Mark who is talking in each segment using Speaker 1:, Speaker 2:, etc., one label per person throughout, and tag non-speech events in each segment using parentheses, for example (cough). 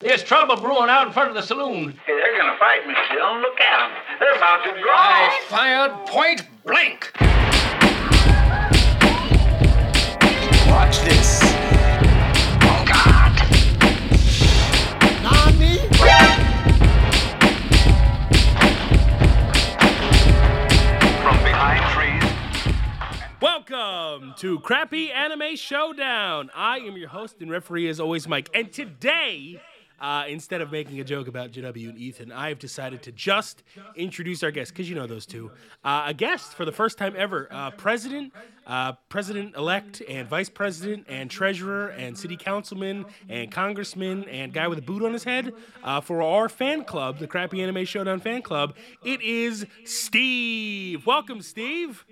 Speaker 1: There's trouble brewing out in front of the saloon.
Speaker 2: They're gonna fight me, Dillon. Look at 'em. They're about to draw.
Speaker 1: I fired point blank.
Speaker 3: Watch this.
Speaker 2: From behind trees.
Speaker 4: Welcome to Crappy Anime Showdown. I am your host and referee, as always, Mike. And today, uh, instead of making a joke about JW and Ethan, I have decided to just introduce our guest because you know those two. Uh, a guest for the first time ever, uh, president, uh, president elect, and vice president, and treasurer, and city councilman, and congressman, and guy with a boot on his head uh, for our fan club, the Crappy Anime Showdown fan club. It is Steve. Welcome, Steve.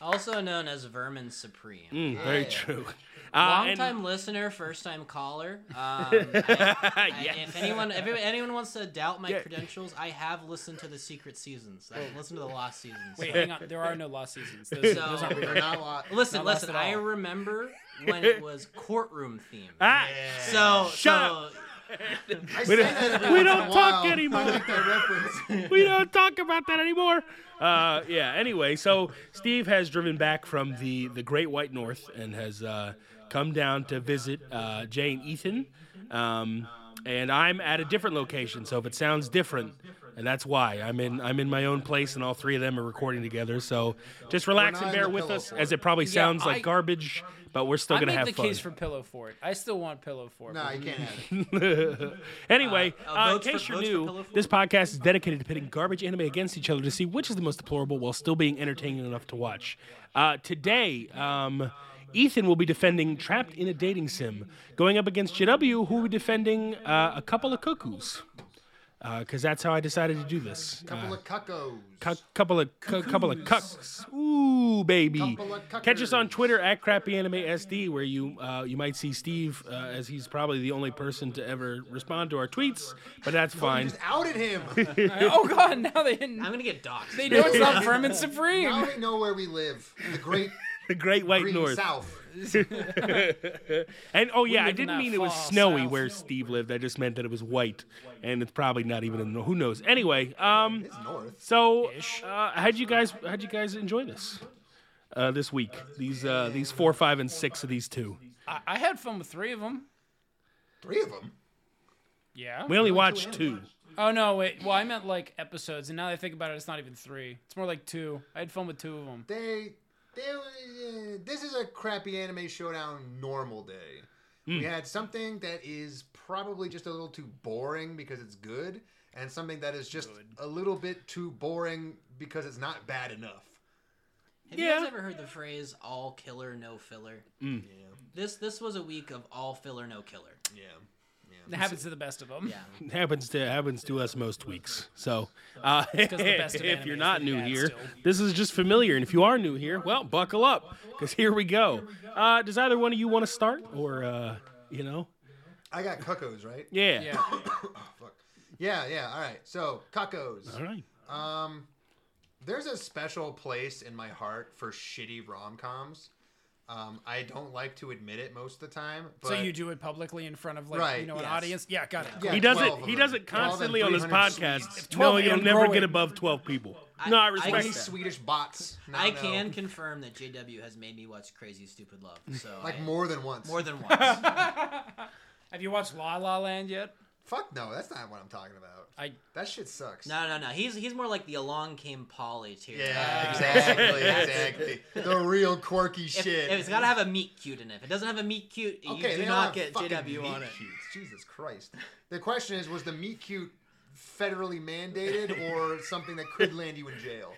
Speaker 5: Also known as Vermin Supreme.
Speaker 4: Mm, very true. Uh,
Speaker 5: Long
Speaker 4: and-
Speaker 5: time listener, first time caller. Um, I- I- If anyone, if anyone wants to doubt my credentials, I have listened to the secret seasons. I have listened to the lost seasons.
Speaker 6: Wait, hang on. There are no lost seasons. Those,
Speaker 5: So-
Speaker 6: those aren't real.
Speaker 5: They're not listen,
Speaker 6: Not lost
Speaker 5: listen.
Speaker 6: at
Speaker 5: I
Speaker 6: all.
Speaker 5: remember when it was courtroom themed.
Speaker 4: Ah,
Speaker 5: So,
Speaker 4: Shut
Speaker 5: so
Speaker 3: I
Speaker 4: We
Speaker 3: say
Speaker 4: don't-
Speaker 3: that every
Speaker 4: we
Speaker 3: once
Speaker 4: don't
Speaker 3: in a
Speaker 4: talk
Speaker 3: while.
Speaker 4: anymore.
Speaker 3: I like that
Speaker 4: (laughs)
Speaker 3: reference.
Speaker 4: we don't talk about that anymore. Uh, yeah. Anyway, so Steve has driven back from the the Great White North and has uh, come down to visit uh, Jay and Ethan. Um, and I'm at a different location, so if it sounds different, and that's why I'm in I'm in my own place, and all three of them are recording together. So just relax
Speaker 3: not
Speaker 4: and
Speaker 3: in
Speaker 4: bear
Speaker 3: the
Speaker 4: with
Speaker 3: pillow
Speaker 4: us,
Speaker 3: fort.
Speaker 4: as it probably sounds
Speaker 6: I-
Speaker 4: like garbage, but we're still
Speaker 6: I
Speaker 4: gonna
Speaker 6: made
Speaker 4: have
Speaker 6: the
Speaker 4: fun.
Speaker 6: case for Pillow Fort. I still want Pillow Fort.
Speaker 3: No, you can't
Speaker 4: (laughs)
Speaker 3: have it.
Speaker 4: anyway, uh,
Speaker 5: Uh,
Speaker 4: in
Speaker 5: votes for-
Speaker 4: case you're
Speaker 5: votes for
Speaker 4: new,
Speaker 5: Pillow Fort?
Speaker 4: this podcast is dedicated to pitting garbage anime against each other to see which is the most deplorable while still being entertaining enough to watch. Uh, today, um, Ethan will be defending Trapped in a Dating Sim, going up against JW, who will be defending uh, a couple of cuckoos. Because that's how I decided to do this.
Speaker 3: Couple
Speaker 4: Uh,
Speaker 3: of cuckoos.
Speaker 4: cu- couple of cu- couple of cucks. Ooh, baby!
Speaker 3: Couple of
Speaker 4: Catch us on
Speaker 3: cuckers.
Speaker 4: Twitter at Crappy Anime SD, where you uh, you might see Steve, uh, as he's probably the only person to ever respond to our tweets, but that's
Speaker 3: You
Speaker 4: fine.
Speaker 3: just outed him.
Speaker 6: (laughs) Oh God! Now they didn't.
Speaker 5: I'm gonna get doxxed.
Speaker 6: They know it's not
Speaker 3: (laughs)
Speaker 6: Vermin
Speaker 3: now
Speaker 6: Supreme.
Speaker 3: we know where we live. The great
Speaker 4: The (laughs) Great White
Speaker 3: green
Speaker 4: North.
Speaker 3: south.
Speaker 4: And oh yeah, I
Speaker 6: live in
Speaker 4: didn't
Speaker 6: that
Speaker 4: mean it was
Speaker 6: far
Speaker 4: snowy
Speaker 6: south.
Speaker 4: where Steve lived. I just meant that it was white, and it's probably not even in the who knows. Anyway, um,
Speaker 3: It's north.
Speaker 4: so uh, how'd you guys how'd you guys enjoy this uh, this week? These uh, these four, five, and six of these two.
Speaker 6: I, I had fun with three of them.
Speaker 3: Three of them.
Speaker 6: Yeah.
Speaker 4: We only watched two.
Speaker 6: Oh no! Wait. Well, I meant like episodes, and now that I think about it, it's not even three. It's more like two. I had fun with two of them.
Speaker 3: They, they, uh, this is a crappy anime showdown normal day.
Speaker 4: Hmm.
Speaker 3: We had something that is probably just a little too boring because it's good, and something that is just a little bit too boring because it's not bad enough.
Speaker 5: Have you guys
Speaker 4: Yeah.
Speaker 5: ever heard the phrase "all killer, no filler"? This this was a week of all filler, no killer.
Speaker 3: Yeah.
Speaker 6: It happens to the best of them.
Speaker 5: Yeah.
Speaker 4: happens to happens to us most weeks. So, uh, (laughs)
Speaker 6: 'cause the best of
Speaker 4: if
Speaker 6: anime
Speaker 4: you're
Speaker 6: is
Speaker 4: not
Speaker 6: pretty
Speaker 4: new
Speaker 6: bad
Speaker 4: here,
Speaker 6: still.
Speaker 4: this is just familiar. And if you are new here, well, buckle up because here we go. Uh, does either one of you want to start, or uh, you know,
Speaker 3: I got cuckoos, right?
Speaker 4: yeah.
Speaker 6: (laughs) Yeah.
Speaker 3: Fuck. Yeah, yeah. All right. So, cuckoos.
Speaker 4: All right.
Speaker 3: Um, there's a special place in my heart for shitty rom coms. Um, I don't like to admit it most of the time. But
Speaker 6: So you do it publicly in front of like
Speaker 3: Right,
Speaker 6: you know an
Speaker 3: yes.
Speaker 6: audience. Yeah, got it.
Speaker 3: Yeah,
Speaker 4: He does
Speaker 3: 12
Speaker 4: it.
Speaker 3: of
Speaker 4: He
Speaker 3: them.
Speaker 4: does it
Speaker 3: 12 and
Speaker 4: constantly on his
Speaker 3: 300
Speaker 4: podcast.
Speaker 3: Swedes.
Speaker 6: 12
Speaker 4: No, you'll
Speaker 6: and
Speaker 4: never get
Speaker 6: growing.
Speaker 4: above twelve people. no, I respect
Speaker 3: Too many
Speaker 4: that.
Speaker 3: Swedish bots. No,
Speaker 5: I
Speaker 3: no.
Speaker 5: can confirm that JW has made me watch Crazy Stupid Love. So
Speaker 3: like
Speaker 5: I-
Speaker 3: more than once.
Speaker 5: more than once.
Speaker 6: Have you watched La La Land yet?
Speaker 3: Fuck no, that's not what I'm talking about.
Speaker 6: I
Speaker 3: That shit sucks.
Speaker 5: No, no, no. He's he's more like the along came Polly tier.
Speaker 3: Yeah, exactly, exactly. The real quirky
Speaker 5: If,
Speaker 3: shit.
Speaker 5: if it's gotta have a meet cute in it. If it doesn't have a meet cute,
Speaker 3: okay,
Speaker 5: you do
Speaker 3: they
Speaker 5: not
Speaker 3: don't
Speaker 5: get
Speaker 3: have fucking
Speaker 5: JW
Speaker 3: meet
Speaker 5: on it.
Speaker 3: cutes. Jesus Christ. The question is, was the meet cute federally mandated or something that could land you in jail?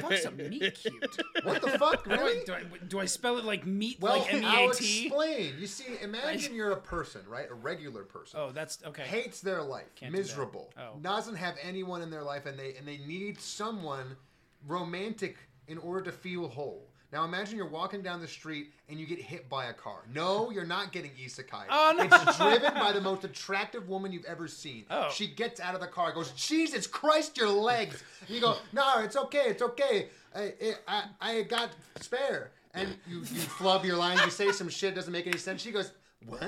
Speaker 6: fuck's a meat
Speaker 3: (laughs)
Speaker 6: cute.
Speaker 3: What the
Speaker 6: (laughs)
Speaker 3: fuck,
Speaker 6: How do I-
Speaker 3: really?
Speaker 6: Do I, do I spell it like meat,
Speaker 3: Well,
Speaker 6: like M E
Speaker 3: I'll
Speaker 6: A T?
Speaker 3: explain. You see, imagine you're a person, right? A regular person.
Speaker 6: Oh, that's okay.
Speaker 3: hates their life,
Speaker 6: Can't do that.
Speaker 3: miserable,
Speaker 6: Oh.
Speaker 3: doesn't have anyone in their life, and they and they need someone romantic in order to feel whole. Now imagine you're walking down the street and you get hit by a car.
Speaker 6: (laughs)
Speaker 3: No, you're not getting isekai.
Speaker 6: Oh, no.
Speaker 3: It's driven by
Speaker 6: (laughs)
Speaker 3: the most attractive woman you've ever seen.
Speaker 6: Oh.
Speaker 3: She gets out of the car, goes, "Jesus Christ, your legs!" And you go,
Speaker 6: (laughs)
Speaker 3: "No, it's okay, it's okay. I I, I got spare." And you, you flub your lines, you say some shit doesn't make any sense. She goes, "What?"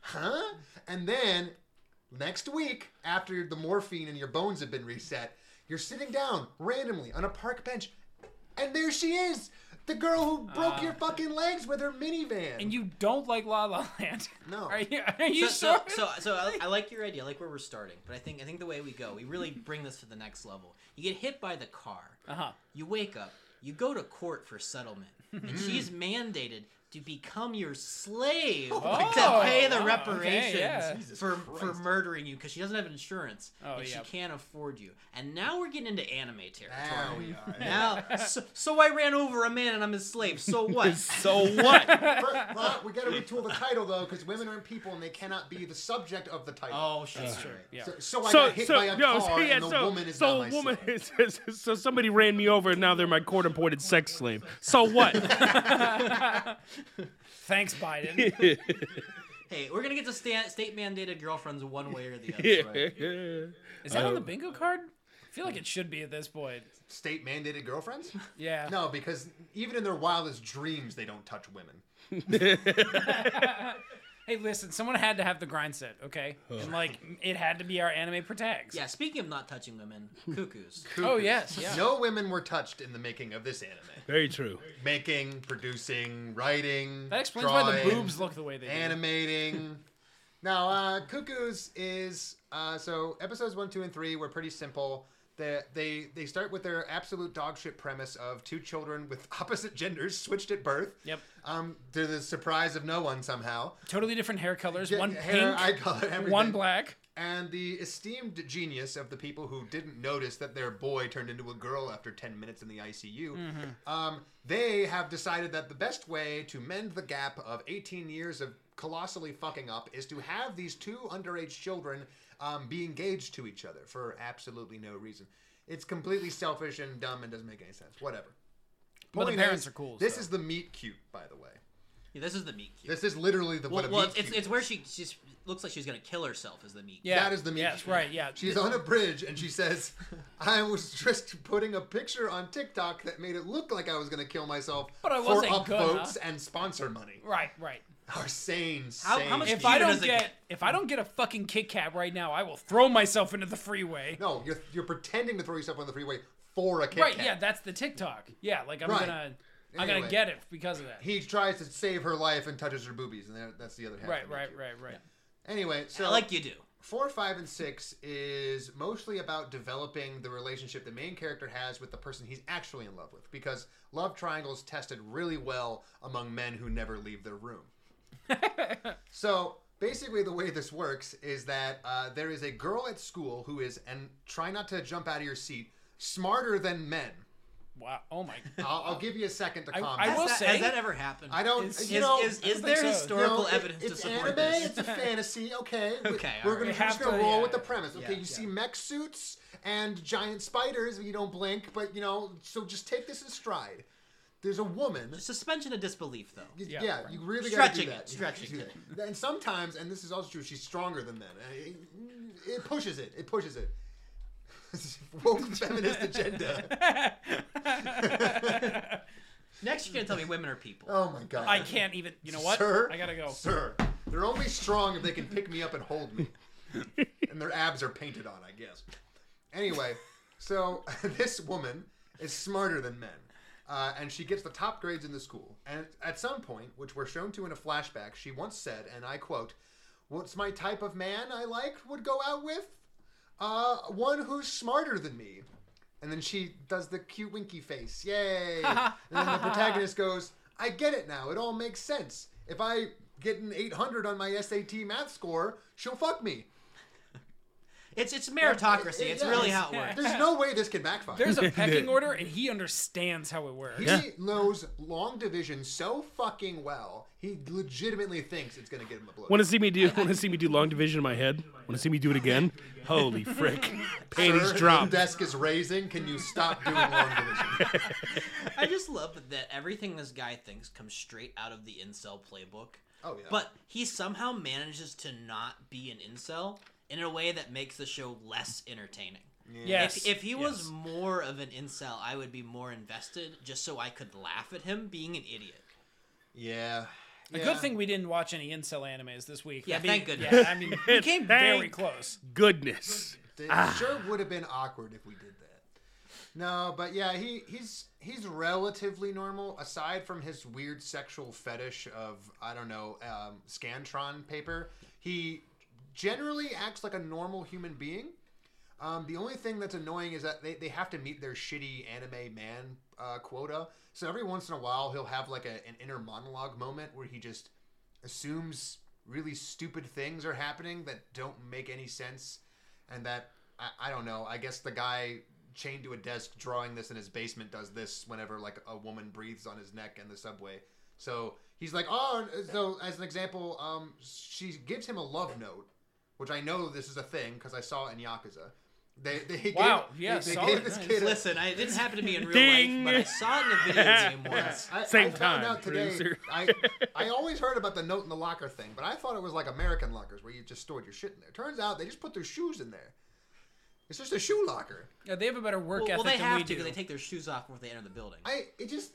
Speaker 3: huh? And then next week, after the morphine and your bones have been reset, you're sitting down randomly on a park bench, and there she is, the girl who broke your
Speaker 4: Ah.
Speaker 3: fucking legs with her minivan.
Speaker 6: And you don't like La La Land.
Speaker 3: No.
Speaker 6: (laughs) Are you, are you
Speaker 5: so,
Speaker 6: sure?
Speaker 5: so, so, so I, I like your idea. I like where we're starting, but I think I think the way we go, we
Speaker 3: (laughs)
Speaker 5: really bring this to the next level. You get hit by the car.
Speaker 6: uh-huh.
Speaker 5: You wake up. You go to court for settlement,
Speaker 3: (laughs)
Speaker 5: and she's mandated to become your slave
Speaker 3: Oh,
Speaker 5: (laughs) to pay the
Speaker 6: wow, okay,
Speaker 5: reparations
Speaker 6: yeah.
Speaker 5: for for murdering you because she doesn't have insurance
Speaker 6: Oh,
Speaker 5: and
Speaker 6: yeah.
Speaker 5: she can't afford you. And now we're getting into anime
Speaker 3: Now (laughs)
Speaker 5: territory.
Speaker 3: we are.
Speaker 5: (laughs) Now, so, so I ran over a man and I'm his slave.
Speaker 3: (laughs)
Speaker 5: So what?
Speaker 4: So what?
Speaker 3: First, well, we got to retool the title though, because women aren't people and they cannot be the subject of the title.
Speaker 5: (laughs) oh, shit. that's true.
Speaker 6: Uh, Yeah.
Speaker 3: So, so I
Speaker 4: so
Speaker 3: got hit
Speaker 4: so
Speaker 3: by a
Speaker 4: no,
Speaker 3: car,
Speaker 4: so, (laughs) yeah,
Speaker 3: and the
Speaker 4: so
Speaker 3: woman is
Speaker 4: so
Speaker 3: not my
Speaker 4: woman
Speaker 3: slave.
Speaker 4: so somebody ran me over and now they're my court appointed sex slave. So what?
Speaker 6: Thanks,
Speaker 3: (laughs)
Speaker 6: Biden.
Speaker 5: Hey, we're gonna get to sta- state mandated girlfriends one way or
Speaker 3: (laughs)
Speaker 5: the other.
Speaker 6: Is that on the
Speaker 3: Um,
Speaker 6: bingo card? I feel like it should be at this point.
Speaker 3: State mandated girlfriends?
Speaker 6: Yeah.
Speaker 3: No, because even in their wildest dreams, they don't touch women.
Speaker 6: Hey, listen, someone had to have the grind set, okay? And like, it had to be our anime protags.
Speaker 5: Yeah, speaking of not touching women,
Speaker 3: (laughs)
Speaker 5: cuckoos.
Speaker 6: Oh yes. Yeah.
Speaker 3: No women were touched in the making of this anime.
Speaker 4: (laughs) Very true.
Speaker 3: Making, producing, writing.
Speaker 6: That explains why the
Speaker 3: drawing,
Speaker 6: boobs look the way they (laughs)
Speaker 3: Animating. now, uh, Cuckoos is uh, so episodes one, two, and three were pretty simple. They, they they start with their absolute dog shit premise of two children with (laughs) opposite genders switched at birth.
Speaker 6: do. Yep.
Speaker 3: Um, to the surprise of no one somehow.
Speaker 6: Totally different hair colors.
Speaker 3: Yeah,
Speaker 6: one
Speaker 3: hair,
Speaker 6: pink,
Speaker 3: eye color,
Speaker 6: one
Speaker 3: everything.
Speaker 6: black.
Speaker 3: And the esteemed genius of the people who didn't notice that their boy turned into a girl after 10 minutes in the ICU,
Speaker 6: Mm-hmm.
Speaker 3: um, they have decided that the best way to mend the gap of 18 years of colossally fucking up is to have these two underage children um, be engaged to each other for absolutely no reason. It's completely selfish and dumb and doesn't make any sense. Whatever.
Speaker 6: But the
Speaker 3: Point
Speaker 6: parents
Speaker 3: is,
Speaker 6: are cool.
Speaker 3: This
Speaker 6: so.
Speaker 3: is the meet cute, by the way.
Speaker 5: Yeah, this is the meat cute.
Speaker 3: This is literally the what
Speaker 5: well,
Speaker 3: a
Speaker 5: well
Speaker 3: meet
Speaker 5: it's, it's,
Speaker 3: cute
Speaker 5: it's where she she's, looks like she's gonna kill herself is the meat.
Speaker 6: yeah.
Speaker 3: That is the meat
Speaker 6: Yes.
Speaker 3: cute.
Speaker 6: Right. Yeah.
Speaker 3: She's on a bridge and she says, I was just putting a picture on TikTok that made it look like I was going to kill myself
Speaker 6: But I
Speaker 3: for
Speaker 6: wasn't gonna."
Speaker 3: upvotes and sponsor money.
Speaker 6: Right. Right.
Speaker 3: Our sane,
Speaker 5: How-
Speaker 3: sane-
Speaker 5: how much-
Speaker 6: If I
Speaker 5: Cuter
Speaker 6: don't
Speaker 5: does it
Speaker 6: get,
Speaker 5: get.
Speaker 6: if I don't get a fucking Kit Kat right now, I will throw myself into the freeway.
Speaker 3: No, you're, you're pretending to throw yourself on the freeway for a Kit
Speaker 6: right.
Speaker 3: Kat.
Speaker 6: Yeah. That's the TikTok. Yeah. Like I'm
Speaker 3: Right.
Speaker 6: gonna, I'm
Speaker 3: Anyway.
Speaker 6: gonna get it because of that.
Speaker 3: He tries to save her life and touches her boobies, and that- that's the other half.
Speaker 6: right.
Speaker 3: of the
Speaker 6: Right.
Speaker 3: meet
Speaker 6: Right. Right.
Speaker 3: cute. Anyway, so
Speaker 5: like you do.
Speaker 3: four, five, and six is mostly about developing the relationship the main character has with the person he's actually in love with, because love triangles tested really well among men who never leave
Speaker 6: (laughs)
Speaker 3: their room. so basically, the way this works is that uh, there is a girl at school who is, and try not to jump out of your seat, smarter than men.
Speaker 6: Wow. Oh my. (laughs)
Speaker 3: I'll, I'll give you a second to
Speaker 6: I-
Speaker 3: comment.
Speaker 6: I
Speaker 5: Has
Speaker 6: will
Speaker 5: that,
Speaker 6: say-
Speaker 5: has that ever happened?
Speaker 3: I don't.
Speaker 6: Is-
Speaker 3: you
Speaker 5: is,
Speaker 3: know,
Speaker 5: is,
Speaker 6: I don't
Speaker 5: is
Speaker 6: think
Speaker 5: there
Speaker 6: so.
Speaker 5: historical
Speaker 3: no, it-
Speaker 5: evidence to
Speaker 3: it's
Speaker 5: support
Speaker 3: anime,
Speaker 5: this? (laughs)
Speaker 3: It's a fantasy. Okay. We-
Speaker 5: Okay,
Speaker 3: We're
Speaker 5: all
Speaker 3: gonna
Speaker 5: right.
Speaker 3: just
Speaker 6: Have
Speaker 3: gonna
Speaker 6: to,
Speaker 3: roll
Speaker 6: yeah.
Speaker 3: with the premise. Okay.
Speaker 5: Yeah,
Speaker 3: you
Speaker 5: yeah.
Speaker 3: see mech suits and giant spiders. You don't blink, but you know. So just take this in stride. There's a woman.
Speaker 5: Suspension of disbelief, though.
Speaker 3: Yeah,
Speaker 6: Yeah, right.
Speaker 3: you really gotta do
Speaker 5: Stretching
Speaker 3: that.
Speaker 5: it,
Speaker 3: You gotta
Speaker 5: stretching
Speaker 3: do that. (laughs) And sometimes, and this is also true, she's stronger than men. Uh, It, it pushes it. It pushes it. (laughs) Woke feminist agenda.
Speaker 5: (laughs) Next, you're gonna tell me women are people.
Speaker 3: Oh my god.
Speaker 6: I can't even. You know what?
Speaker 3: Sir,
Speaker 6: I gotta go.
Speaker 3: Sir, they're only strong if they can pick me up and hold
Speaker 6: (laughs)
Speaker 3: me. and their abs are painted on, I guess. Anyway, so (laughs) this woman is smarter than men. Uh, and she gets the top grades in the school. And at some point, which we're shown to in a flashback, she once said, and I quote, What's my type of man I like would go out with? Uh, one who's smarter than me. And then she does the cute winky face. Yay! and then the protagonist goes, I get it now. It all makes sense. If I get an 800 on my SAT math score, she'll fuck me.
Speaker 5: It's it's meritocracy.
Speaker 3: It- it-
Speaker 5: it's
Speaker 3: yeah,
Speaker 5: really
Speaker 3: it's-
Speaker 5: how it works.
Speaker 3: There's no way this can backfire.
Speaker 6: There's
Speaker 4: (laughs)
Speaker 6: a pecking order, and he understands how it works.
Speaker 3: he knows long division so fucking well, he legitimately thinks it's going to get him a blow.
Speaker 4: Want to see
Speaker 5: (laughs)
Speaker 4: me do? Want to see me do long division in my head? Want to see me do it again? Holy frick! Panties
Speaker 3: Sir,
Speaker 4: dropped.
Speaker 3: The desk is raising. Can you stop doing long division?
Speaker 5: I just love that, that everything this guy thinks comes straight out of the incel playbook.
Speaker 3: Oh, yeah.
Speaker 5: But he somehow manages to not be an incel in a way that makes the show less entertaining.
Speaker 6: Yes.
Speaker 5: If, if he was
Speaker 6: Yes.
Speaker 5: more of an incel, I
Speaker 3: (laughs)
Speaker 5: would be more invested just so I could laugh at him being an idiot.
Speaker 3: yeah.
Speaker 6: A
Speaker 3: Yeah.
Speaker 6: good thing we didn't watch any incel animes this week.
Speaker 5: Yeah,
Speaker 6: I mean,
Speaker 5: thank goodness.
Speaker 6: Yeah, I mean,
Speaker 4: (laughs)
Speaker 6: we came
Speaker 4: Thank-
Speaker 6: very close.
Speaker 4: Goodness.
Speaker 3: It sure would have been awkward if we did that. No, but yeah, he, he's he's relatively normal aside from his weird sexual fetish of I don't know um, scantron paper. He generally acts like a normal human being. Um, the only thing that's annoying is that they, they have to meet their shitty anime man uh, quota. So every once in a while, he'll have like a, an inner monologue moment where he just assumes really stupid things are happening that don't make any sense and that I, I don't know i guess the guy chained to a desk drawing this in his basement does this whenever like a woman breathes on his neck in the subway so he's like oh and so as an example um, she gives him a love note which i know this is a thing because i saw it in yakuza they, they (laughs)
Speaker 6: Wow,
Speaker 3: gave,
Speaker 6: yeah,
Speaker 3: they, they
Speaker 6: solid,
Speaker 3: gave this
Speaker 6: nice.
Speaker 3: kid a,
Speaker 5: Listen, I, it didn't happen to me in real life,
Speaker 4: Ding.
Speaker 5: but I saw it in a
Speaker 6: (laughs)
Speaker 5: video game once.
Speaker 3: I,
Speaker 4: Same
Speaker 3: I found
Speaker 4: time,
Speaker 3: out today,
Speaker 4: producer. (laughs)
Speaker 3: I, I always heard about the note in the locker thing, but I thought it was like American lockers where you just stored your shit in there. Turns out they just put their shoes in there. It's just a shoe locker.
Speaker 6: Yeah, they have a better work
Speaker 5: Well, well,
Speaker 6: ethic
Speaker 5: they
Speaker 6: than
Speaker 5: have
Speaker 6: we
Speaker 5: to because
Speaker 6: do.
Speaker 5: they take their shoes off before they enter the building.
Speaker 3: I it just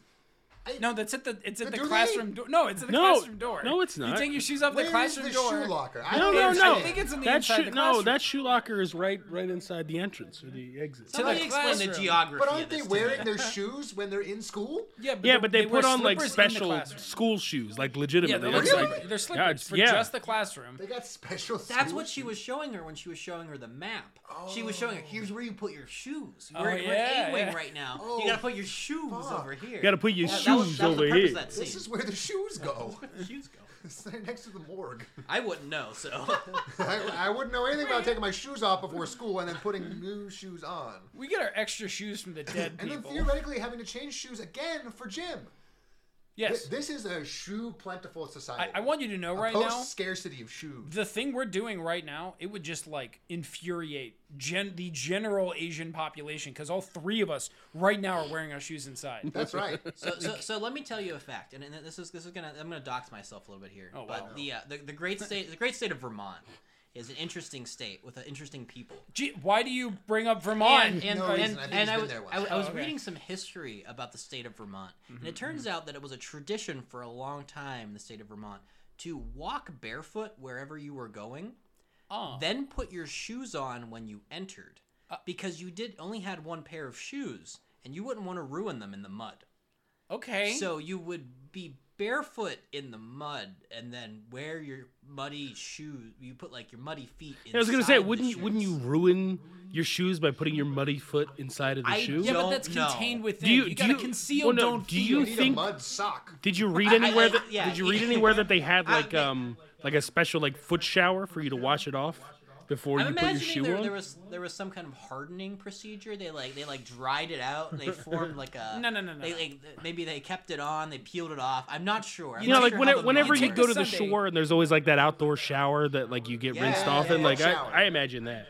Speaker 6: no, that's at the it's at
Speaker 3: But
Speaker 6: the
Speaker 3: do they?
Speaker 6: classroom door. No, it's at the
Speaker 4: No,
Speaker 6: classroom door.
Speaker 4: no, it's
Speaker 6: You
Speaker 4: not.
Speaker 6: take your shoes off
Speaker 3: where
Speaker 6: the
Speaker 3: is
Speaker 6: classroom
Speaker 3: the
Speaker 6: door.
Speaker 3: shoe locker? I
Speaker 4: No,
Speaker 3: don't
Speaker 4: no,
Speaker 3: understand.
Speaker 4: no.
Speaker 6: I think it's on the
Speaker 4: that
Speaker 6: inside
Speaker 4: shoe,
Speaker 6: the
Speaker 4: No,
Speaker 6: classroom.
Speaker 4: that shoe locker is right, right inside the entrance or the exit.
Speaker 6: the
Speaker 5: Somebody explain the
Speaker 6: classroom.
Speaker 5: geography.
Speaker 3: But
Speaker 5: of
Speaker 3: aren't
Speaker 5: this
Speaker 3: they
Speaker 5: to
Speaker 3: wearing
Speaker 5: me. (laughs)
Speaker 3: their shoes when they're in school?
Speaker 6: Yeah, but,
Speaker 4: yeah, but they,
Speaker 6: wear
Speaker 4: put on like
Speaker 6: slippers in the
Speaker 4: special
Speaker 6: classroom.
Speaker 4: school shoes, like
Speaker 6: Yeah,
Speaker 4: legitimately.
Speaker 6: they're, like,
Speaker 4: It's
Speaker 3: Really?
Speaker 6: slipper- they're slippers
Speaker 4: Gods,
Speaker 6: for
Speaker 4: yeah.
Speaker 6: just the classroom.
Speaker 3: They got special.
Speaker 5: That's
Speaker 3: school
Speaker 5: what she was showing her when she was showing her the map. she was showing her, here's where you put your shoes. We're, we're
Speaker 6: yeah,
Speaker 5: in A-Wing
Speaker 6: yeah.
Speaker 5: right now.
Speaker 3: Oh,
Speaker 5: you gotta put your shoes
Speaker 3: fuck.
Speaker 5: over here.
Speaker 4: You gotta put your
Speaker 5: That-
Speaker 4: shoes
Speaker 5: that was- that was
Speaker 4: over
Speaker 5: the purpose
Speaker 4: here.
Speaker 5: of that
Speaker 3: This
Speaker 5: scene.
Speaker 3: is where the shoes go.
Speaker 5: (laughs) Shoes go.
Speaker 3: it's right next to the morgue. (laughs)
Speaker 5: I wouldn't know, so.
Speaker 3: I, I wouldn't know anything about taking my shoes off before school and then putting new shoes on.
Speaker 6: We get our extra shoes from the dead
Speaker 3: And then
Speaker 6: people.
Speaker 3: theoretically having to change shoes again for gym. Th-
Speaker 6: yes,
Speaker 3: This is a shoe plentiful
Speaker 6: I,
Speaker 3: society.
Speaker 6: I want you to know right
Speaker 3: Post
Speaker 6: now.
Speaker 3: scarcity of shoes.
Speaker 6: the thing we're doing right now, it would just like infuriate gen- the general Asian population because all three of us right now are wearing our shoes
Speaker 3: (laughs)
Speaker 6: inside.
Speaker 3: That's right.
Speaker 5: So, so, so let me tell you a fact, and, and this is this is gonna I'm gonna dox myself a little bit here. Oh,
Speaker 6: wow.
Speaker 5: But the, uh, the the great state the great state of Vermont is an interesting state with an interesting people.
Speaker 6: Gee, why do you bring up Vermont?
Speaker 5: And, and,
Speaker 3: No
Speaker 5: and,
Speaker 3: reason. I think
Speaker 5: and
Speaker 3: he's
Speaker 5: I,
Speaker 3: been
Speaker 5: was,
Speaker 3: there once. Mm-hmm.
Speaker 5: I, I was
Speaker 6: Oh, okay.
Speaker 5: reading some history about the state of Vermont, and it turns out that it was a tradition for a long time in the state of Vermont to walk barefoot wherever you were going,
Speaker 6: Oh.
Speaker 5: then put your shoes on when you entered,
Speaker 4: Uh.
Speaker 5: because you did only had one pair of shoes, and you wouldn't want to ruin them in the mud.
Speaker 6: okay.
Speaker 5: So you would be barefoot in the mud, and then wear your muddy shoes. You put like your muddy feet. Inside
Speaker 4: I was gonna say,
Speaker 5: the
Speaker 4: wouldn't you, wouldn't you
Speaker 5: shoes.
Speaker 4: ruin your shoes by putting your muddy foot inside of the
Speaker 5: I
Speaker 4: shoe?
Speaker 6: yeah, but
Speaker 5: don't
Speaker 6: that's
Speaker 5: know.
Speaker 6: contained within.
Speaker 4: Do you-
Speaker 6: you,
Speaker 4: do
Speaker 6: gotta
Speaker 4: you-
Speaker 6: conceal,
Speaker 4: well, no,
Speaker 6: don't
Speaker 4: do
Speaker 6: feel.
Speaker 4: you
Speaker 3: You need
Speaker 4: think-
Speaker 3: a mud sock.
Speaker 4: Did you read
Speaker 5: I- I-
Speaker 4: anywhere
Speaker 5: I-
Speaker 4: that
Speaker 5: yeah.
Speaker 4: Did you read anywhere that
Speaker 5: (laughs)
Speaker 4: they had
Speaker 5: I-
Speaker 4: like um like a special like foot shower for you to wash it off before
Speaker 5: I'm
Speaker 4: you put your
Speaker 5: imagining
Speaker 4: shoe
Speaker 5: there,
Speaker 4: on?
Speaker 5: there was there was some kind of hardening procedure. They like they like dried it out
Speaker 4: (laughs)
Speaker 5: and they formed like a
Speaker 6: No, no, no, no,
Speaker 5: They
Speaker 6: no.
Speaker 5: like th- maybe they kept it on. They peeled it off. I'm not sure. I'm
Speaker 4: you know,
Speaker 5: not
Speaker 4: like
Speaker 5: sure
Speaker 4: when
Speaker 5: how the
Speaker 4: whenever
Speaker 5: mud
Speaker 4: you
Speaker 6: take
Speaker 4: go
Speaker 5: works.
Speaker 4: to the
Speaker 6: Sunday.
Speaker 4: shore and there's always like that outdoor shower that like you get rinsed
Speaker 3: Yeah,
Speaker 4: off in.
Speaker 3: yeah,
Speaker 4: Like I,
Speaker 3: shower.
Speaker 4: I imagine that.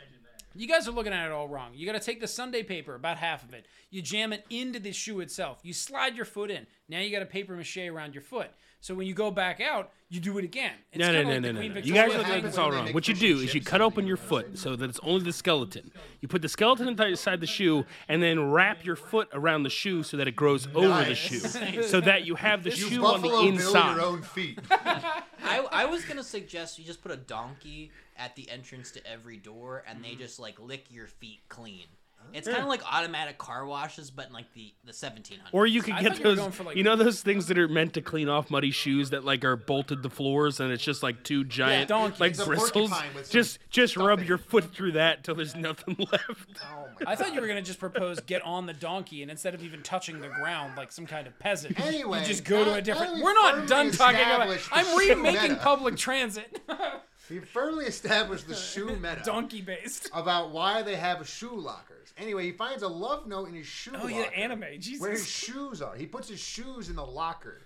Speaker 6: You guys are looking at it all wrong. You gotta take the Sunday paper, about half of it. You jam it into the shoe itself. You slide your foot in. Now you got a paper mache around your foot. So when you go back out, you do it again. It's
Speaker 4: No, no,
Speaker 6: kinda
Speaker 4: no,
Speaker 6: like
Speaker 4: no,
Speaker 6: the
Speaker 4: no,
Speaker 6: Queen
Speaker 4: no. You
Speaker 6: Victoria
Speaker 4: guys are
Speaker 6: thing.
Speaker 4: getting
Speaker 3: happens
Speaker 4: this
Speaker 3: when
Speaker 4: all
Speaker 3: they
Speaker 4: wrong.
Speaker 3: make
Speaker 4: What you
Speaker 3: fish
Speaker 4: do
Speaker 3: and
Speaker 4: is you
Speaker 3: chips
Speaker 4: cut
Speaker 3: and
Speaker 4: open
Speaker 3: they
Speaker 4: your
Speaker 3: put
Speaker 4: foot so that it's only the skeleton. You put the skeleton inside the shoe and then wrap your foot around the shoe so that it grows over the
Speaker 3: Nice. (laughs)
Speaker 4: shoe, so that you have the shoe on
Speaker 3: Buffalo
Speaker 4: the
Speaker 3: Bill your
Speaker 4: inside.
Speaker 6: (laughs)
Speaker 3: own feet.
Speaker 5: I, (laughs) I was gonna suggest you just put a donkey at the entrance to every door and
Speaker 4: Mm-hmm.
Speaker 5: they just like lick your feet clean. It's kind of like automatic car washes, but in like the the 1700s.
Speaker 4: Or you could
Speaker 6: I
Speaker 4: get
Speaker 6: thought you were
Speaker 4: those,
Speaker 6: going for, like-
Speaker 4: you know, those things that are meant to clean off muddy shoes that like are bolted to floors, and it's just like two giant
Speaker 6: donkeys.
Speaker 4: like
Speaker 6: It's a
Speaker 4: bristles.
Speaker 3: porcupine with some
Speaker 4: Just just rub
Speaker 3: stuffing.
Speaker 4: your foot through that till there's nothing left.
Speaker 3: Oh my
Speaker 6: I thought you were gonna just propose get on the donkey and instead of even touching the ground like some kind of peasant,
Speaker 3: Anyway,
Speaker 6: you just go to
Speaker 3: now-
Speaker 6: a
Speaker 3: now
Speaker 6: different.
Speaker 3: we've
Speaker 6: We're not
Speaker 3: firmly
Speaker 6: done talking about.
Speaker 3: established the
Speaker 6: I'm
Speaker 3: shoe
Speaker 6: remaking
Speaker 3: meta.
Speaker 6: public transit, (laughs)
Speaker 3: We firmly established the shoe meta
Speaker 6: donkey based.
Speaker 3: about why they have shoe lockers. Anyway, he finds a love note in his shoe
Speaker 6: Oh
Speaker 3: locker.
Speaker 6: yeah, anime. Jesus.
Speaker 3: Where his shoes are. He puts his shoes in the locker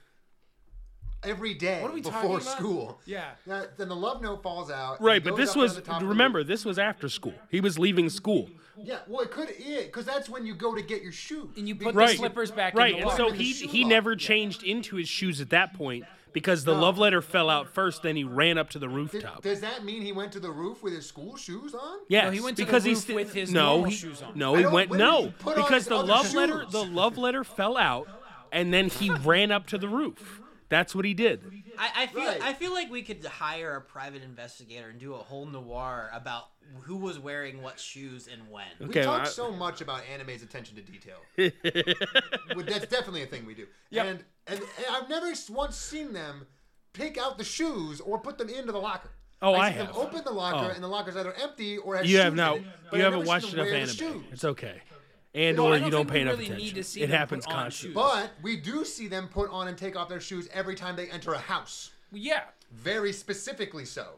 Speaker 3: every day
Speaker 6: What are we talking
Speaker 3: before
Speaker 6: about?
Speaker 3: school.
Speaker 6: Yeah.
Speaker 3: Now, then the love note falls out. and
Speaker 4: Right,
Speaker 3: he
Speaker 4: but
Speaker 3: goes
Speaker 4: this
Speaker 3: up to
Speaker 4: was
Speaker 3: the top of the
Speaker 4: remember this was after school. He was leaving school.
Speaker 3: Yeah, well, it could, yeah, because that's when you go to get your shoe.
Speaker 6: and you put
Speaker 4: Right.
Speaker 6: the slippers back
Speaker 4: Right,
Speaker 6: in
Speaker 4: and
Speaker 6: the
Speaker 4: so
Speaker 6: locker.
Speaker 4: he
Speaker 3: shoe
Speaker 4: he
Speaker 3: locker.
Speaker 4: never changed into his shoes at that point because the love letter fell out first. Then he ran up to the
Speaker 3: Th-
Speaker 4: rooftop.
Speaker 3: Does that mean he went to the roof with his school shoes on?
Speaker 4: Yes,
Speaker 6: he went to the
Speaker 4: because he
Speaker 6: roof
Speaker 4: sti-
Speaker 6: with his
Speaker 4: no,
Speaker 6: normal
Speaker 4: he,
Speaker 6: shoes on.
Speaker 4: No,
Speaker 3: I
Speaker 4: he
Speaker 3: don't-
Speaker 4: went
Speaker 3: when did he
Speaker 4: no
Speaker 3: put on
Speaker 4: because
Speaker 3: his
Speaker 4: the
Speaker 3: other
Speaker 4: love letter
Speaker 3: shoes?
Speaker 4: the love letter fell out, and then he ran up to the roof. That's what he did.
Speaker 5: I, I feel
Speaker 3: Right.
Speaker 5: I feel like we could hire a private investigator and do a whole noir about who was wearing what shoes and when.
Speaker 4: Okay,
Speaker 3: we talk
Speaker 4: I-
Speaker 3: so much about anime's attention to
Speaker 4: (laughs)
Speaker 3: detail. Well, That's definitely a thing we do. And, and and I've never s- once seen them pick out the shoes or put them into the locker.
Speaker 4: Oh, I
Speaker 3: see them
Speaker 4: have.
Speaker 3: Open the locker,
Speaker 4: Oh.
Speaker 3: and the locker's either empty or has
Speaker 4: You
Speaker 3: shoes
Speaker 4: have not.
Speaker 3: in it, but
Speaker 4: You
Speaker 3: I've
Speaker 4: haven't
Speaker 3: never
Speaker 4: watched
Speaker 3: seen them
Speaker 4: enough
Speaker 3: wear
Speaker 4: anime.
Speaker 3: the shoes.
Speaker 4: It's okay. And
Speaker 6: No, I
Speaker 4: or
Speaker 6: don't
Speaker 4: you don't
Speaker 6: think we
Speaker 4: pay enough
Speaker 6: really need
Speaker 4: attention.
Speaker 6: to see
Speaker 4: it
Speaker 6: them
Speaker 4: happens
Speaker 6: put on
Speaker 4: constantly.
Speaker 6: shoes.
Speaker 3: But we do see them put on and take off their shoes every time they enter a house.
Speaker 6: Well, yeah,
Speaker 3: Very specifically so.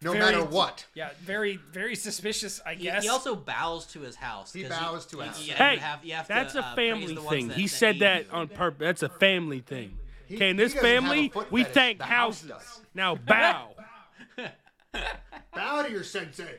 Speaker 3: No
Speaker 6: Very-
Speaker 3: matter what.
Speaker 6: yeah, very very suspicious, I
Speaker 5: He,
Speaker 6: guess.
Speaker 5: he also bows to his house.
Speaker 3: He
Speaker 5: 'cause
Speaker 3: bows to his
Speaker 5: you-
Speaker 3: house.
Speaker 4: Hey,
Speaker 5: you have- you have to,
Speaker 4: that's
Speaker 5: uh,
Speaker 4: a
Speaker 5: praise
Speaker 4: family
Speaker 5: the ones
Speaker 4: thing. he
Speaker 5: that-
Speaker 4: said
Speaker 5: eat
Speaker 4: that
Speaker 5: you.
Speaker 4: on purpose. That's a family thing. Okay, in
Speaker 3: he
Speaker 4: this
Speaker 3: doesn't have a
Speaker 4: family,
Speaker 3: foot
Speaker 4: we
Speaker 3: fetish.
Speaker 4: thank
Speaker 3: The house
Speaker 4: houses.
Speaker 3: does.
Speaker 6: (laughs)
Speaker 4: Now bow.
Speaker 3: Bow to your sensei.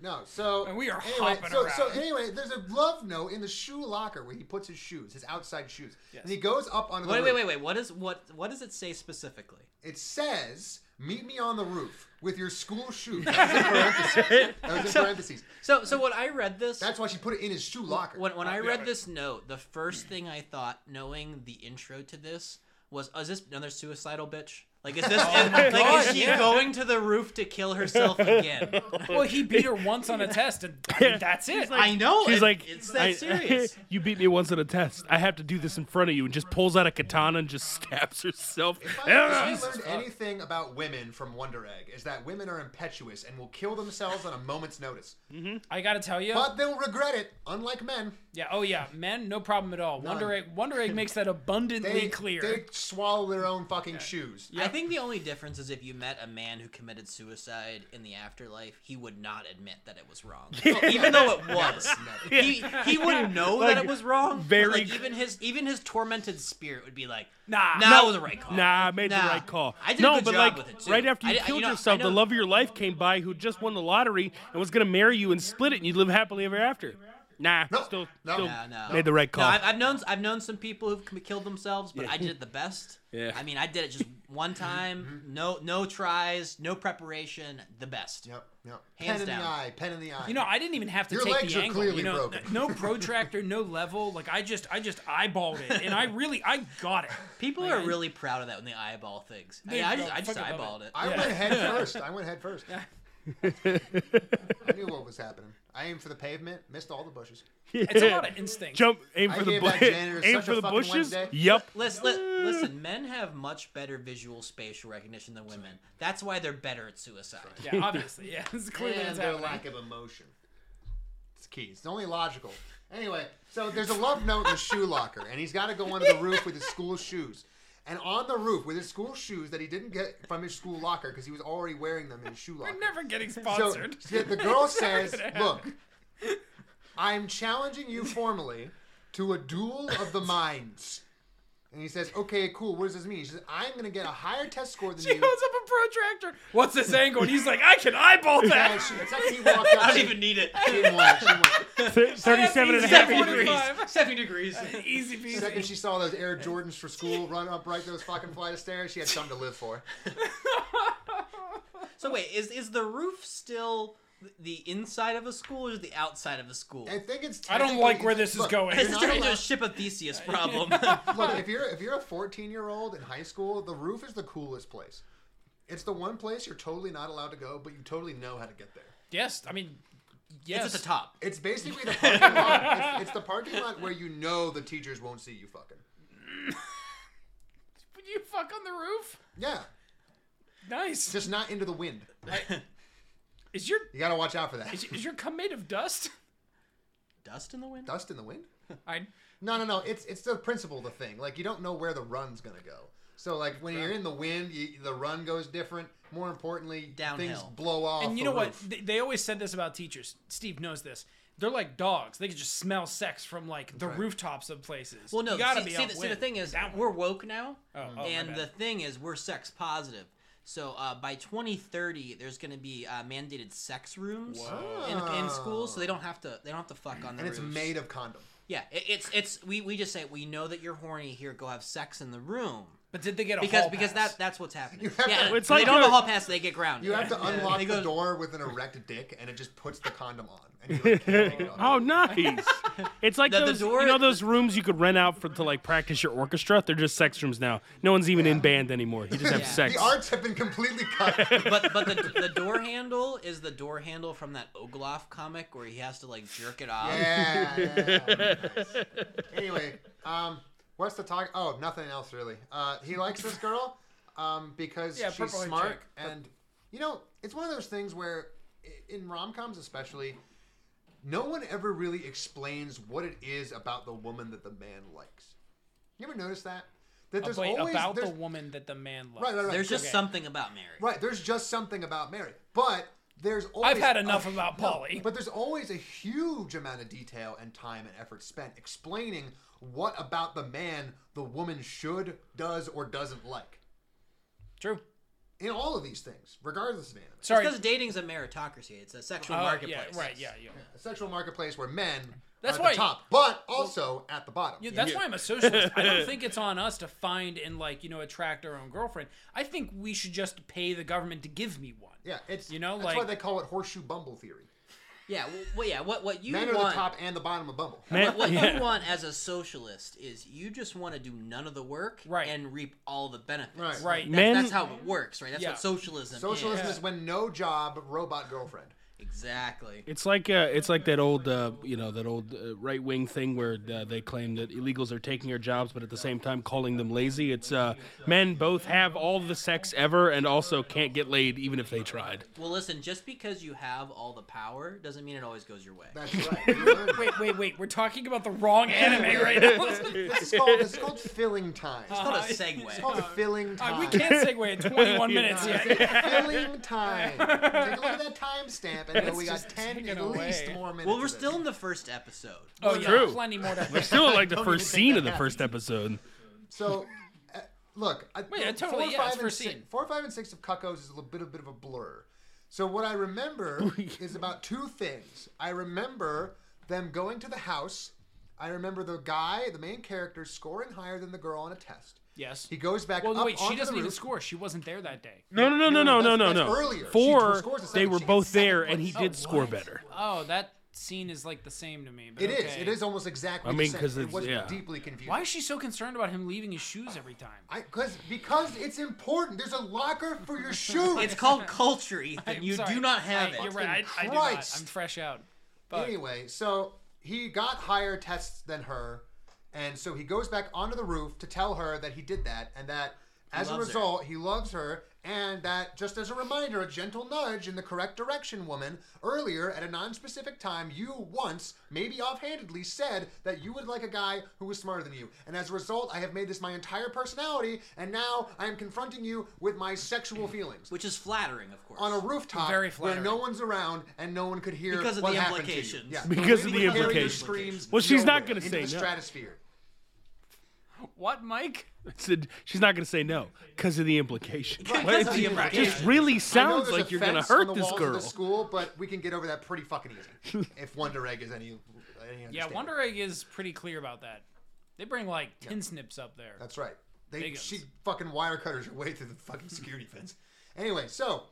Speaker 3: No, so
Speaker 6: (laughs) And we are
Speaker 3: anyway,
Speaker 6: hopping
Speaker 3: so, So
Speaker 6: around.
Speaker 3: anyway, there's a love note in the shoe locker where he puts his shoes, his outside shoes, and he goes up on the
Speaker 5: Wait,
Speaker 3: roof.
Speaker 5: wait, wait, wait. What is what? What does it say specifically?
Speaker 3: It says, "Meet me on the roof with your
Speaker 5: (laughs)
Speaker 3: school shoes." That was in parentheses. That was in parentheses.
Speaker 5: So, so when I read this,
Speaker 3: That's why she put it in his shoe locker.
Speaker 5: when when I read this note, the first thing I thought, knowing the intro to this, was, oh, "Is this another suicidal bitch? Like, is
Speaker 3: (laughs) Oh
Speaker 5: this like is she going to the roof to kill herself again?"
Speaker 3: (laughs)
Speaker 6: well, he beat her
Speaker 5: (laughs)
Speaker 6: once on a test, and I mean, that's it.
Speaker 5: I know.
Speaker 4: (laughs) She's
Speaker 5: it-
Speaker 4: like,
Speaker 5: "It's that
Speaker 4: I-
Speaker 5: serious."
Speaker 4: you beat me once at a test. I have to do this in front of you, and just pulls out a katana and just (laughs) stabs herself.
Speaker 3: If I,
Speaker 4: Ah!
Speaker 6: (laughs)
Speaker 3: if I learned anything about women from Wonder Egg is that women are impetuous and will kill themselves on a moment's notice.
Speaker 6: I gotta tell you,
Speaker 3: But they'll regret it, unlike men.
Speaker 6: yeah, oh yeah, men, no problem at all. Wonder Egg, Wonder Egg makes (laughs) that abundantly
Speaker 3: They,
Speaker 6: clear.
Speaker 3: they swallow their own fucking shoes.
Speaker 5: I think the only difference is if you met a man who committed suicide in the afterlife, he would not admit that it was
Speaker 4: (laughs)
Speaker 5: wrong, even though it was. He he would know that
Speaker 4: Like,
Speaker 5: it was wrong. but,
Speaker 4: very
Speaker 5: like, even his even his tormented spirit would be like,
Speaker 6: Nah.
Speaker 5: nah, that was the right call.
Speaker 4: Nah, I made the
Speaker 5: Nah.
Speaker 4: right call.
Speaker 5: I did a
Speaker 4: no,
Speaker 5: good
Speaker 4: but
Speaker 5: job
Speaker 4: like
Speaker 5: with it, too.
Speaker 4: right after
Speaker 5: I
Speaker 4: you
Speaker 5: did- I-
Speaker 4: killed
Speaker 5: you know, I
Speaker 4: yourself, the
Speaker 5: know-
Speaker 4: love of your life came by, who just won the lottery and was gonna marry you and split it, and you live happily ever after. Nah,
Speaker 3: No,
Speaker 4: still,
Speaker 3: no.
Speaker 4: still
Speaker 5: No, no.
Speaker 4: made the right
Speaker 5: No,
Speaker 4: call.
Speaker 5: I've, I've known I've known some people who've com- killed themselves, but I did it the best.
Speaker 4: (laughs) Yeah. Mm-hmm.
Speaker 5: I mean, I did it just one time, no no tries, no preparation, the best.
Speaker 3: Yep, yep.
Speaker 5: Hands
Speaker 3: pen in the
Speaker 5: down.
Speaker 3: eye, pen in the eye.
Speaker 6: You know, I didn't even have to
Speaker 3: Your
Speaker 6: take
Speaker 3: legs
Speaker 6: the
Speaker 3: are
Speaker 6: angle.
Speaker 3: clearly
Speaker 6: you know,
Speaker 3: broken.
Speaker 6: no protractor, no level. Like I just, I just eyeballed it, and I really, I got it. (laughs)
Speaker 5: People are really proud of that when they eyeball things. I, mean, I just I just
Speaker 6: fucking
Speaker 5: eyeballed
Speaker 6: love
Speaker 5: it.
Speaker 3: I went head first. I went head first. I knew what was happening. I aimed for the pavement, missed all the bushes.
Speaker 6: It's a lot of instinct.
Speaker 4: Jump, aim
Speaker 3: I
Speaker 4: for the
Speaker 3: gave that
Speaker 4: bu-
Speaker 3: janitor
Speaker 4: (laughs) aim
Speaker 3: such
Speaker 4: for
Speaker 3: a
Speaker 4: the
Speaker 3: fucking
Speaker 4: bushes.
Speaker 3: Wednesday.
Speaker 4: Yep.
Speaker 5: Listen, li- listen, men have much better visual spatial recognition than women. That's why they're better at suicide.
Speaker 6: Yeah, obviously, yeah. (laughs) It's clearly
Speaker 3: and
Speaker 6: what's
Speaker 3: their
Speaker 6: happening.
Speaker 3: lack of emotion. It's key. It's only logical. Anyway, so there's a love note in the shoe locker, and he's got to go under the roof with his school shoes. And on the roof with his school shoes that he didn't get from his school locker because he was already wearing them in his shoe locker.
Speaker 6: We're never getting
Speaker 3: so,
Speaker 6: sponsored.
Speaker 3: so the girl says, "Look, I'm challenging you formally to a duel of the minds." And he says, "Okay, cool. What does this mean?" She says, "I'm gonna get a higher test score than
Speaker 6: (laughs) He
Speaker 3: you."
Speaker 6: holds up a protractor. What's this angle? And he's like, I can eyeball
Speaker 3: (laughs) And
Speaker 6: that.
Speaker 3: she, it's like he walked up.
Speaker 5: I don't even need it.
Speaker 3: She didn't want it, she didn't want
Speaker 6: (laughs)
Speaker 3: it.
Speaker 4: Th- 37 and a half.
Speaker 6: Seven
Speaker 5: Seventy
Speaker 4: degrees.
Speaker 5: degrees.
Speaker 6: 45.
Speaker 5: Seventy
Speaker 6: (laughs)
Speaker 5: degrees.
Speaker 6: Easy
Speaker 3: The second
Speaker 6: peasy.
Speaker 3: she saw those Air Jordans for school run up right those fucking flight of stairs, she had something to live for.
Speaker 5: (laughs) So wait, is is the roof still the inside of a school or the outside of a school?
Speaker 3: I think it's.
Speaker 6: I don't like where this is
Speaker 3: look,
Speaker 6: going.
Speaker 3: you're
Speaker 5: It's
Speaker 3: not
Speaker 5: turning into a
Speaker 3: allowed-
Speaker 5: ship of (laughs) Theseus problem.
Speaker 3: Look, if you're if you're a 14 year old in high school, the roof is the coolest place. It's the one place you're totally not allowed to go, but you totally know how to get there.
Speaker 6: Yes, I mean, yes.
Speaker 5: it's at the top.
Speaker 3: It's basically the
Speaker 6: (laughs)
Speaker 3: parking lot. It's, it's the parking lot where you know the teachers won't see you fucking.
Speaker 6: Would you fuck on the roof?
Speaker 3: Yeah,
Speaker 6: Nice.
Speaker 3: just not into the wind.
Speaker 6: Is your
Speaker 3: You gotta watch out for that.
Speaker 6: is, is your cum made of dust?
Speaker 5: Dust in the wind.
Speaker 3: Dust in the wind?
Speaker 6: I
Speaker 3: No, no, no. It's it's the principle of the thing. Like you don't know where the run's gonna go. So like when you're in the wind, you, the run goes different. More importantly, things
Speaker 5: Downhill.
Speaker 3: blow off.
Speaker 6: and you
Speaker 3: the
Speaker 6: know what?
Speaker 3: roof.
Speaker 6: They, they always said this about teachers. Steve knows this. They're like dogs. They can just smell sex from like the rooftops of places.
Speaker 5: Well, no.
Speaker 6: you gotta
Speaker 5: see,
Speaker 6: be
Speaker 5: see, the, see, the
Speaker 6: outwit.
Speaker 5: thing is, we're woke now,
Speaker 6: oh, my
Speaker 5: and
Speaker 6: bad.
Speaker 5: the thing is, we're sex positive. So uh, by 2030, there's going to be uh, mandated sex rooms in, in schools, so they don't have to they don't have to fuck on the
Speaker 3: and it's
Speaker 5: roofs.
Speaker 3: made of condom.
Speaker 5: Yeah, it, it's it's we, we just say we know that you're horny. Here, go have sex in the room.
Speaker 6: But did they get a
Speaker 5: because
Speaker 6: hall
Speaker 5: because
Speaker 6: pass?
Speaker 5: that that's what's happening.
Speaker 3: You have
Speaker 5: yeah,
Speaker 3: to-
Speaker 4: It's
Speaker 5: it's like
Speaker 4: like
Speaker 5: they don't have
Speaker 4: a-
Speaker 5: a hall pass, they get grounded.
Speaker 3: You have to
Speaker 5: Yeah.
Speaker 3: unlock
Speaker 5: They
Speaker 3: the
Speaker 5: go-
Speaker 3: door with an erect dick, and it just puts the condom on. And you like, can't
Speaker 6: (laughs)
Speaker 3: take it off.
Speaker 4: Oh,
Speaker 3: (laughs)
Speaker 4: nice! It's like
Speaker 5: The- the
Speaker 4: those,
Speaker 5: door-
Speaker 4: you know, those rooms you could rent out for to like practice your orchestra. They're just sex rooms now. No one's even in band anymore. You just have
Speaker 5: Yeah.
Speaker 4: sex.
Speaker 3: The arts have been completely
Speaker 5: (laughs)
Speaker 3: cut.
Speaker 5: (laughs) But but the, the door handle is the door handle from that Ogloff comic where he has to like jerk it off.
Speaker 3: yeah. yeah. Nice. Anyway, um, what's the talk? Oh, nothing else really. Uh, he likes this girl, um, because
Speaker 6: Yeah,
Speaker 3: she's
Speaker 6: purple hair
Speaker 3: smart
Speaker 6: chick.
Speaker 3: and you know it's one of those things where i- in rom coms especially. No one ever really explains what it is about the woman that the man likes. You ever notice that? That
Speaker 6: Oh,
Speaker 3: there's
Speaker 6: wait,
Speaker 3: always
Speaker 6: about the
Speaker 3: there's,
Speaker 6: woman that the man loves.
Speaker 3: right, right, right.
Speaker 5: There's just
Speaker 6: Okay.
Speaker 5: something about Mary.
Speaker 3: Right, there's just something about Mary. But there's always
Speaker 6: I've had enough about
Speaker 3: no,
Speaker 6: Polly.
Speaker 3: but there's always a huge amount of detail and time and effort spent explaining what about the man the woman should, does, or doesn't like.
Speaker 6: True.
Speaker 3: In all of these things, regardless of anime.
Speaker 6: Sorry.
Speaker 5: Because dating's a meritocracy. It's a sexual
Speaker 6: Oh, yeah,
Speaker 5: marketplace.
Speaker 6: right. Yeah, yeah.
Speaker 3: A sexual marketplace where men
Speaker 6: That's
Speaker 3: are at
Speaker 6: why-
Speaker 3: the top, but also at the bottom.
Speaker 6: Yeah, that's why I'm a socialist. I
Speaker 3: (laughs)
Speaker 6: don't think it's on us to find and like you know attract our own girlfriend. I think we should just pay the government to give me one.
Speaker 3: yeah, it's
Speaker 6: You know,
Speaker 3: that's why
Speaker 6: like-
Speaker 3: they call it horseshoe bumble theory.
Speaker 5: Yeah. Well, well, yeah. What what you
Speaker 3: Men are the
Speaker 5: want?
Speaker 3: top and the bottom of bumble.
Speaker 4: Man,
Speaker 5: What, what
Speaker 4: yeah.
Speaker 5: you want as a socialist is you just want to do none of the work
Speaker 6: Right.
Speaker 5: and reap all the benefits.
Speaker 3: Right.
Speaker 6: Right.
Speaker 5: That's,
Speaker 4: Men-
Speaker 5: that's how it works, right? That's
Speaker 6: Yeah.
Speaker 5: what socialism,
Speaker 3: Socialism
Speaker 5: is.
Speaker 3: is when no job, robot girlfriend.
Speaker 5: Exactly.
Speaker 4: It's like uh, it's like that old uh, you know that old uh, right wing thing where uh, they claim that illegals are taking our jobs, but at the same time calling them lazy. It's uh, men both have all the sex ever and also can't get laid even if they
Speaker 3: (laughs)
Speaker 4: tried.
Speaker 5: Well, listen, just because you have all the power doesn't mean it always goes your way.
Speaker 3: That's right. You learn that.
Speaker 6: Wait, wait, wait. We're talking about the wrong anime right
Speaker 3: (laughs)
Speaker 6: now. (laughs)
Speaker 3: This is called, this is called filling time.
Speaker 5: It's called a
Speaker 3: It's
Speaker 5: segue.
Speaker 3: called filling time.
Speaker 6: Uh-huh. Uh, we
Speaker 3: (laughs)
Speaker 6: can't segue in 21 minutes yet. (laughs)
Speaker 3: filling time. Take a look at that timestamp, and know we got
Speaker 6: just
Speaker 3: ten
Speaker 6: taken
Speaker 3: at least
Speaker 6: away.
Speaker 3: more minutes.
Speaker 5: Well, we're
Speaker 3: of this.
Speaker 5: still in the first
Speaker 6: (laughs)
Speaker 5: episode.
Speaker 6: Oh, yeah,
Speaker 4: True.
Speaker 6: plenty more to.
Speaker 4: Still like the
Speaker 3: Don't
Speaker 4: first
Speaker 3: even think
Speaker 4: scene
Speaker 3: that
Speaker 4: of the first episode.
Speaker 3: So, uh, look, I,
Speaker 6: yeah, totally, yeah, it's
Speaker 3: and
Speaker 6: first
Speaker 3: six,
Speaker 6: scene.
Speaker 3: four, five, and six of Cuckoos is a little bit, a bit of a blur. So what
Speaker 5: (laughs)
Speaker 3: I remember is about two things. I remember them going to the house. I remember the guy, the main character, scoring higher than the girl on a test.
Speaker 6: Yes.
Speaker 3: He goes back
Speaker 6: Well,
Speaker 3: up
Speaker 6: wait.
Speaker 3: onto
Speaker 6: She
Speaker 3: the
Speaker 6: doesn't even
Speaker 3: roof.
Speaker 6: score. She wasn't there that day.
Speaker 4: No, no, no, no, no, no,
Speaker 3: that's-
Speaker 4: no,
Speaker 3: that's
Speaker 4: no.
Speaker 3: earlier. She
Speaker 4: Four,
Speaker 3: scores the second
Speaker 4: they were
Speaker 3: chance.
Speaker 4: both
Speaker 3: Second
Speaker 4: there,
Speaker 3: one.
Speaker 4: and he
Speaker 3: Oh,
Speaker 4: did score better.
Speaker 6: Oh, that scene is like the same to me. But
Speaker 3: It is.
Speaker 6: okay.
Speaker 3: It is almost exactly.
Speaker 4: I mean,
Speaker 3: the same.
Speaker 4: 'cause
Speaker 3: it
Speaker 4: it's-
Speaker 3: was
Speaker 4: yeah.
Speaker 3: deeply confusing.
Speaker 6: Why is she so concerned about him leaving his shoes every time?
Speaker 3: I, cause, because it's important. There's a locker for
Speaker 6: (laughs)
Speaker 3: your shoes.
Speaker 5: It's called culture, Ethan.
Speaker 6: I'm
Speaker 5: you
Speaker 6: sorry.
Speaker 5: do not have
Speaker 6: I-
Speaker 5: it.
Speaker 6: You're right. I, I do not. I'm
Speaker 3: Christ.
Speaker 6: fresh out. Fuck.
Speaker 3: anyway, so he got higher tests than her, and so he goes back onto the roof to tell her that he did that, and that as a
Speaker 5: loves her.
Speaker 3: result, he loves her, and that just as a reminder, a gentle nudge in the correct direction, woman. Earlier, at a non-specific time, you once, maybe offhandedly, said that you would like a guy who was smarter than you, and as a result, I have made this my entire personality, and now I am confronting you with my sexual feelings.
Speaker 5: Which is flattering, of course.
Speaker 3: on a rooftop
Speaker 6: Very
Speaker 3: where
Speaker 6: flattering.
Speaker 3: no one's around and no one could hear
Speaker 5: Because of
Speaker 3: what
Speaker 5: the
Speaker 3: happened to you.
Speaker 5: implications.
Speaker 3: Yeah.
Speaker 4: Because of the
Speaker 3: Nobody could hear your
Speaker 4: implications.
Speaker 3: Screams
Speaker 4: Well, she's not
Speaker 3: nowhere,
Speaker 4: gonna
Speaker 3: into
Speaker 4: say
Speaker 3: the
Speaker 4: no.
Speaker 3: stratosphere.
Speaker 6: What, Mike?
Speaker 4: Said- She's not going to say no because of the implication.
Speaker 5: Because of the
Speaker 4: It
Speaker 5: implication.
Speaker 4: just really
Speaker 3: I know
Speaker 4: sounds
Speaker 3: there's
Speaker 4: like
Speaker 3: a
Speaker 4: you're going to
Speaker 3: fence on
Speaker 4: hurt
Speaker 3: the
Speaker 4: this
Speaker 3: walls of
Speaker 4: girl.
Speaker 3: The school, but we can get over that pretty fucking
Speaker 4: (laughs)
Speaker 3: easy if Wonder Egg is any. any
Speaker 6: Yeah,
Speaker 3: understanding.
Speaker 6: Wonder Egg is pretty clear about that. They bring like tin snips up there.
Speaker 3: That's right. They
Speaker 6: Big
Speaker 3: she
Speaker 6: guns.
Speaker 3: fucking wire cutters her way through the fucking security fence. Anyway, so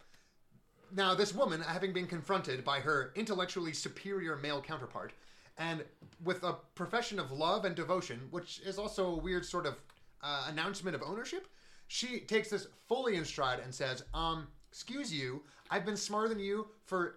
Speaker 3: now this woman, having been confronted by her intellectually superior male counterpart, and with a profession of love and devotion, which is also a weird sort of uh, announcement of ownership, she takes this fully in stride and says, "Um, excuse you, I've been smarter than you for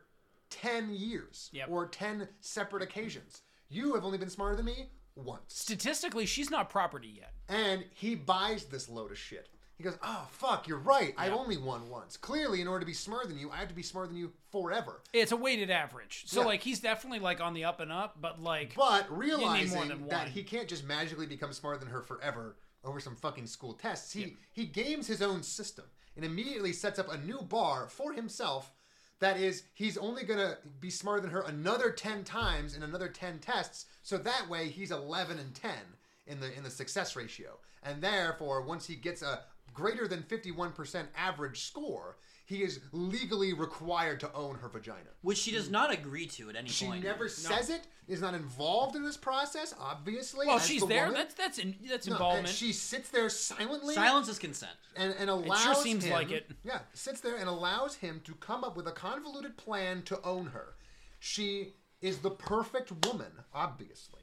Speaker 3: ten years,
Speaker 6: Yep.
Speaker 3: or ten separate occasions. You have only been smarter than me once."
Speaker 6: Statistically, she's not property yet.
Speaker 3: and he buys this load of shit. He goes, "Oh fuck, you're right. I've only won once. Clearly, in order to be smarter than you, I have to be smarter than you forever."
Speaker 6: It's a weighted average. So
Speaker 3: Yeah.
Speaker 6: like he's definitely like on the up and up, but like
Speaker 3: But
Speaker 6: than
Speaker 3: realizing
Speaker 6: one.
Speaker 3: that he can't just magically become smarter than her forever over some fucking school tests, he he games his own system and immediately sets up a new bar for himself. That is, he's only gonna be smarter than her another ten times in another ten tests. So that way, he's eleven and ten in the in the success ratio, and therefore, once he gets a greater than fifty one percent average score, he is legally required to own her vagina.
Speaker 5: which she does not agree to at any
Speaker 3: She
Speaker 5: point.
Speaker 3: never says it. Is not involved in this process, obviously.
Speaker 6: Well,
Speaker 3: as
Speaker 6: she's
Speaker 3: the
Speaker 6: there.
Speaker 3: woman.
Speaker 6: That's that's in, that's
Speaker 3: No, and
Speaker 6: involvement.
Speaker 3: she sits there silently.
Speaker 5: Silence is consent.
Speaker 3: and,
Speaker 6: sure
Speaker 3: and allows
Speaker 6: seems
Speaker 3: him,
Speaker 6: like it.
Speaker 3: Yeah, sits there and allows him to come up with a convoluted plan to own her. She is the perfect woman, obviously.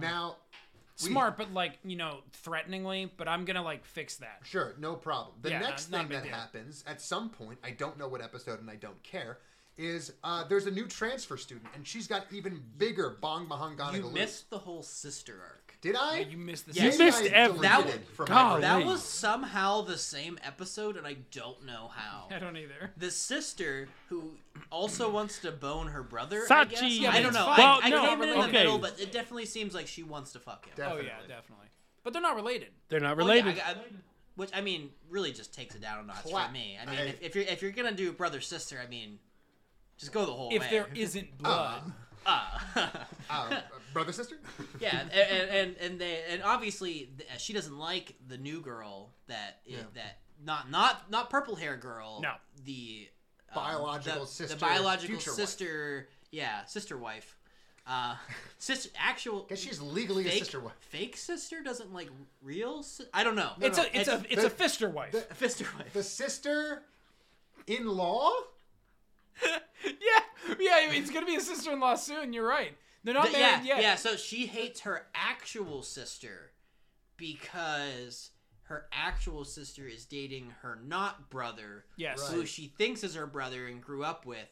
Speaker 3: Now, we-
Speaker 6: Mm-hmm, Smart, but like you know, threateningly. But I'm gonna like fix that.
Speaker 3: sure, no problem. The
Speaker 6: Yeah,
Speaker 3: next
Speaker 6: not- not a
Speaker 3: thing
Speaker 6: big
Speaker 3: that
Speaker 6: deal.
Speaker 3: happens at some point, I don't know what episode and I don't care, is uh, there's a new transfer student and she's got even bigger bong mahangana.
Speaker 5: You missed the whole sister arc.
Speaker 3: Did I?
Speaker 6: You missed the.
Speaker 5: Yeah.
Speaker 3: Maybe
Speaker 5: You
Speaker 4: missed
Speaker 3: I
Speaker 4: every-
Speaker 3: deleted
Speaker 5: That
Speaker 3: it
Speaker 5: was-
Speaker 3: from
Speaker 4: God,
Speaker 3: my
Speaker 6: Oh,
Speaker 3: brain.
Speaker 5: That
Speaker 4: Please.
Speaker 5: was somehow the same episode, and I don't know
Speaker 4: (laughs)
Speaker 5: how.
Speaker 6: I don't either.
Speaker 5: The sister who also wants to bone her brother. I,
Speaker 4: Sachi.
Speaker 5: guess?
Speaker 4: Yeah,
Speaker 5: I
Speaker 6: but
Speaker 5: don't
Speaker 6: it's
Speaker 5: know. I,
Speaker 6: fine.
Speaker 4: Well,
Speaker 5: I
Speaker 4: no,
Speaker 5: came in, in the
Speaker 4: okay.
Speaker 5: middle, but it definitely seems like she wants to fuck him.
Speaker 6: Oh
Speaker 3: Definitely.
Speaker 6: yeah, definitely. But they're not related.
Speaker 4: They're not
Speaker 5: Well, yeah,
Speaker 4: related.
Speaker 5: I- I- which I mean, really just takes it down a notch
Speaker 3: Clap.
Speaker 5: for me. I mean,
Speaker 3: I-
Speaker 5: if, if you're if you're gonna do brother sister, I mean, just go the
Speaker 3: Oh,
Speaker 5: whole way.
Speaker 6: If there isn't blood,
Speaker 5: Ah. (laughs)
Speaker 3: Uh,
Speaker 6: (laughs)
Speaker 3: brother, sister? (laughs)
Speaker 5: yeah, and and, and, and they and obviously th- uh, she doesn't like the new girl that i- that not not not purple hair girl.
Speaker 6: No.
Speaker 5: the um,
Speaker 3: Biological
Speaker 5: the-
Speaker 3: sister,
Speaker 5: the biological
Speaker 3: future wife.
Speaker 5: sister. Yeah, sister wife.
Speaker 3: (laughs)
Speaker 5: Uh, sister actual.
Speaker 3: Because she's legally
Speaker 5: fake,
Speaker 3: a sister wife.
Speaker 5: Fake sister doesn't like real. Si- I don't know.
Speaker 6: it's
Speaker 3: no,
Speaker 6: a it's a it's a fister wife.
Speaker 5: a sister wife.
Speaker 3: The sister in law?
Speaker 6: (laughs) yeah, yeah. It's gonna be a sister-in-law soon. You're right. They're not
Speaker 5: But
Speaker 6: married
Speaker 5: yeah,
Speaker 6: yet.
Speaker 5: yeah. So she hates her actual sister because her actual sister is dating her not brother,
Speaker 6: Yes.
Speaker 5: who
Speaker 3: Right.
Speaker 5: she thinks is her brother and grew up with,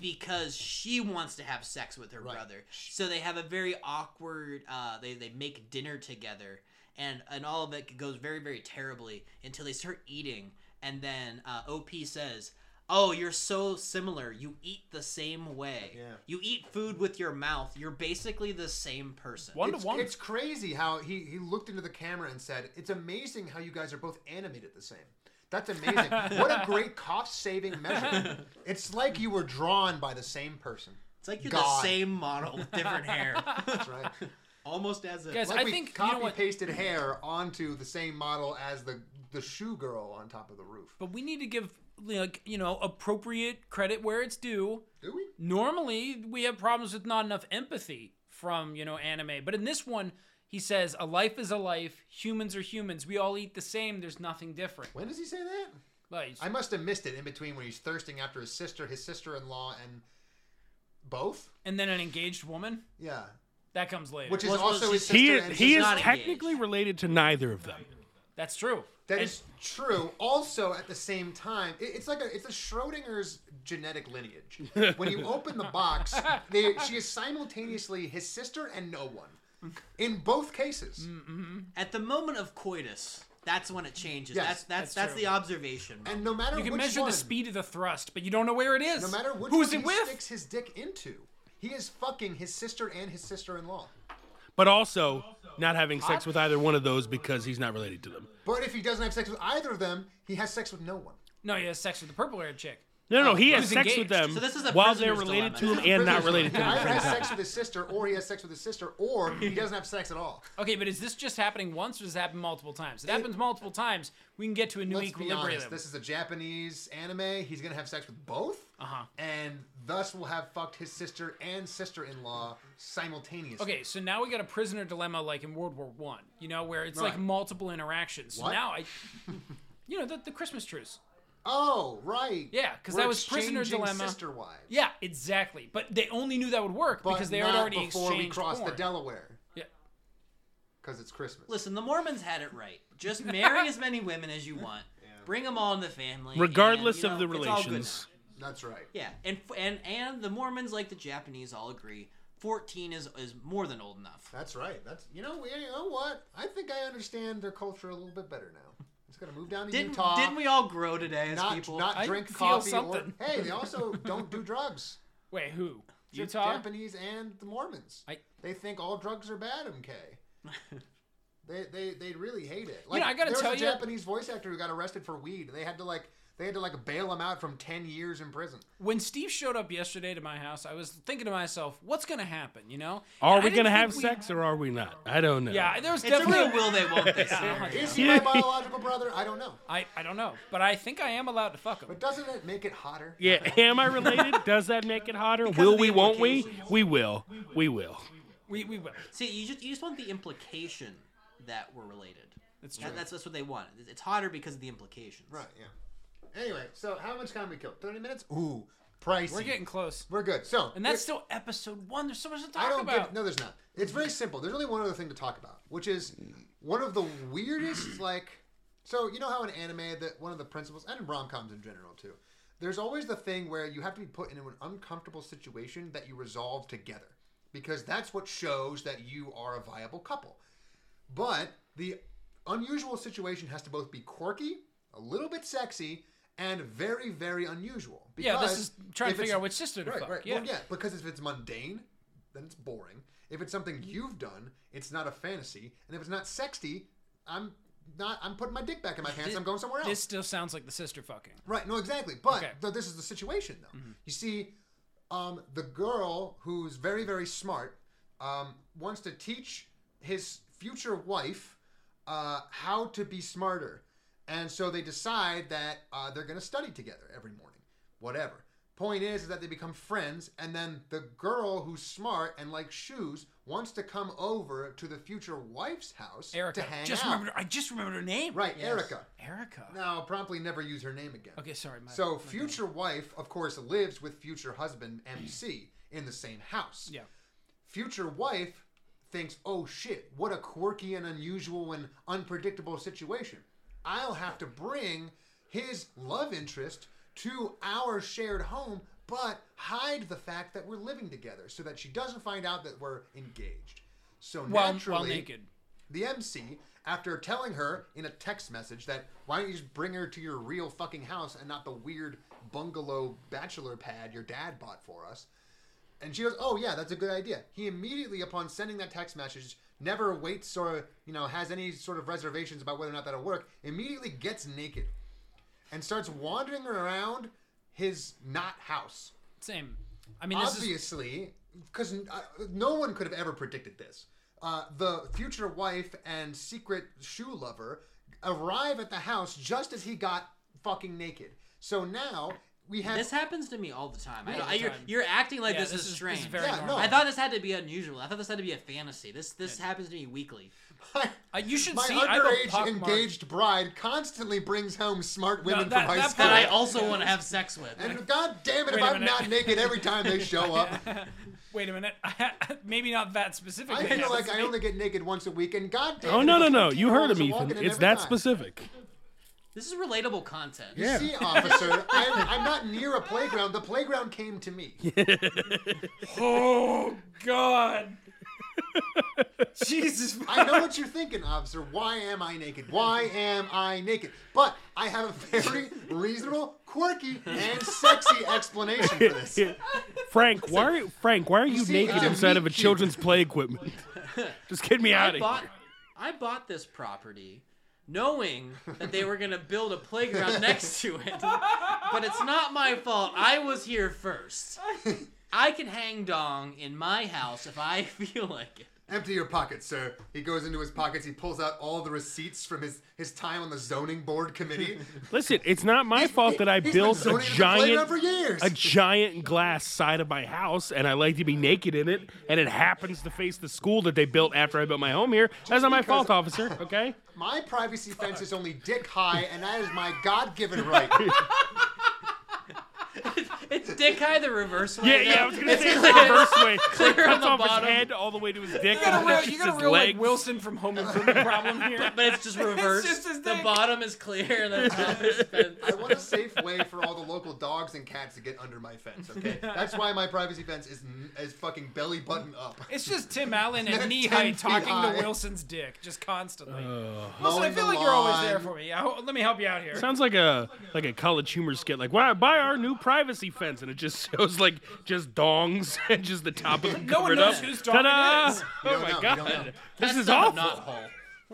Speaker 5: because she wants to have sex with her
Speaker 3: Right.
Speaker 5: brother. So they have a very awkward. Uh, they they make dinner together, and and all of it goes very very terribly until they start eating, and then uh, OP says. Oh, you're so similar. You eat the same way.
Speaker 3: Yeah.
Speaker 5: You eat food with your mouth. You're basically the same person.
Speaker 6: One to
Speaker 3: It's,
Speaker 6: one.
Speaker 3: it's crazy how he, he looked into the camera and said, It's amazing how you guys are both animated the same. That's amazing.
Speaker 6: (laughs)
Speaker 3: what a great cost saving measure. It's like you were drawn by the same person.
Speaker 5: It's like you're
Speaker 3: God.
Speaker 5: the same model with different hair.
Speaker 3: That's right.
Speaker 5: Almost as if.
Speaker 6: Guys, (laughs)
Speaker 3: Like
Speaker 6: I
Speaker 3: we
Speaker 6: think you know
Speaker 3: copy
Speaker 6: what-
Speaker 3: pasted hair onto the same model as the, the shoe girl on top of the roof.
Speaker 6: But we need to give like you know appropriate credit where it's due.
Speaker 3: Do we?
Speaker 6: Normally we have problems with not enough empathy from you know anime, but in this one he says a life is a life. Humans are humans. We all eat the same. There's nothing different.
Speaker 3: When does he say that?
Speaker 6: Like,
Speaker 3: I must have missed it in between when he's thirsting after his sister, his sister in law, and both?
Speaker 6: and then an engaged woman
Speaker 3: Yeah.
Speaker 6: that comes later.
Speaker 3: Which is
Speaker 5: Well, well,
Speaker 3: also
Speaker 5: she's-
Speaker 3: his sister.
Speaker 4: he is,
Speaker 3: and
Speaker 4: he
Speaker 3: his-
Speaker 4: is
Speaker 5: not engaged.
Speaker 4: technically related to neither of them.
Speaker 6: that's true.
Speaker 3: That
Speaker 6: And-
Speaker 3: is true. Also, at the same time, it- it's like a it's a Schrodinger's genetic lineage. When you open the box, they, she is simultaneously his sister and no one. In both cases,
Speaker 5: At the moment of coitus, that's when it changes.
Speaker 3: Yes,
Speaker 5: that's that's
Speaker 6: that's
Speaker 5: that's
Speaker 6: true.
Speaker 5: the observation.
Speaker 3: and no matter
Speaker 6: you can
Speaker 3: which
Speaker 6: measure
Speaker 3: one,
Speaker 6: the speed of the thrust, but you don't know where it is.
Speaker 3: no matter which
Speaker 6: who's
Speaker 3: one
Speaker 6: it
Speaker 3: he
Speaker 6: with.
Speaker 3: sticks his dick into, he is fucking his sister and his sister-in-law.
Speaker 4: But also not having sex with either one of those because he's not related to them.
Speaker 3: But if he doesn't have sex with either of them, he has sex with no one.
Speaker 6: No, he has sex with the purple-haired chick.
Speaker 4: No, no, he
Speaker 6: he
Speaker 4: has
Speaker 6: was
Speaker 4: sex with
Speaker 6: engaged.
Speaker 4: them
Speaker 5: So this is a
Speaker 4: while they're
Speaker 5: prisoner's
Speaker 4: related
Speaker 5: dilemma.
Speaker 4: to him and not
Speaker 3: Prisoner's
Speaker 4: related to
Speaker 3: dilemma.
Speaker 4: him.
Speaker 3: He either has sex with his sister, or he has sex with his sister, or
Speaker 6: (laughs)
Speaker 3: he doesn't have sex at all.
Speaker 6: Okay, but is this just happening once or does it happen multiple times? If it happens multiple times, we can get to a new
Speaker 3: Let's be
Speaker 6: equilibrium.
Speaker 3: honest. This is a Japanese anime. He's gonna have sex with both, uh-huh. and thus will have fucked his sister and sister-in-law simultaneously.
Speaker 6: Okay, so now we got a prisoner dilemma like in World War One, you know, where it's like
Speaker 3: Right.
Speaker 6: multiple interactions. So
Speaker 3: What?
Speaker 6: now I, you know, the, the Christmas truce.
Speaker 3: Oh, right.
Speaker 6: Yeah, 'cause
Speaker 3: We're
Speaker 6: that was prisoner
Speaker 3: exchanging
Speaker 6: dilemma.
Speaker 3: Sister wives.
Speaker 6: Yeah, exactly. But they only knew that would work
Speaker 3: but
Speaker 6: because they
Speaker 3: not
Speaker 6: had already
Speaker 3: before
Speaker 6: exchanged
Speaker 3: we crossed
Speaker 6: porn.
Speaker 3: the Delaware.
Speaker 6: Yeah.
Speaker 3: Because it's Christmas.
Speaker 5: Listen, the Mormons had it right. Just marry as many women as you want. Bring them all in the family,
Speaker 4: Regardless
Speaker 5: and,
Speaker 4: of
Speaker 5: you
Speaker 4: the
Speaker 5: know, it's all good
Speaker 4: relations.
Speaker 5: now.
Speaker 3: That's right.
Speaker 5: Yeah, and f- and and the Mormons, like the Japanese, all agree. Fourteen is is more than old enough.
Speaker 3: That's right. That's you know you know what I think I understand their culture a little bit better now. It's gonna move down to
Speaker 5: Didn't
Speaker 3: Utah.
Speaker 5: didn't we all grow today as
Speaker 3: not
Speaker 5: people?
Speaker 3: not
Speaker 6: I
Speaker 3: drink
Speaker 6: feel
Speaker 3: coffee
Speaker 6: something.
Speaker 3: or (laughs) hey they also don't do drugs.
Speaker 6: Wait, who? (laughs)
Speaker 3: The
Speaker 6: Utah.
Speaker 3: Japanese and the Mormons.
Speaker 6: I-
Speaker 3: They think all drugs are
Speaker 6: (laughs)
Speaker 3: bad, MK. they they they really hate it. Like
Speaker 6: know, I gotta
Speaker 3: there was
Speaker 6: tell
Speaker 3: a
Speaker 6: you-
Speaker 3: Japanese voice actor who got arrested for weed. They had to like They had to like bail him out from ten years in prison.
Speaker 6: When Steve showed up yesterday to my house, I was thinking to myself, what's going to happen, you know?
Speaker 4: Are
Speaker 6: And I
Speaker 4: we
Speaker 6: didn't
Speaker 4: going to
Speaker 6: think
Speaker 4: have
Speaker 6: we-
Speaker 4: sex or are we not? I don't know.
Speaker 6: Yeah, there was
Speaker 5: It's a
Speaker 6: definitely
Speaker 5: real will they won't they. scenario.
Speaker 3: Is he my
Speaker 6: (laughs)
Speaker 3: biological brother? I don't know.
Speaker 6: I, I don't know, but I think I am allowed to fuck him.
Speaker 3: But doesn't it make it hotter?
Speaker 4: Yeah, am I related?
Speaker 5: (laughs)
Speaker 4: Does that make it hotter? will
Speaker 5: of the
Speaker 4: we? Won't we?
Speaker 5: implications.
Speaker 4: We will. We will.
Speaker 6: We, we will.
Speaker 5: See, you just you just want the implication that we're related.
Speaker 6: That's true.
Speaker 5: That, that's that's what they want. It's hotter because of the implications.
Speaker 3: Right. Yeah. Anyway, so how much time we kill? Thirty minutes. Ooh, pricey.
Speaker 6: We're getting close.
Speaker 3: We're good. So
Speaker 6: And that's still episode one. There's so much to talk
Speaker 3: I don't
Speaker 6: about.
Speaker 3: give. No, there's not. It's very simple. There's only one other thing to talk about, which is one of the
Speaker 6: (clears throat)
Speaker 3: weirdest. like, so you know how in anime that one of the principles and in rom coms in general too. There's always the thing where you have to be put into an uncomfortable situation that you resolve together, because that's what shows that you are a viable couple. But the unusual situation has to both be quirky, a little bit sexy, and very, very unusual.
Speaker 6: Yeah, this
Speaker 3: because
Speaker 6: is trying to
Speaker 3: if it's-
Speaker 6: figure out which sister to
Speaker 3: right,
Speaker 6: fuck.
Speaker 3: Right.
Speaker 6: Yeah.
Speaker 3: Well, yeah, because if it's mundane, then it's boring. If it's something you've done, it's not a fantasy. And if it's not sexy, I'm not. I'm putting my dick back in my pants. I'm going somewhere else.
Speaker 6: This still sounds like the sister fucking.
Speaker 3: Right. No, exactly. But
Speaker 6: Okay. Mm-hmm.
Speaker 3: th- this is the situation, though. You see, um, the girl who's very, very smart um, wants to teach his future wife uh, how to be smarter, and so they decide that uh, they're going to study together every morning. Whatever. Point is, is that they become friends, and then the girl who's smart and likes shoes wants to come over to the future wife's house
Speaker 6: Erica.
Speaker 3: to hang
Speaker 6: just
Speaker 3: out.
Speaker 6: remembered. I just remembered her name.
Speaker 3: Right, Erica.
Speaker 6: Erica.
Speaker 3: Now, promptly never use her name again.
Speaker 6: Okay, sorry. My,
Speaker 3: So future wife, of course, lives with future husband MC in the same house.
Speaker 6: Yeah.
Speaker 3: Future wife thinks, "Oh shit, what a quirky and unusual and unpredictable situation. I'll have to bring his love interest to our shared home, but hide the fact that we're living together so that she doesn't find out that we're engaged." So
Speaker 6: While,
Speaker 3: naturally,
Speaker 6: while naked.
Speaker 3: the MC, after telling her in a text message that why don't you just bring her to your real fucking house and not the weird bungalow bachelor pad your dad bought for us. And she goes, "Oh yeah, that's a good idea." He immediately, upon sending that text message, never waits or you know has any sort of reservations about whether or not that'll work. Immediately gets naked and starts wandering around his not house
Speaker 6: Same. I mean, this is
Speaker 3: obviously because no one could have ever predicted this uh, the future wife and secret shoe lover arrive at the house just as he got fucking naked so now we have (laughs)
Speaker 5: This happens to me all the time. I,
Speaker 6: All the
Speaker 5: I, you're,
Speaker 6: time.
Speaker 5: you're acting like
Speaker 6: Yeah,
Speaker 5: this,
Speaker 6: this
Speaker 5: is,
Speaker 6: is-
Speaker 5: strange.
Speaker 6: this is very
Speaker 3: Yeah, normal. no.
Speaker 5: I thought this had to be unusual. I thought this had to be a fantasy. This this happens to me weekly.
Speaker 6: Uh, you should
Speaker 3: my
Speaker 6: see. I have a
Speaker 3: underage
Speaker 6: pockmark.
Speaker 3: engaged bride constantly brings home smart women
Speaker 6: that-
Speaker 3: from high
Speaker 6: that
Speaker 3: school
Speaker 5: That I
Speaker 6: part-
Speaker 5: also want to have sex with.
Speaker 3: and god damn it if
Speaker 6: a
Speaker 3: i'm
Speaker 6: minute.
Speaker 3: not naked every time they
Speaker 6: (laughs)
Speaker 3: show up
Speaker 6: Wait a minute. (laughs) Maybe not that
Speaker 3: i
Speaker 6: specifically.
Speaker 3: feel
Speaker 6: Yes,
Speaker 3: like
Speaker 6: it's
Speaker 3: i
Speaker 6: me.
Speaker 3: only get naked once a week and god damn
Speaker 4: Oh
Speaker 3: it,
Speaker 4: no
Speaker 3: if
Speaker 4: no
Speaker 3: I
Speaker 4: no!
Speaker 3: keep
Speaker 4: You heard him,
Speaker 3: walking
Speaker 4: Ethan.
Speaker 3: in
Speaker 4: It's
Speaker 3: every
Speaker 4: that
Speaker 3: time.
Speaker 4: specific.
Speaker 5: This is relatable content.
Speaker 4: Yeah.
Speaker 3: See, officer, I'm, I'm not near a playground. The playground came to me.
Speaker 6: Oh
Speaker 3: (laughs)
Speaker 6: God. Jesus.
Speaker 3: I know what you're thinking, officer. Why am I naked? Why am I naked? But I have a very reasonable, quirky, and sexy explanation
Speaker 4: (laughs)
Speaker 3: for this.
Speaker 4: Frank, why are Frank? Why are you
Speaker 3: see,
Speaker 4: naked
Speaker 3: uh,
Speaker 4: inside of a
Speaker 3: meat cute.
Speaker 4: children's play equipment? Just get me out
Speaker 5: I
Speaker 4: of
Speaker 5: bought
Speaker 4: here.
Speaker 5: I bought this property knowing that they were going to build a playground next to it. But it's not my fault. I was here first. I can hang dong in my house if I (laughs) feel like it.
Speaker 3: Empty your pockets, sir. He goes into his pockets. He pulls out all the receipts from his, his time on the zoning board committee.
Speaker 4: Listen, it's not my fault that I
Speaker 3: He's been
Speaker 4: built a
Speaker 3: zoning the playground
Speaker 4: giant
Speaker 3: for years.
Speaker 4: a giant glass side of my house, and I like to be naked in it, and it happens to face the school that they built after I built my home here. That's not my fault, officer. Okay.
Speaker 3: My privacy fence is only dick high, and that is my God-given right.
Speaker 5: It's Dick High the reverse way.
Speaker 4: Yeah,
Speaker 5: though.
Speaker 4: yeah, I was gonna
Speaker 5: It's
Speaker 4: say it's the
Speaker 5: clear-
Speaker 4: reverse way.
Speaker 5: clear
Speaker 4: It cuts
Speaker 5: on the
Speaker 4: off
Speaker 5: bottom.
Speaker 4: his head all the way to his dick.
Speaker 6: You got a
Speaker 4: and then
Speaker 6: real,
Speaker 4: it's
Speaker 6: you
Speaker 4: just
Speaker 6: got
Speaker 4: his
Speaker 6: a real like
Speaker 4: legs.
Speaker 6: Wilson from Home Improvement (laughs) problem here.
Speaker 5: (laughs) But it's just reversed.
Speaker 6: just his
Speaker 5: the
Speaker 6: dick.
Speaker 5: bottom is clear
Speaker 4: (laughs)
Speaker 5: and the top is bent.
Speaker 3: I want a safe way for all the local dogs and cats to get under my fence.
Speaker 6: (laughs)
Speaker 3: Okay, that's why my privacy fence is n- is fucking belly button up.
Speaker 6: It's just Tim Allen
Speaker 3: Ten (laughs)
Speaker 6: and knee height
Speaker 3: feet
Speaker 6: talking
Speaker 3: high.
Speaker 6: to Wilson's dick just constantly. Wilson, I
Speaker 3: Mowing
Speaker 6: feel
Speaker 3: the
Speaker 6: like you're always there
Speaker 3: lawn.
Speaker 6: for me. I, ho- let me help you out here.
Speaker 4: Sounds like a like a college humor skit. Like, why buy our new privacy fence? And it just (laughs) shows like just dongs (laughs) and just the top of the
Speaker 6: no
Speaker 4: covered
Speaker 6: one knows
Speaker 4: up.
Speaker 6: whose dog
Speaker 4: Ta-da!
Speaker 6: it is.
Speaker 3: You
Speaker 4: Oh
Speaker 3: don't
Speaker 4: my
Speaker 3: know, you don't know.
Speaker 4: god, this
Speaker 5: That's
Speaker 4: is
Speaker 5: not a
Speaker 4: awful.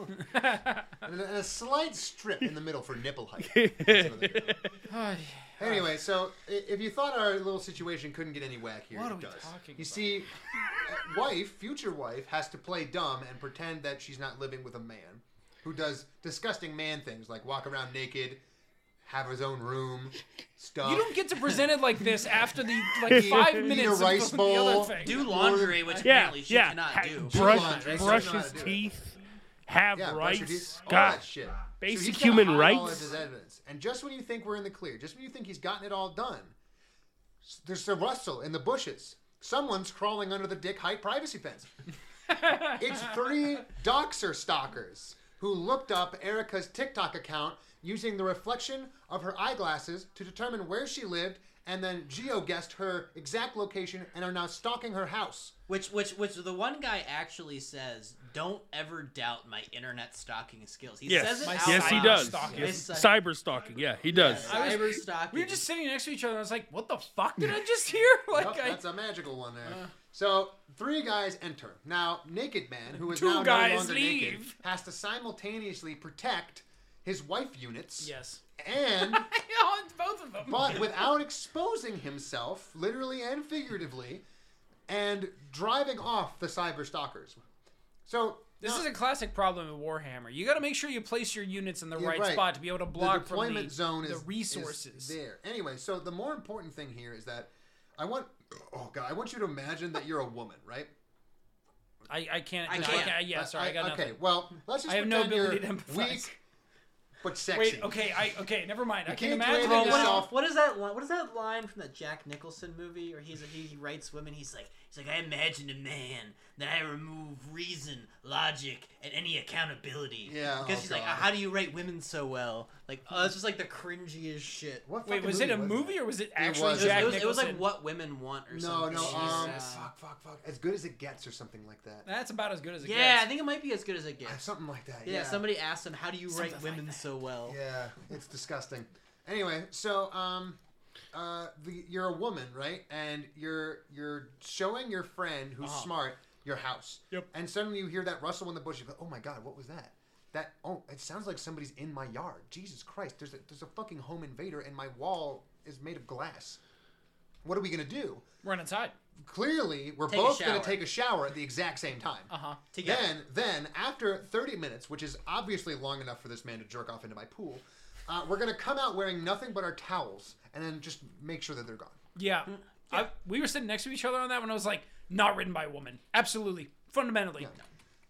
Speaker 5: knothole.
Speaker 3: and a, and a slight strip in the middle for
Speaker 6: (laughs)
Speaker 3: nipple height. That's another good
Speaker 6: (sighs)
Speaker 3: one. Anyway, so i- if you thought our little situation couldn't get any wackier,
Speaker 6: What
Speaker 3: it
Speaker 6: are we
Speaker 3: does.
Speaker 6: talking
Speaker 3: you
Speaker 6: about?
Speaker 3: see, uh, wife, future wife, has to play dumb and pretend that she's not living with a man who does disgusting man things like walk around naked, have his own room, stuff.
Speaker 6: You don't get to present it like this after the
Speaker 3: (laughs)
Speaker 6: like five
Speaker 3: eat a
Speaker 6: minutes
Speaker 3: rice
Speaker 6: of the other
Speaker 3: bowl.
Speaker 6: thing.
Speaker 5: Do laundry, which
Speaker 4: Yeah,
Speaker 5: apparently she
Speaker 4: yeah.
Speaker 5: cannot
Speaker 4: Ha-
Speaker 5: do.
Speaker 4: Brush,
Speaker 3: laundry.
Speaker 4: brush
Speaker 3: Still know
Speaker 4: his
Speaker 3: how to do it.
Speaker 4: teeth. Have
Speaker 3: yeah, brush
Speaker 4: rights.
Speaker 3: your teeth, all
Speaker 4: God.
Speaker 3: that shit.
Speaker 4: Basic
Speaker 3: he's gotta
Speaker 4: human
Speaker 3: hide all of
Speaker 4: rights.
Speaker 3: his evidence. And just when you think we're in the clear, just when you think he's gotten it all done, s- there's a rustle in the bushes. Someone's crawling under the dick height privacy
Speaker 4: (laughs)
Speaker 3: fence. it's three doxer stalkers who looked up Erica's TikTok account using the reflection of her eyeglasses to determine where she lived and then geo-guessed her exact location and are now stalking her house.
Speaker 5: Which, which, which the one guy actually says, "Don't ever doubt my internet stalking skills." He
Speaker 4: Yes.
Speaker 5: says it
Speaker 6: My
Speaker 5: out
Speaker 4: yes, he
Speaker 5: loud.
Speaker 4: does.
Speaker 6: stalking.
Speaker 4: Yes.
Speaker 5: It's
Speaker 4: Cyber stalking. Yeah, he does.
Speaker 5: Cyber stalking.
Speaker 6: We were just sitting next to each other. and I was like, "What the fuck did I just hear?" (laughs) Like,
Speaker 3: Nope,
Speaker 6: I,
Speaker 3: that's a magical one there.
Speaker 6: Uh.
Speaker 3: so three guys enter. Now, naked man who is
Speaker 6: Two
Speaker 3: now
Speaker 6: guys
Speaker 3: no longer naked
Speaker 6: leave.
Speaker 3: has to simultaneously protect his wife units
Speaker 6: yes, (laughs)
Speaker 3: and
Speaker 6: on both of them.
Speaker 3: but without exposing himself, literally and figuratively, and driving off the cyber stalkers. So
Speaker 6: This
Speaker 3: now,
Speaker 6: is a classic problem in Warhammer. You got to make sure you place your units in the
Speaker 3: You're
Speaker 6: right,
Speaker 3: right.
Speaker 6: spot to be able to block
Speaker 3: the deployment
Speaker 6: from the,
Speaker 3: zone
Speaker 6: the
Speaker 3: is
Speaker 6: resources.
Speaker 3: is there. Anyway, so the more important thing here is that I want oh god, I want you to imagine that you're a woman, right?
Speaker 6: I, I can't. I
Speaker 5: I
Speaker 6: can't.
Speaker 5: can't.
Speaker 6: yeah, sorry, I, got
Speaker 3: okay,
Speaker 6: nothing.
Speaker 3: well, let's just
Speaker 6: I have no
Speaker 3: pretend you're
Speaker 6: ability to empathize.
Speaker 3: weak but sexy.
Speaker 6: Wait. Okay. I okay. Never mind. I can
Speaker 3: can't do
Speaker 6: imagine.
Speaker 3: anything
Speaker 6: it
Speaker 3: else.
Speaker 6: now.
Speaker 3: yourself.
Speaker 5: What is that? Line, what is that line from that Jack Nicholson movie? Or he's he, he writes women. He's like he's like I imagined a man that I remove reason, logic, and any accountability.
Speaker 3: Yeah,
Speaker 5: Because
Speaker 3: oh
Speaker 5: he's like,
Speaker 3: God.
Speaker 5: how do you write women so well? Like oh, that's just like the cringiest shit.
Speaker 3: What
Speaker 6: Wait.
Speaker 3: fucking
Speaker 6: Was it a
Speaker 3: that?
Speaker 6: movie or was it actually
Speaker 3: was.
Speaker 5: It was,
Speaker 6: Jack
Speaker 5: it was, it was
Speaker 6: Nicholson?
Speaker 5: like what women want or
Speaker 3: No,
Speaker 5: something.
Speaker 3: no. Um,
Speaker 6: Jesus.
Speaker 3: fuck, fuck, fuck. As good as it gets, or something like that.
Speaker 6: That's about as good as it
Speaker 5: yeah,
Speaker 6: gets.
Speaker 5: I think it might be as good as it gets.
Speaker 3: Something like that.
Speaker 5: Yeah,
Speaker 3: Yeah.
Speaker 5: somebody asked him, "How do you
Speaker 6: Something like
Speaker 5: write women
Speaker 6: that.
Speaker 5: so well?"
Speaker 3: Yeah, it's disgusting. Anyway, so um, uh, the, you're a woman, right? And you're you're showing your friend who's smart your house.
Speaker 4: Yep.
Speaker 3: And suddenly you hear that rustle in the bush. You go, oh my god, what was that? That oh, it sounds like somebody's in my yard. Jesus Christ, there's a, there's a fucking home invader, and my wall is made of glass. What are we gonna do?
Speaker 6: Run inside.
Speaker 3: Clearly, we're
Speaker 5: Take a
Speaker 3: both gonna
Speaker 5: shower.
Speaker 3: take a shower at the exact same time.
Speaker 6: Uh huh.
Speaker 5: Together.
Speaker 3: Then, then after 30 minutes, which is obviously long enough for this man to jerk off into my pool, uh, we're gonna come out wearing nothing but our towels, and then just make sure that they're gone.
Speaker 6: Yeah.
Speaker 5: Mm,
Speaker 6: I, we were sitting next to each other on that one. I was like, not written by a woman. Absolutely. Fundamentally.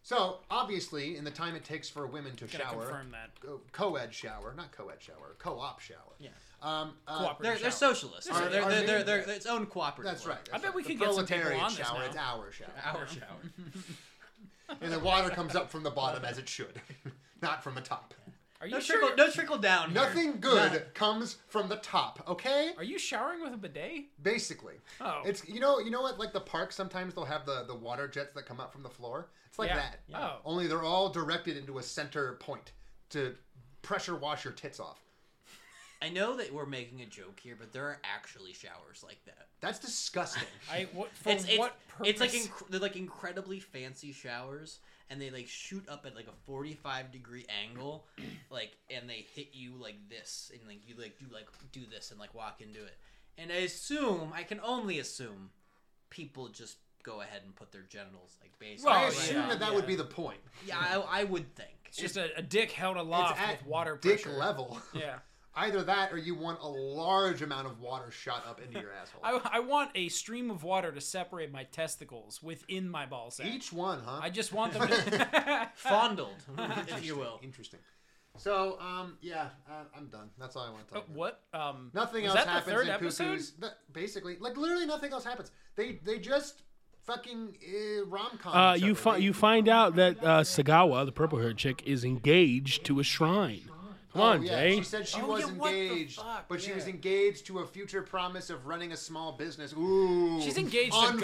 Speaker 3: So obviously, in the time it takes for women to
Speaker 6: Gotta
Speaker 3: shower,
Speaker 6: confirm that.
Speaker 3: co- co-ed shower, not co-ed shower, co-op shower.
Speaker 5: Yeah.
Speaker 3: Um, uh,
Speaker 6: Cooperative
Speaker 5: They're, they're
Speaker 6: shower.
Speaker 5: socialists. They're, they're,
Speaker 3: our
Speaker 5: they're,
Speaker 3: main-
Speaker 5: they're, they're- it's own cooperative.
Speaker 3: that's right.
Speaker 5: work.
Speaker 3: that's
Speaker 6: bet
Speaker 3: right.
Speaker 6: we
Speaker 3: The
Speaker 6: can get some people
Speaker 3: proletariat
Speaker 6: on this
Speaker 3: shower.
Speaker 6: now.
Speaker 3: It's
Speaker 6: (laughs)
Speaker 3: our shower,
Speaker 5: Our shower.
Speaker 3: and the water comes up from the bottom as it should, (laughs) not from the top.
Speaker 6: Are you
Speaker 5: No
Speaker 6: sure?
Speaker 5: trickle, no trickle down. here.
Speaker 3: Nothing good comes from the top, okay?
Speaker 6: Are you showering with a bidet?
Speaker 3: Basically,
Speaker 6: Oh.
Speaker 3: it's you know you know what like the park sometimes they'll have the the water jets that come up from the floor. It's like
Speaker 6: Yeah.
Speaker 3: that.
Speaker 6: Yeah. Oh.
Speaker 3: Only they're all directed into a center point to pressure wash your tits off.
Speaker 5: I know that we're making a joke here, but there are actually showers like that.
Speaker 3: That's disgusting.
Speaker 6: (laughs) I what for
Speaker 5: it's it's,
Speaker 6: what purpose?
Speaker 5: it's like inc- they're like incredibly fancy showers, and they like shoot up at like a forty five degree
Speaker 3: (clears throat)
Speaker 5: angle, like and they hit you like this, and like you like do like do this and like walk into it. And I assume I can only assume people just go ahead and put their genitals like basically.
Speaker 3: I
Speaker 6: Oh,
Speaker 3: assume
Speaker 6: yeah,
Speaker 3: that that would be the point.
Speaker 5: yeah, I, I would (laughs) think.
Speaker 6: it's just a, a dick held aloft
Speaker 3: it's at
Speaker 6: with water
Speaker 3: dick
Speaker 6: pressure.
Speaker 3: level.
Speaker 6: (laughs) Yeah,
Speaker 3: Either that or you want a large amount of water shot up into your asshole.
Speaker 6: (laughs) I, I want a stream of water to separate my testicles within my ball sack.
Speaker 3: Each one, huh?
Speaker 6: I just want them.
Speaker 5: (laughs)
Speaker 6: to... (laughs)
Speaker 5: Fondled, if you will.
Speaker 3: Interesting. So um yeah, uh, I'm done. That's all I want to talk
Speaker 6: Uh,
Speaker 3: about.
Speaker 6: what? Um,
Speaker 3: Nothing
Speaker 6: was
Speaker 3: else
Speaker 6: that
Speaker 3: happens
Speaker 6: The third
Speaker 3: in
Speaker 6: episode.
Speaker 3: Cuckoo's. that- basically, like literally nothing else happens. They they just fucking uh, rom com.
Speaker 4: Uh, you fi- you find out that uh, Sagawa, the purple haired chick, is engaged to a shrine.
Speaker 3: Oh,
Speaker 4: Come on, Jay.
Speaker 3: She said she
Speaker 6: Oh,
Speaker 3: was
Speaker 6: yeah, what the
Speaker 3: engaged,
Speaker 6: fuck,
Speaker 3: but she was
Speaker 6: yeah.
Speaker 3: engaged to a future promise of running a small business. Ooh,
Speaker 6: She's engaged to
Speaker 3: unfuckable.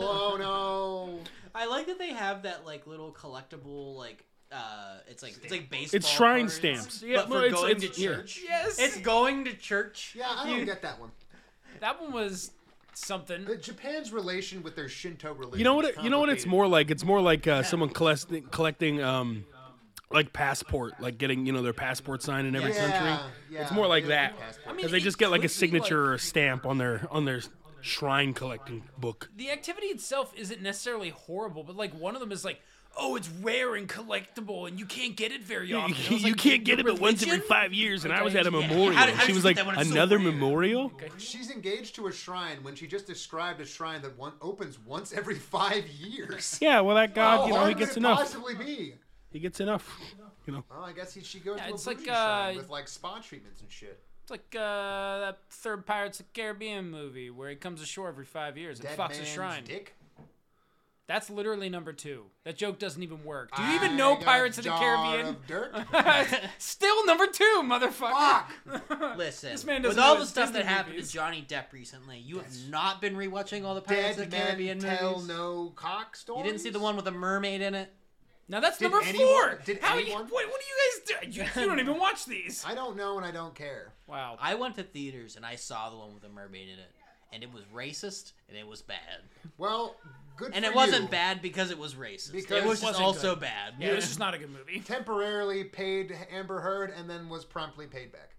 Speaker 6: God. (laughs)
Speaker 3: Oh no.
Speaker 5: I like that they have that like little collectible like uh it's like it's like baseball.
Speaker 4: It's shrine
Speaker 5: cards,
Speaker 4: stamps. Yeah,
Speaker 5: but
Speaker 4: well,
Speaker 5: for
Speaker 4: it's-
Speaker 5: going
Speaker 4: it's-
Speaker 5: to
Speaker 4: yeah.
Speaker 5: church.
Speaker 6: Yes.
Speaker 5: It's going to church.
Speaker 3: Yeah, I don't get that one.
Speaker 6: That one was something.
Speaker 3: But Japan's relation with their Shinto religion.
Speaker 4: You know what?
Speaker 3: is
Speaker 4: It, you know what? It's
Speaker 3: complicated.
Speaker 4: more like. It's more like uh, someone collecting collecting um, like passport, like getting you know their passport signed in every
Speaker 3: Yeah,
Speaker 4: country.
Speaker 3: yeah.
Speaker 4: It's more like
Speaker 3: Yeah,
Speaker 4: that
Speaker 3: passport.
Speaker 4: because
Speaker 3: I
Speaker 5: mean,
Speaker 4: they
Speaker 5: it
Speaker 4: just get like
Speaker 5: could
Speaker 4: a
Speaker 5: be,
Speaker 4: signature
Speaker 5: like-
Speaker 4: or a stamp on their on their shrine collecting book.
Speaker 6: the activity itself isn't necessarily horrible, but like one of them is like, oh, it's rare and collectible, and you can't get it very often. I
Speaker 4: (laughs) You,
Speaker 6: was like,
Speaker 4: can't get it but once every
Speaker 6: religion?
Speaker 4: five years, and I was
Speaker 6: Okay.
Speaker 4: at a
Speaker 6: Yeah, how
Speaker 4: memorial.
Speaker 5: did- how
Speaker 4: and
Speaker 5: did
Speaker 4: she
Speaker 5: you
Speaker 4: was
Speaker 5: get
Speaker 4: like,
Speaker 5: that when it's so
Speaker 4: another
Speaker 5: rare?"
Speaker 4: memorial.
Speaker 3: She's engaged to a shrine when she just described a shrine that one opens once every five years.
Speaker 4: Yeah, well, that god,
Speaker 5: Oh,
Speaker 3: How
Speaker 4: you know,
Speaker 3: hard
Speaker 4: he
Speaker 3: Oh, could
Speaker 4: gets
Speaker 3: it
Speaker 4: enough.
Speaker 3: Possibly be.
Speaker 4: He gets enough. You know,
Speaker 3: Well, I guess he, she goes
Speaker 6: Yeah,
Speaker 3: to a
Speaker 6: it's like,
Speaker 3: bougie shrine
Speaker 6: uh,
Speaker 3: with like spa treatments and shit.
Speaker 6: It's like uh, that third Pirates of the Caribbean movie where he comes ashore every five years and
Speaker 3: Dead
Speaker 6: fucks a
Speaker 3: man's
Speaker 6: shrine.
Speaker 3: dick.
Speaker 6: That's literally number two. That joke doesn't even work. Do you
Speaker 3: I
Speaker 6: even know
Speaker 3: got a
Speaker 6: Pirates of the
Speaker 3: jar
Speaker 6: Caribbean? (laughs)
Speaker 3: of dirt.
Speaker 6: Still number two, motherfucker. (laughs)
Speaker 3: Fuck.
Speaker 5: Listen,
Speaker 6: This man
Speaker 5: with
Speaker 6: doesn't
Speaker 5: all
Speaker 6: know
Speaker 5: the stuff
Speaker 6: Disney
Speaker 5: that happened
Speaker 6: movies.
Speaker 5: to Johnny Depp recently, you have not been rewatching all the Pirates
Speaker 3: Dead
Speaker 5: of the Caribbean
Speaker 3: men tell
Speaker 5: movies.
Speaker 3: no cock stories.
Speaker 5: You didn't see the one with the mermaid in it?
Speaker 6: Now that's
Speaker 3: Did
Speaker 6: number
Speaker 3: anyone-
Speaker 6: four.
Speaker 3: did
Speaker 6: How you,
Speaker 3: anyone-
Speaker 6: what, what do you guys do? You, you don't even watch these.
Speaker 3: I don't know and I don't care.
Speaker 6: Wow.
Speaker 5: I went to theaters and I saw the one with the mermaid in it, and it was racist and it was bad.
Speaker 3: Well, good
Speaker 5: And
Speaker 3: for
Speaker 5: it wasn't
Speaker 3: you.
Speaker 5: bad because it was racist.
Speaker 3: Because
Speaker 5: it was just
Speaker 3: it
Speaker 6: wasn't
Speaker 5: also
Speaker 6: good.
Speaker 5: bad.
Speaker 6: Yeah, this is not a good movie.
Speaker 3: Temporarily paid Amber Heard and then was promptly paid back.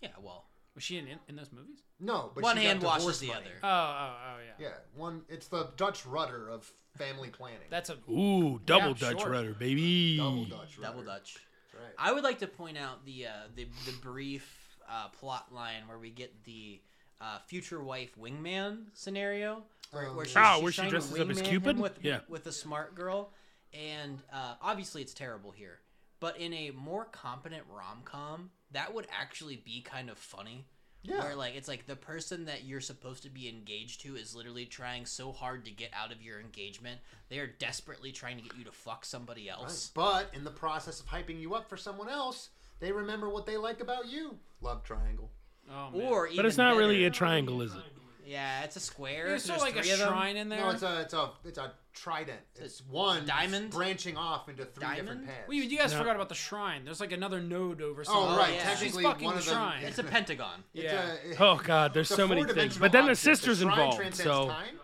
Speaker 5: Yeah, well,
Speaker 6: Was she in in those movies?
Speaker 3: No, but
Speaker 5: one
Speaker 3: she
Speaker 5: hand
Speaker 3: got divorce
Speaker 5: washes the
Speaker 3: money.
Speaker 5: other.
Speaker 6: Oh, oh, oh yeah.
Speaker 3: Yeah, one. It's the Dutch rudder of family planning.
Speaker 6: That's a
Speaker 4: ooh, double Dutch
Speaker 6: sure.
Speaker 4: rudder, baby.
Speaker 3: double Dutch rudder.
Speaker 5: Double Dutch.
Speaker 3: That's right.
Speaker 5: I would like to point out the uh, the, the brief uh, plot line where we get the uh, future wife wingman scenario, where, where
Speaker 3: Oh,
Speaker 5: she's,
Speaker 3: yeah.
Speaker 4: Oh, where she
Speaker 5: trying to
Speaker 4: dresses up as
Speaker 5: wingman
Speaker 4: Cupid?
Speaker 5: him with
Speaker 4: Yeah.
Speaker 5: with a smart girl, and uh, obviously it's terrible here. But in a more competent rom com, that would actually be kind of funny.
Speaker 3: Yeah.
Speaker 5: Where like it's like the person that you're supposed to be engaged to is literally trying so hard to get out of your engagement, they are desperately trying to get you to fuck somebody else.
Speaker 3: But in the process of hyping you up for someone else, they remember what they liked about you. Love triangle.
Speaker 6: oh man.
Speaker 5: Or even
Speaker 4: But it's not really
Speaker 5: better-
Speaker 4: a triangle, is it?
Speaker 5: Yeah, it's a square.
Speaker 6: There's sort of like a
Speaker 5: three of them.
Speaker 6: shrine in there.
Speaker 3: No, it's a it's a it's a trident. It's one
Speaker 5: diamond?
Speaker 3: branching off into three different
Speaker 5: Diamond?
Speaker 3: paths.
Speaker 6: Well, you, you guys
Speaker 4: No.
Speaker 6: forgot about the shrine. There's like another node over.
Speaker 3: oh,
Speaker 6: somewhere.
Speaker 3: right.
Speaker 5: yeah.
Speaker 3: Technically,
Speaker 6: She's fucking
Speaker 3: one
Speaker 6: the
Speaker 3: of them.
Speaker 6: shrine.
Speaker 5: It's a pentagon.
Speaker 3: it's
Speaker 6: yeah.
Speaker 3: a-
Speaker 4: Oh God, there's
Speaker 3: it's a
Speaker 4: so many things.
Speaker 3: four-dimensional
Speaker 4: But then the
Speaker 3: object. The
Speaker 4: sisters
Speaker 3: shrine
Speaker 4: involved.
Speaker 3: transcends
Speaker 4: So
Speaker 3: time.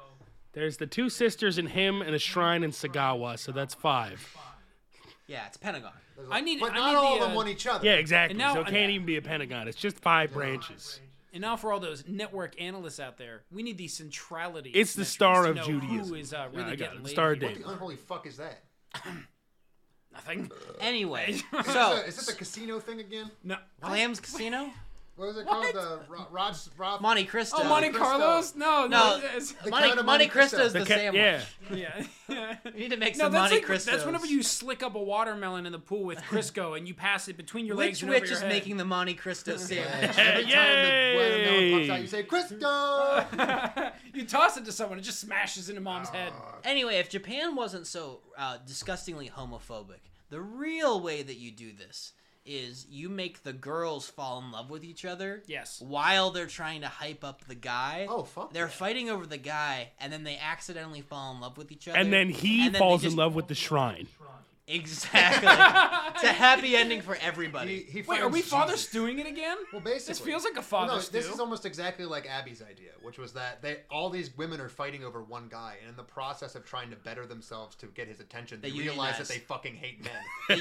Speaker 4: there's the two sisters and him, and a shrine in Sagawa. So that's five.
Speaker 5: Yeah, it's pentagon.
Speaker 3: There's
Speaker 6: I need-
Speaker 3: but
Speaker 6: I
Speaker 3: not
Speaker 6: need
Speaker 3: all
Speaker 6: the,
Speaker 3: of them
Speaker 6: uh,
Speaker 3: want each other.
Speaker 4: Yeah, exactly.
Speaker 6: And now-
Speaker 4: so it can't even be a pentagon. It's just five branches.
Speaker 6: And now for all those network analysts out there, we need the centrality.
Speaker 4: It's the
Speaker 6: metrics
Speaker 4: star
Speaker 6: to
Speaker 4: of
Speaker 6: know Who
Speaker 4: Judaism.
Speaker 6: is uh,
Speaker 4: Yeah,
Speaker 6: really
Speaker 4: I got
Speaker 6: getting
Speaker 4: it.
Speaker 6: laid
Speaker 4: Star
Speaker 6: and who
Speaker 4: Dave.
Speaker 3: What the unholy fuck is that?
Speaker 5: (laughs)
Speaker 6: Nothing. (laughs)
Speaker 5: Anyway,
Speaker 3: Is, this
Speaker 5: so
Speaker 3: a, is this a casino thing again?
Speaker 6: No.
Speaker 5: Clams Casino,
Speaker 3: What is it
Speaker 6: What?
Speaker 3: called? The Ro- Rod's Rob.
Speaker 5: Monte Cristo.
Speaker 6: Oh, Monte
Speaker 3: Cristo.
Speaker 6: Carlos? No,
Speaker 5: No.
Speaker 6: that
Speaker 5: (laughs)
Speaker 6: is-
Speaker 3: The
Speaker 5: Monte,
Speaker 3: Count of
Speaker 5: Monte
Speaker 3: Monte
Speaker 5: Cristo is
Speaker 3: Cristo.
Speaker 5: the,
Speaker 4: ca-
Speaker 5: sandwich.
Speaker 4: yeah.
Speaker 6: yeah. (laughs)
Speaker 5: You need to make
Speaker 6: No,
Speaker 5: some
Speaker 6: that's
Speaker 5: Monte
Speaker 6: like
Speaker 5: Cristo.
Speaker 6: that's whenever you slick up a watermelon in the pool with
Speaker 5: (laughs)
Speaker 6: Crisco and you pass it between your legs
Speaker 5: Which
Speaker 6: and
Speaker 5: witch
Speaker 6: over
Speaker 5: is
Speaker 6: your head.
Speaker 5: making the Monte Cristo sandwich?
Speaker 3: Every time the watermelon
Speaker 4: Yay!
Speaker 3: pops out, you say Cristo.
Speaker 6: (laughs) you toss it to someone, it just smashes into mom's head.
Speaker 5: anyway, if Japan wasn't so uh, disgustingly homophobic, the real way that you do this is you make the girls fall in love with each other.
Speaker 6: Yes.
Speaker 5: While they're trying to hype up the guy.
Speaker 3: Oh, fuck
Speaker 5: They're
Speaker 3: yeah.
Speaker 5: fighting over the guy, and then they accidentally fall in love with each other.
Speaker 4: And then he
Speaker 5: and then they
Speaker 4: falls
Speaker 5: just-
Speaker 4: in love with the shrine.
Speaker 5: (laughs) Exactly. it's a happy ending for
Speaker 3: He, (laughs)
Speaker 5: everybody.
Speaker 3: he
Speaker 6: Wait, are
Speaker 3: finds
Speaker 6: we Father
Speaker 3: Jesus.
Speaker 6: Stewing it again?
Speaker 3: Well, basically,
Speaker 6: This feels like a
Speaker 3: Well,
Speaker 6: Father
Speaker 3: no,
Speaker 6: Stew.
Speaker 3: this is almost exactly like Abby's idea, which was that they all these women are fighting over one guy, and in the process of trying to better themselves to get his attention, they,
Speaker 5: They
Speaker 3: realize
Speaker 5: unionize.
Speaker 3: that they fucking hate men.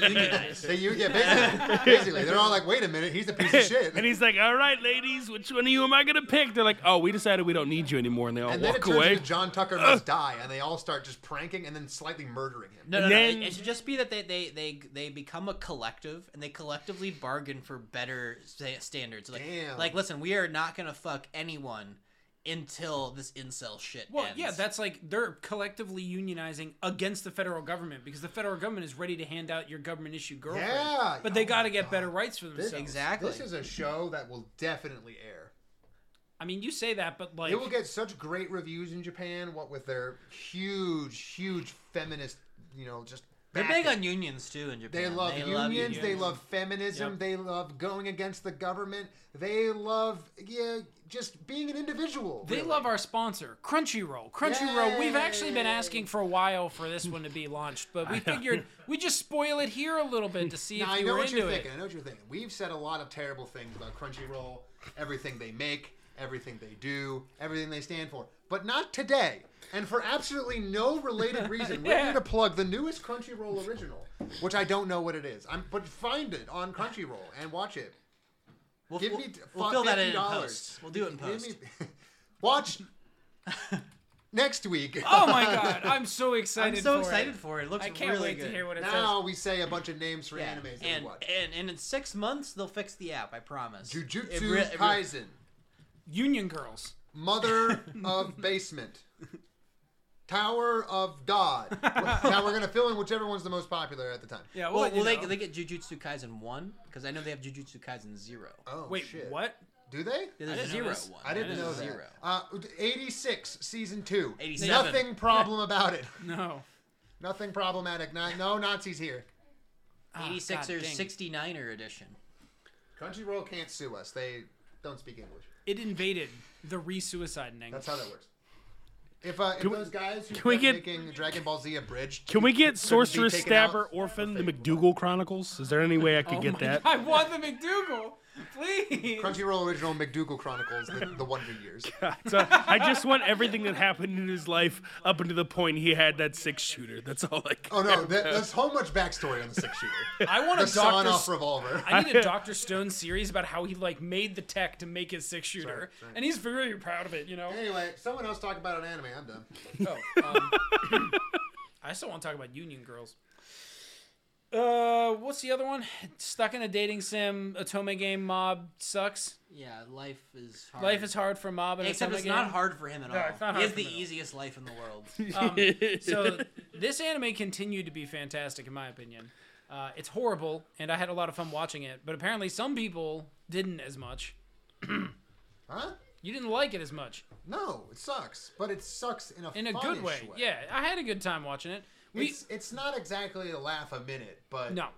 Speaker 6: (laughs)
Speaker 5: They unionize.
Speaker 3: they, u- yeah, basically, basically, they're all like, "Wait a minute, he's a
Speaker 6: (laughs)
Speaker 3: piece of Oh,
Speaker 4: (laughs)
Speaker 3: shit."
Speaker 4: And he's like, "All right, ladies, which one of you am I gonna pick?" They're like, "Oh, we decided we don't need you anymore," and they all
Speaker 3: And then it
Speaker 4: walk
Speaker 3: turns
Speaker 4: away.
Speaker 3: into John Tucker
Speaker 6: (laughs)
Speaker 3: must die, and they all start just pranking and then slightly murdering him.
Speaker 5: No, no,
Speaker 4: And
Speaker 5: no.
Speaker 4: then-
Speaker 5: it- It should just be that they, they, they, they become a collective and they collectively bargain for better sta- standards. Like,
Speaker 3: Damn.
Speaker 5: like, listen, we are not gonna fuck anyone until this incel shit
Speaker 6: Well,
Speaker 5: ends.
Speaker 6: yeah, that's like they're collectively unionizing against the federal government because the federal government is ready to hand out your government issued girlfriend.
Speaker 3: Yeah,
Speaker 6: But they
Speaker 3: oh
Speaker 6: got
Speaker 3: my
Speaker 6: to get
Speaker 3: God.
Speaker 6: better rights for themselves.
Speaker 5: exactly.
Speaker 3: This is a show that will definitely air.
Speaker 6: I mean, you say that, but like,
Speaker 3: It will get such great reviews in Japan. What with their huge, huge feminist, you know, just
Speaker 5: They're
Speaker 3: backing.
Speaker 5: big on unions too in Japan.
Speaker 3: They love unions, They love feminism.
Speaker 6: Yep.
Speaker 3: They love going against the government. They love yeah, just being an individual.
Speaker 6: they
Speaker 3: really.
Speaker 6: love our sponsor, Crunchyroll. Crunchyroll, we've actually been
Speaker 3: Yay.
Speaker 6: asking for a while for this one to be launched, but we figured we just spoil it here a little bit to see
Speaker 3: Now,
Speaker 6: if
Speaker 3: I
Speaker 6: you
Speaker 3: know
Speaker 6: were
Speaker 3: what
Speaker 6: into
Speaker 3: you're
Speaker 6: it.
Speaker 3: thinking. I know what you're thinking. We've said a lot of terrible things about Crunchyroll, everything they make, everything they do, everything they stand for, but not today. And for absolutely no related
Speaker 6: (laughs)
Speaker 3: reason, we're here to plug the newest Crunchyroll original, which I don't know what it is. I'm, but find it on Crunchyroll and watch it.
Speaker 5: We'll,
Speaker 3: Give
Speaker 5: we'll,
Speaker 3: me t-
Speaker 5: we'll
Speaker 3: fu-
Speaker 5: fill that in in
Speaker 3: $50.
Speaker 5: post. We'll do it in
Speaker 3: Give
Speaker 5: post.
Speaker 3: me- (laughs)
Speaker 5: (laughs)
Speaker 3: watch next week.
Speaker 6: Oh my god, I'm so excited.
Speaker 5: I'm so
Speaker 6: for
Speaker 5: excited
Speaker 6: It.
Speaker 5: for it. It looks
Speaker 6: I can't
Speaker 5: really
Speaker 6: wait
Speaker 5: good.
Speaker 6: to hear what it
Speaker 3: Now we say a bunch of names for
Speaker 5: Yeah.
Speaker 3: animes that
Speaker 5: and,
Speaker 3: we watch.
Speaker 5: and and in six months they'll fix the app. I promise.
Speaker 3: Jujutsu
Speaker 5: It re- it re-
Speaker 3: Kaisen,
Speaker 6: says. Union girls.
Speaker 3: Mother of Basement, Tower of God. now we're gonna fill in whichever one's the most popular at the time.
Speaker 6: Yeah. Well,
Speaker 5: Well,
Speaker 6: you
Speaker 5: will they
Speaker 6: know.
Speaker 5: they get Jujutsu Kaisen one? Because I know they have Jujutsu Kaisen zero.
Speaker 3: Oh
Speaker 6: Wait,
Speaker 3: shit.
Speaker 6: what?
Speaker 3: Do they?
Speaker 5: Yeah, there's
Speaker 6: I didn't know
Speaker 5: zero
Speaker 6: this.
Speaker 5: one.
Speaker 3: I didn't
Speaker 5: There's
Speaker 3: know that.
Speaker 5: zero.
Speaker 3: Uh, 86, season two.
Speaker 5: 87.
Speaker 3: Nothing problem about it.
Speaker 6: No.
Speaker 3: Nothing problematic. Not, no Nazis here.
Speaker 6: Ah,
Speaker 5: Eighty-six
Speaker 6: God
Speaker 5: or
Speaker 6: dang.
Speaker 5: sixty-nine er edition.
Speaker 3: Crunchyroll can't sue us. They don't speak English.
Speaker 6: It invaded the re-suicide thing.
Speaker 3: That's how that works. If, uh, if
Speaker 4: we-
Speaker 3: those guys who
Speaker 4: can we
Speaker 3: kept
Speaker 4: get-
Speaker 3: making Dragon Ball Z abridged,
Speaker 4: Can we get Sorcerer
Speaker 3: taken
Speaker 4: Stabber
Speaker 3: out?
Speaker 4: Orphan the McDougal Chronicles? Is there any way I could
Speaker 6: Oh
Speaker 4: get
Speaker 6: my
Speaker 4: that?
Speaker 6: God, I want the McDougal, please.
Speaker 3: Crunchyroll original McDougal Chronicles, the, the Wonder Years.
Speaker 4: So I just want everything that happened in his life up until the point he had that six shooter. That's all I. Can.
Speaker 3: Oh no, that, there's so much backstory on the six shooter.
Speaker 6: I want
Speaker 3: The
Speaker 6: a
Speaker 3: sawn
Speaker 6: Doctor.
Speaker 3: off
Speaker 6: S-
Speaker 3: revolver.
Speaker 6: I need a Doctor Stone series about how he like made the tech to make his six shooter,
Speaker 3: sorry.
Speaker 6: and he's very proud of it. You know.
Speaker 3: Anyway, someone else talk about an anime. I'm done.
Speaker 6: Oh, um, (laughs) I still want to talk about Union Girls. Uh, what's the other one? Stuck in a dating sim, Atome game, Mob sucks.
Speaker 5: Yeah, life is hard.
Speaker 6: Life is hard for Mob and
Speaker 5: Except
Speaker 6: Atome
Speaker 5: it's
Speaker 6: game.
Speaker 5: not hard for him at all.
Speaker 6: it's not
Speaker 5: he
Speaker 6: hard
Speaker 5: has
Speaker 6: for
Speaker 5: the
Speaker 6: him at all.
Speaker 5: easiest life in the
Speaker 6: (laughs)
Speaker 5: world.
Speaker 6: Um, so this anime continued to be fantastic in my opinion. Uh, it's horrible, and I had a lot of fun watching it. But apparently, some people didn't as much.
Speaker 3: Huh?
Speaker 6: You didn't like it as much
Speaker 3: No, it sucks, but it sucks in a
Speaker 6: in a
Speaker 3: funnish
Speaker 6: good way. Yeah, I had a good time watching it. We
Speaker 3: it's, it's not exactly a laugh a minute, but
Speaker 6: no,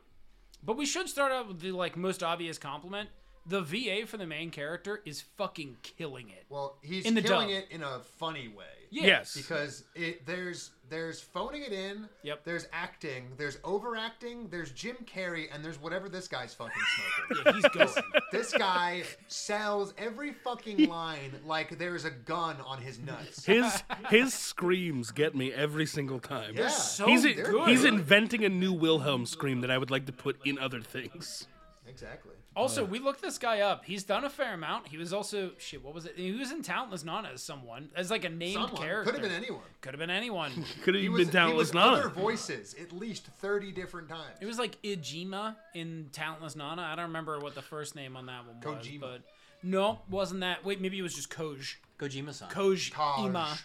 Speaker 6: but we should start out with the like most obvious compliment. The VA for the main character is fucking killing it.
Speaker 3: well, he's
Speaker 6: In the
Speaker 3: killing
Speaker 6: dub.
Speaker 3: it in a funny way.
Speaker 4: (laughs)
Speaker 6: Yeah.
Speaker 4: Yes.
Speaker 3: because it there's there's phoning it in.
Speaker 6: Yep.
Speaker 3: There's acting. There's overacting. There's Jim Carrey, and there's whatever this guy's fucking smoking.
Speaker 6: Yeah, he's going.
Speaker 3: (laughs) this guy sells every fucking line like there's a gun on his nuts.
Speaker 4: His his screams get me every single time.
Speaker 3: Yeah.
Speaker 6: so
Speaker 4: He's,
Speaker 6: good.
Speaker 4: he's inventing a new Wilhelm scream that I would like to put in other things.
Speaker 3: Exactly.
Speaker 6: Also, we looked this guy up. He's done a fair amount. He was also shit. What was it? He was in Talentless Nana as someone, as like a named
Speaker 3: Someone
Speaker 6: character.
Speaker 3: could have been anyone.
Speaker 6: Could have been anyone.
Speaker 4: Could have
Speaker 3: He
Speaker 4: even
Speaker 3: was,
Speaker 4: been down
Speaker 3: he
Speaker 4: with
Speaker 3: was other
Speaker 4: Nana.
Speaker 3: voices at least thirty different times.
Speaker 6: it was like Ijima in Talentless Nana. I don't remember what the first name on that one was,
Speaker 3: Kojima.
Speaker 6: but no, wasn't that? Wait, maybe it was just Koj.
Speaker 5: Kojima-san.
Speaker 3: Taj.
Speaker 6: Kojima.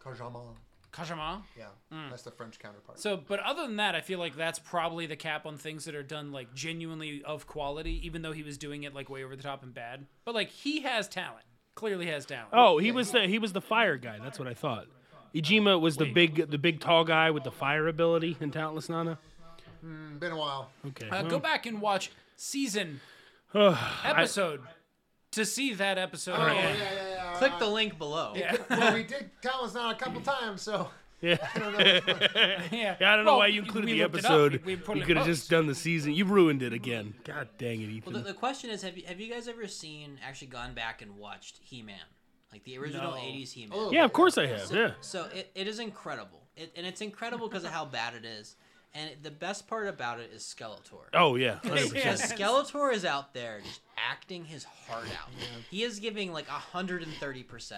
Speaker 3: Kajama.
Speaker 6: Kojima.
Speaker 3: Yeah,
Speaker 4: Mm.
Speaker 3: that's the French counterpart.
Speaker 6: So, but other than that, I feel like that's probably the cap on things that are done like genuinely of quality, even though he was doing it like way over the top and bad. But like he has talent. Clearly has talent.
Speaker 4: Oh, he was the he was the fire guy. That's what I thought. Ijima was the big the big tall guy with the fire ability in Talentless Nana.
Speaker 3: been a while.
Speaker 4: Okay.
Speaker 6: Uh,
Speaker 4: well,
Speaker 6: go back and watch
Speaker 4: (sighs)
Speaker 6: season episode to see that episode.
Speaker 3: Oh, yeah,
Speaker 6: again.
Speaker 3: yeah, yeah. yeah.
Speaker 5: Click the link below.
Speaker 3: well, we did Talen's not a couple times, so (laughs)
Speaker 4: yeah.
Speaker 3: I don't know. which one.
Speaker 6: Yeah.
Speaker 4: Yeah, I don't know
Speaker 6: Well,
Speaker 4: why you included
Speaker 6: we
Speaker 4: the
Speaker 6: looked it up.
Speaker 4: episode.
Speaker 6: We- we put it
Speaker 4: you
Speaker 6: in
Speaker 4: could have
Speaker 6: post.
Speaker 4: just done the season. You ruined it again. God dang it, Ethan.
Speaker 5: Well, the, the question is, have you have you guys ever seen actually gone back and watched He-Man, like the original
Speaker 6: No.
Speaker 5: '80s He-Man?
Speaker 3: Oh,
Speaker 4: yeah, of course I have. Yeah.
Speaker 5: So it, it is incredible, it, and it's incredible because of how (laughs) bad it is. And the best part about it is Skeletor. (laughs)
Speaker 4: Oh yeah. (laughs) 100%.
Speaker 5: Because Skeletor is out there just acting his heart out. He is giving like 130%.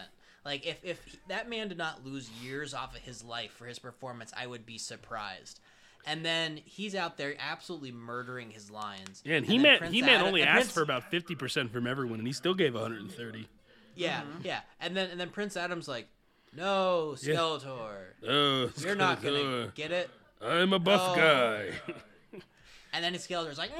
Speaker 5: Like, if, if he- that man did not lose years off of his life for his performance, I would be surprised. And then he's out there absolutely murdering his lines.
Speaker 4: Yeah, and
Speaker 5: then
Speaker 4: he man
Speaker 5: Prince
Speaker 4: he man
Speaker 5: Adam-
Speaker 4: only
Speaker 5: and
Speaker 4: asked
Speaker 5: Prince-
Speaker 4: for about fifty percent from everyone, and he still gave one hundred and thirty.
Speaker 5: Yeah, yeah. And then and then Prince Adam's like, "No, Skeletor,
Speaker 4: Oh,
Speaker 5: you're not gonna get it."
Speaker 4: I'm a buff
Speaker 5: Oh.
Speaker 4: guy.
Speaker 5: And then Skeletor's like,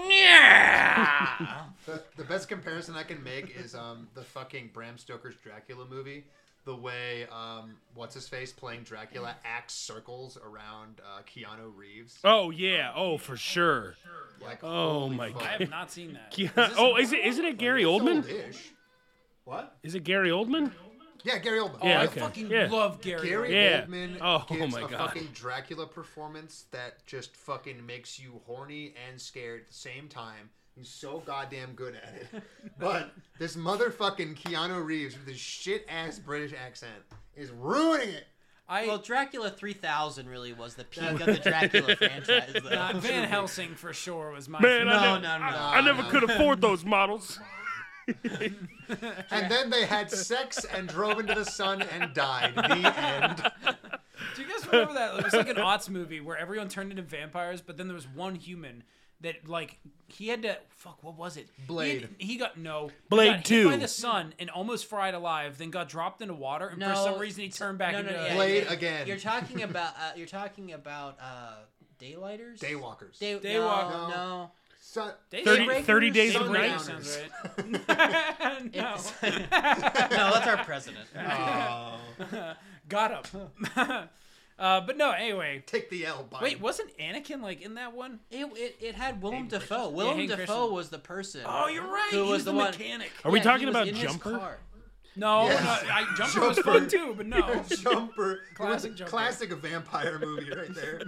Speaker 5: "Yeah."
Speaker 3: The, the best comparison I can make is um, the fucking Bram Stoker's Dracula movie. The way um, what's his face playing Dracula acts circles around uh, Keanu Reeves.
Speaker 4: (laughs) Mm. Oh yeah. Oh for sure.
Speaker 3: Like,
Speaker 4: Oh,
Speaker 3: holy
Speaker 4: my
Speaker 3: fuck.
Speaker 6: I (laughs) have not seen that.
Speaker 4: (laughs) Yeah. Oh, is it isn't it Gary
Speaker 3: It's
Speaker 4: Oldman?
Speaker 3: old-ish. What?
Speaker 4: Is it Gary Oldman?
Speaker 3: Yeah, Gary Oldman.
Speaker 4: Yeah.
Speaker 6: I
Speaker 4: okay.
Speaker 6: fucking
Speaker 4: Yeah.
Speaker 6: love Gary.
Speaker 3: Gary
Speaker 4: Yeah.
Speaker 3: Oldman
Speaker 4: Oh, oh
Speaker 3: gives
Speaker 4: my
Speaker 3: a
Speaker 4: God.
Speaker 3: fucking Dracula performance that just fucking makes you horny and scared at the same time. He's so goddamn good
Speaker 4: (laughs)
Speaker 3: at it. But this motherfucking Keanu Reeves with his shit ass British accent is ruining it.
Speaker 6: I uh,
Speaker 5: Well, Dracula 3000 really was the peak of the Dracula franchise, though.
Speaker 6: uh, Van Helsing for sure was my
Speaker 4: Man,
Speaker 6: favorite.
Speaker 4: I
Speaker 5: no,
Speaker 4: never-
Speaker 5: no, no.
Speaker 4: I never
Speaker 3: no.
Speaker 4: could afford those models.
Speaker 3: And then they had sex and drove into the sun and died. The end.
Speaker 6: Do you guys remember that? It was like an aughts movie where everyone turned into vampires, but then there was one human that like he had to fuck. What was it? He had-
Speaker 3: Blade.
Speaker 6: He, got no.
Speaker 4: Blade
Speaker 6: he got hit by
Speaker 4: two.
Speaker 6: the sun and almost fried alive, then got dropped into water, and for
Speaker 5: No,
Speaker 6: some reason he turned back
Speaker 5: no, no,
Speaker 6: into.
Speaker 5: yeah,
Speaker 3: Blade
Speaker 5: yeah.
Speaker 3: again.
Speaker 5: You're
Speaker 3: (laughs)
Speaker 5: talking about uh, you're talking about uh, daylighters.
Speaker 3: Daywalkers.
Speaker 5: Day,
Speaker 6: Daywalk-
Speaker 5: No,
Speaker 3: No.
Speaker 5: no.
Speaker 3: Sun-
Speaker 4: Thirty-
Speaker 6: Daybreakers?
Speaker 4: 30 days of
Speaker 6: Daybreakers
Speaker 3: night?
Speaker 6: sounds (laughs)
Speaker 3: (laughs)
Speaker 6: right. no.
Speaker 5: (laughs) It's- (laughs) (laughs) no, that's our
Speaker 6: (laughs)
Speaker 5: president.
Speaker 3: Oh,
Speaker 6: Got him. (laughs) uh, but no. Anyway.
Speaker 3: take the L. Biden.
Speaker 6: Wait, wasn't Anakin like in that one?
Speaker 5: It, it, it had Willem Dafoe. Willem
Speaker 6: Hayden
Speaker 5: Dafoe
Speaker 6: Christensen.
Speaker 5: was the person.
Speaker 6: Oh, you're right.
Speaker 5: Who
Speaker 6: he
Speaker 5: was the, one?
Speaker 6: mechanic?
Speaker 4: Are we
Speaker 5: Yeah, he
Speaker 4: talking
Speaker 5: was
Speaker 4: about
Speaker 5: in his
Speaker 4: Jumper?
Speaker 5: car.
Speaker 6: Oh, No,
Speaker 3: Yes.
Speaker 6: no, I, Jumper was fun too, but
Speaker 3: (laughs)
Speaker 6: no.
Speaker 3: Jumper.
Speaker 6: Classic
Speaker 3: Classic,
Speaker 6: Jumper.
Speaker 3: classic vampire movie right there.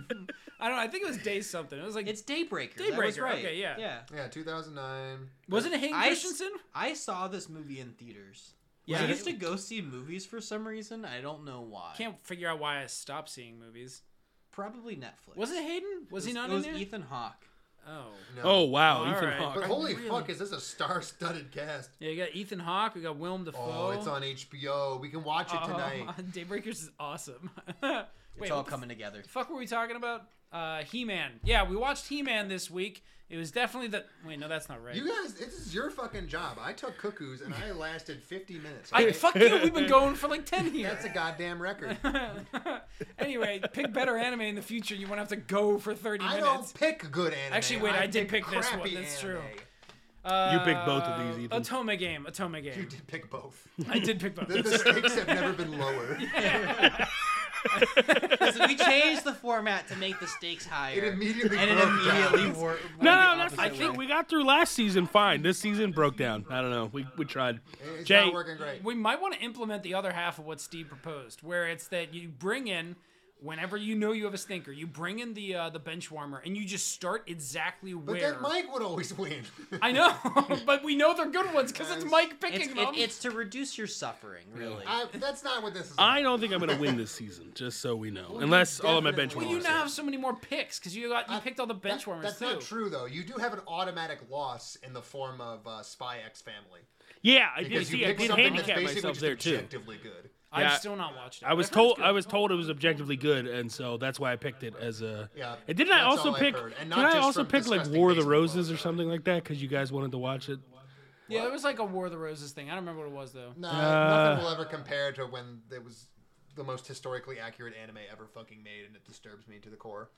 Speaker 6: I don't. know. I think it was Day something. It was like
Speaker 5: It's Daybreaker. Daybreaker. That was
Speaker 6: Daybreaker,
Speaker 5: right.
Speaker 6: okay, yeah.
Speaker 5: Yeah.
Speaker 3: Yeah, 2009.
Speaker 6: wasn't it Hayden
Speaker 5: I-
Speaker 6: Christensen?
Speaker 5: I saw this movie in theaters.
Speaker 6: Yeah.
Speaker 5: I used to go see movies for some reason. I don't know why.
Speaker 6: Can't figure out why I stopped seeing movies.
Speaker 5: Probably Netflix.
Speaker 6: Was it Hayden? Was he
Speaker 5: It it
Speaker 6: not in
Speaker 5: was
Speaker 6: there?
Speaker 5: Ethan Hawke.
Speaker 6: Oh,
Speaker 3: No.
Speaker 4: Oh wow,
Speaker 6: All
Speaker 4: Ethan
Speaker 6: right.
Speaker 4: Hawke.
Speaker 3: But holy
Speaker 6: really-
Speaker 3: fuck, is this a star-studded cast?
Speaker 6: yeah. You got Ethan Hawke. We got Willem Dafoe.
Speaker 3: Oh, it's on HBO. We can watch it
Speaker 6: (laughs) Oh,
Speaker 3: tonight.
Speaker 6: Daybreakers is awesome. (laughs) Wait,
Speaker 5: it's all
Speaker 6: what the
Speaker 5: coming together.
Speaker 6: fuck were we talking about? Uh, He-Man. Yeah, we watched He-Man this week. It was definitely the. Wait, no, that's not right.
Speaker 3: You guys, this is your fucking job. I took cuckoos and I lasted 50 minutes.
Speaker 6: I,
Speaker 3: okay?
Speaker 6: fuck you. We've
Speaker 3: (laughs)
Speaker 6: been going for like ten years.
Speaker 3: That's a
Speaker 6: (laughs)
Speaker 3: goddamn record.
Speaker 6: anyway, pick better anime in the future. You won't have to go for 30
Speaker 3: I
Speaker 6: minutes.
Speaker 3: don't pick good anime.
Speaker 6: Actually, wait, I did
Speaker 3: pick
Speaker 6: pick this one.
Speaker 3: crappy
Speaker 6: That's true.
Speaker 3: anime.
Speaker 6: Uh,
Speaker 4: You picked both of these, Ethan.
Speaker 6: Atome game. Atome
Speaker 3: You
Speaker 6: game.
Speaker 3: did pick both.
Speaker 6: I did pick both.
Speaker 3: (laughs) The, the stakes have never
Speaker 6: (laughs)
Speaker 3: been lower.
Speaker 5: (laughs) So we changed the format to make the stakes higher.
Speaker 3: It immediately
Speaker 5: and it
Speaker 3: broke
Speaker 5: immediately (laughs)
Speaker 3: down.
Speaker 5: wore.
Speaker 4: No, no, that's. I think we got through last season fine. This season broke down. I don't know. We we tried.
Speaker 3: It's
Speaker 4: Jay,
Speaker 3: not working great.
Speaker 6: we might want to implement the other half of what Steve proposed, where it's that you bring in, whenever you know you have a stinker, you bring in the uh, the bench warmer and you just start exactly
Speaker 3: But
Speaker 6: where.
Speaker 3: then Mike would always win. (laughs)
Speaker 6: I know, (laughs) but we know they're good ones because it's Mike picking
Speaker 5: It's, it,
Speaker 6: them.
Speaker 5: it's to reduce your suffering, really.
Speaker 3: I, that's not what this is.
Speaker 4: I don't think I'm gonna win this season. Just so we know, unless all of my bench
Speaker 3: definitely-
Speaker 6: well,
Speaker 4: warmers.
Speaker 6: you
Speaker 3: Well,
Speaker 6: now have so many more picks because you got you
Speaker 3: I-
Speaker 6: picked all the bench
Speaker 3: That-
Speaker 6: warmers
Speaker 3: That's
Speaker 6: too.
Speaker 3: not true, though. You do have an automatic loss in the form of uh, Spy X Family.
Speaker 4: Yeah, I did
Speaker 3: Because you
Speaker 4: see. I
Speaker 3: pick
Speaker 4: did
Speaker 3: something that's
Speaker 4: handicap
Speaker 3: basically
Speaker 4: myself
Speaker 3: just
Speaker 4: there too.
Speaker 3: Objectively good.
Speaker 6: I'm
Speaker 4: Yeah.
Speaker 6: still not watching. it.
Speaker 4: I was
Speaker 6: I've heard it's
Speaker 4: told I was told it was objectively good, and so that's why I picked it as a.
Speaker 3: Yeah,
Speaker 4: And didn't I
Speaker 3: that's
Speaker 4: also
Speaker 3: all I've
Speaker 4: pick?
Speaker 3: heard. And
Speaker 4: Did
Speaker 3: not
Speaker 4: I
Speaker 3: just
Speaker 4: also
Speaker 3: from
Speaker 4: pick like
Speaker 3: disgusting
Speaker 4: War of the
Speaker 3: baseball
Speaker 4: Roses or
Speaker 3: players.
Speaker 4: something like that? Because you guys wanted to watch it.
Speaker 6: good. yeah, it was like a War of the Roses thing. I don't remember what it was though.
Speaker 3: No,
Speaker 4: Uh,
Speaker 3: nothing will ever compare to when it was the most historically accurate anime ever fucking made, and it disturbs me to the core.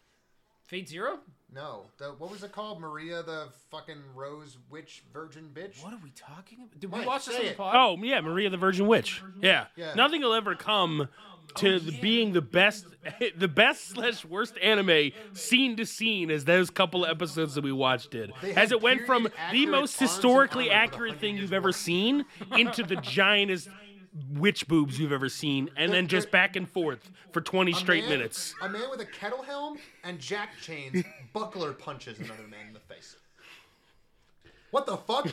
Speaker 6: Fate Zero.
Speaker 3: No, the, what was it called? Maria the fucking Rose Witch Virgin Bitch.
Speaker 6: What are we talking about? Did we
Speaker 3: Mike,
Speaker 6: watch this
Speaker 3: say
Speaker 6: on the
Speaker 3: it.
Speaker 6: pod?
Speaker 4: Oh yeah, Maria the Virgin Witch. Yeah.
Speaker 3: Yeah.
Speaker 4: Nothing will ever come to the- being the best, (laughs) the best slash worst anime scene to scene as those couple episodes that we watched did.
Speaker 3: They
Speaker 4: As
Speaker 3: had
Speaker 4: it went from the
Speaker 3: period-accurate
Speaker 4: most
Speaker 3: arms and
Speaker 4: historically
Speaker 3: armor for the
Speaker 4: accurate
Speaker 3: hundred
Speaker 4: thing
Speaker 3: years
Speaker 4: you've ever
Speaker 3: war.
Speaker 4: seen into the giantest witch boobs you've ever seen, and then just back and forth for 20
Speaker 3: A
Speaker 4: straight
Speaker 3: man-
Speaker 4: minutes.
Speaker 3: A man with a kettle helm and jack
Speaker 6: (laughs)
Speaker 3: chains buckler punches another man in the face. What the fuck?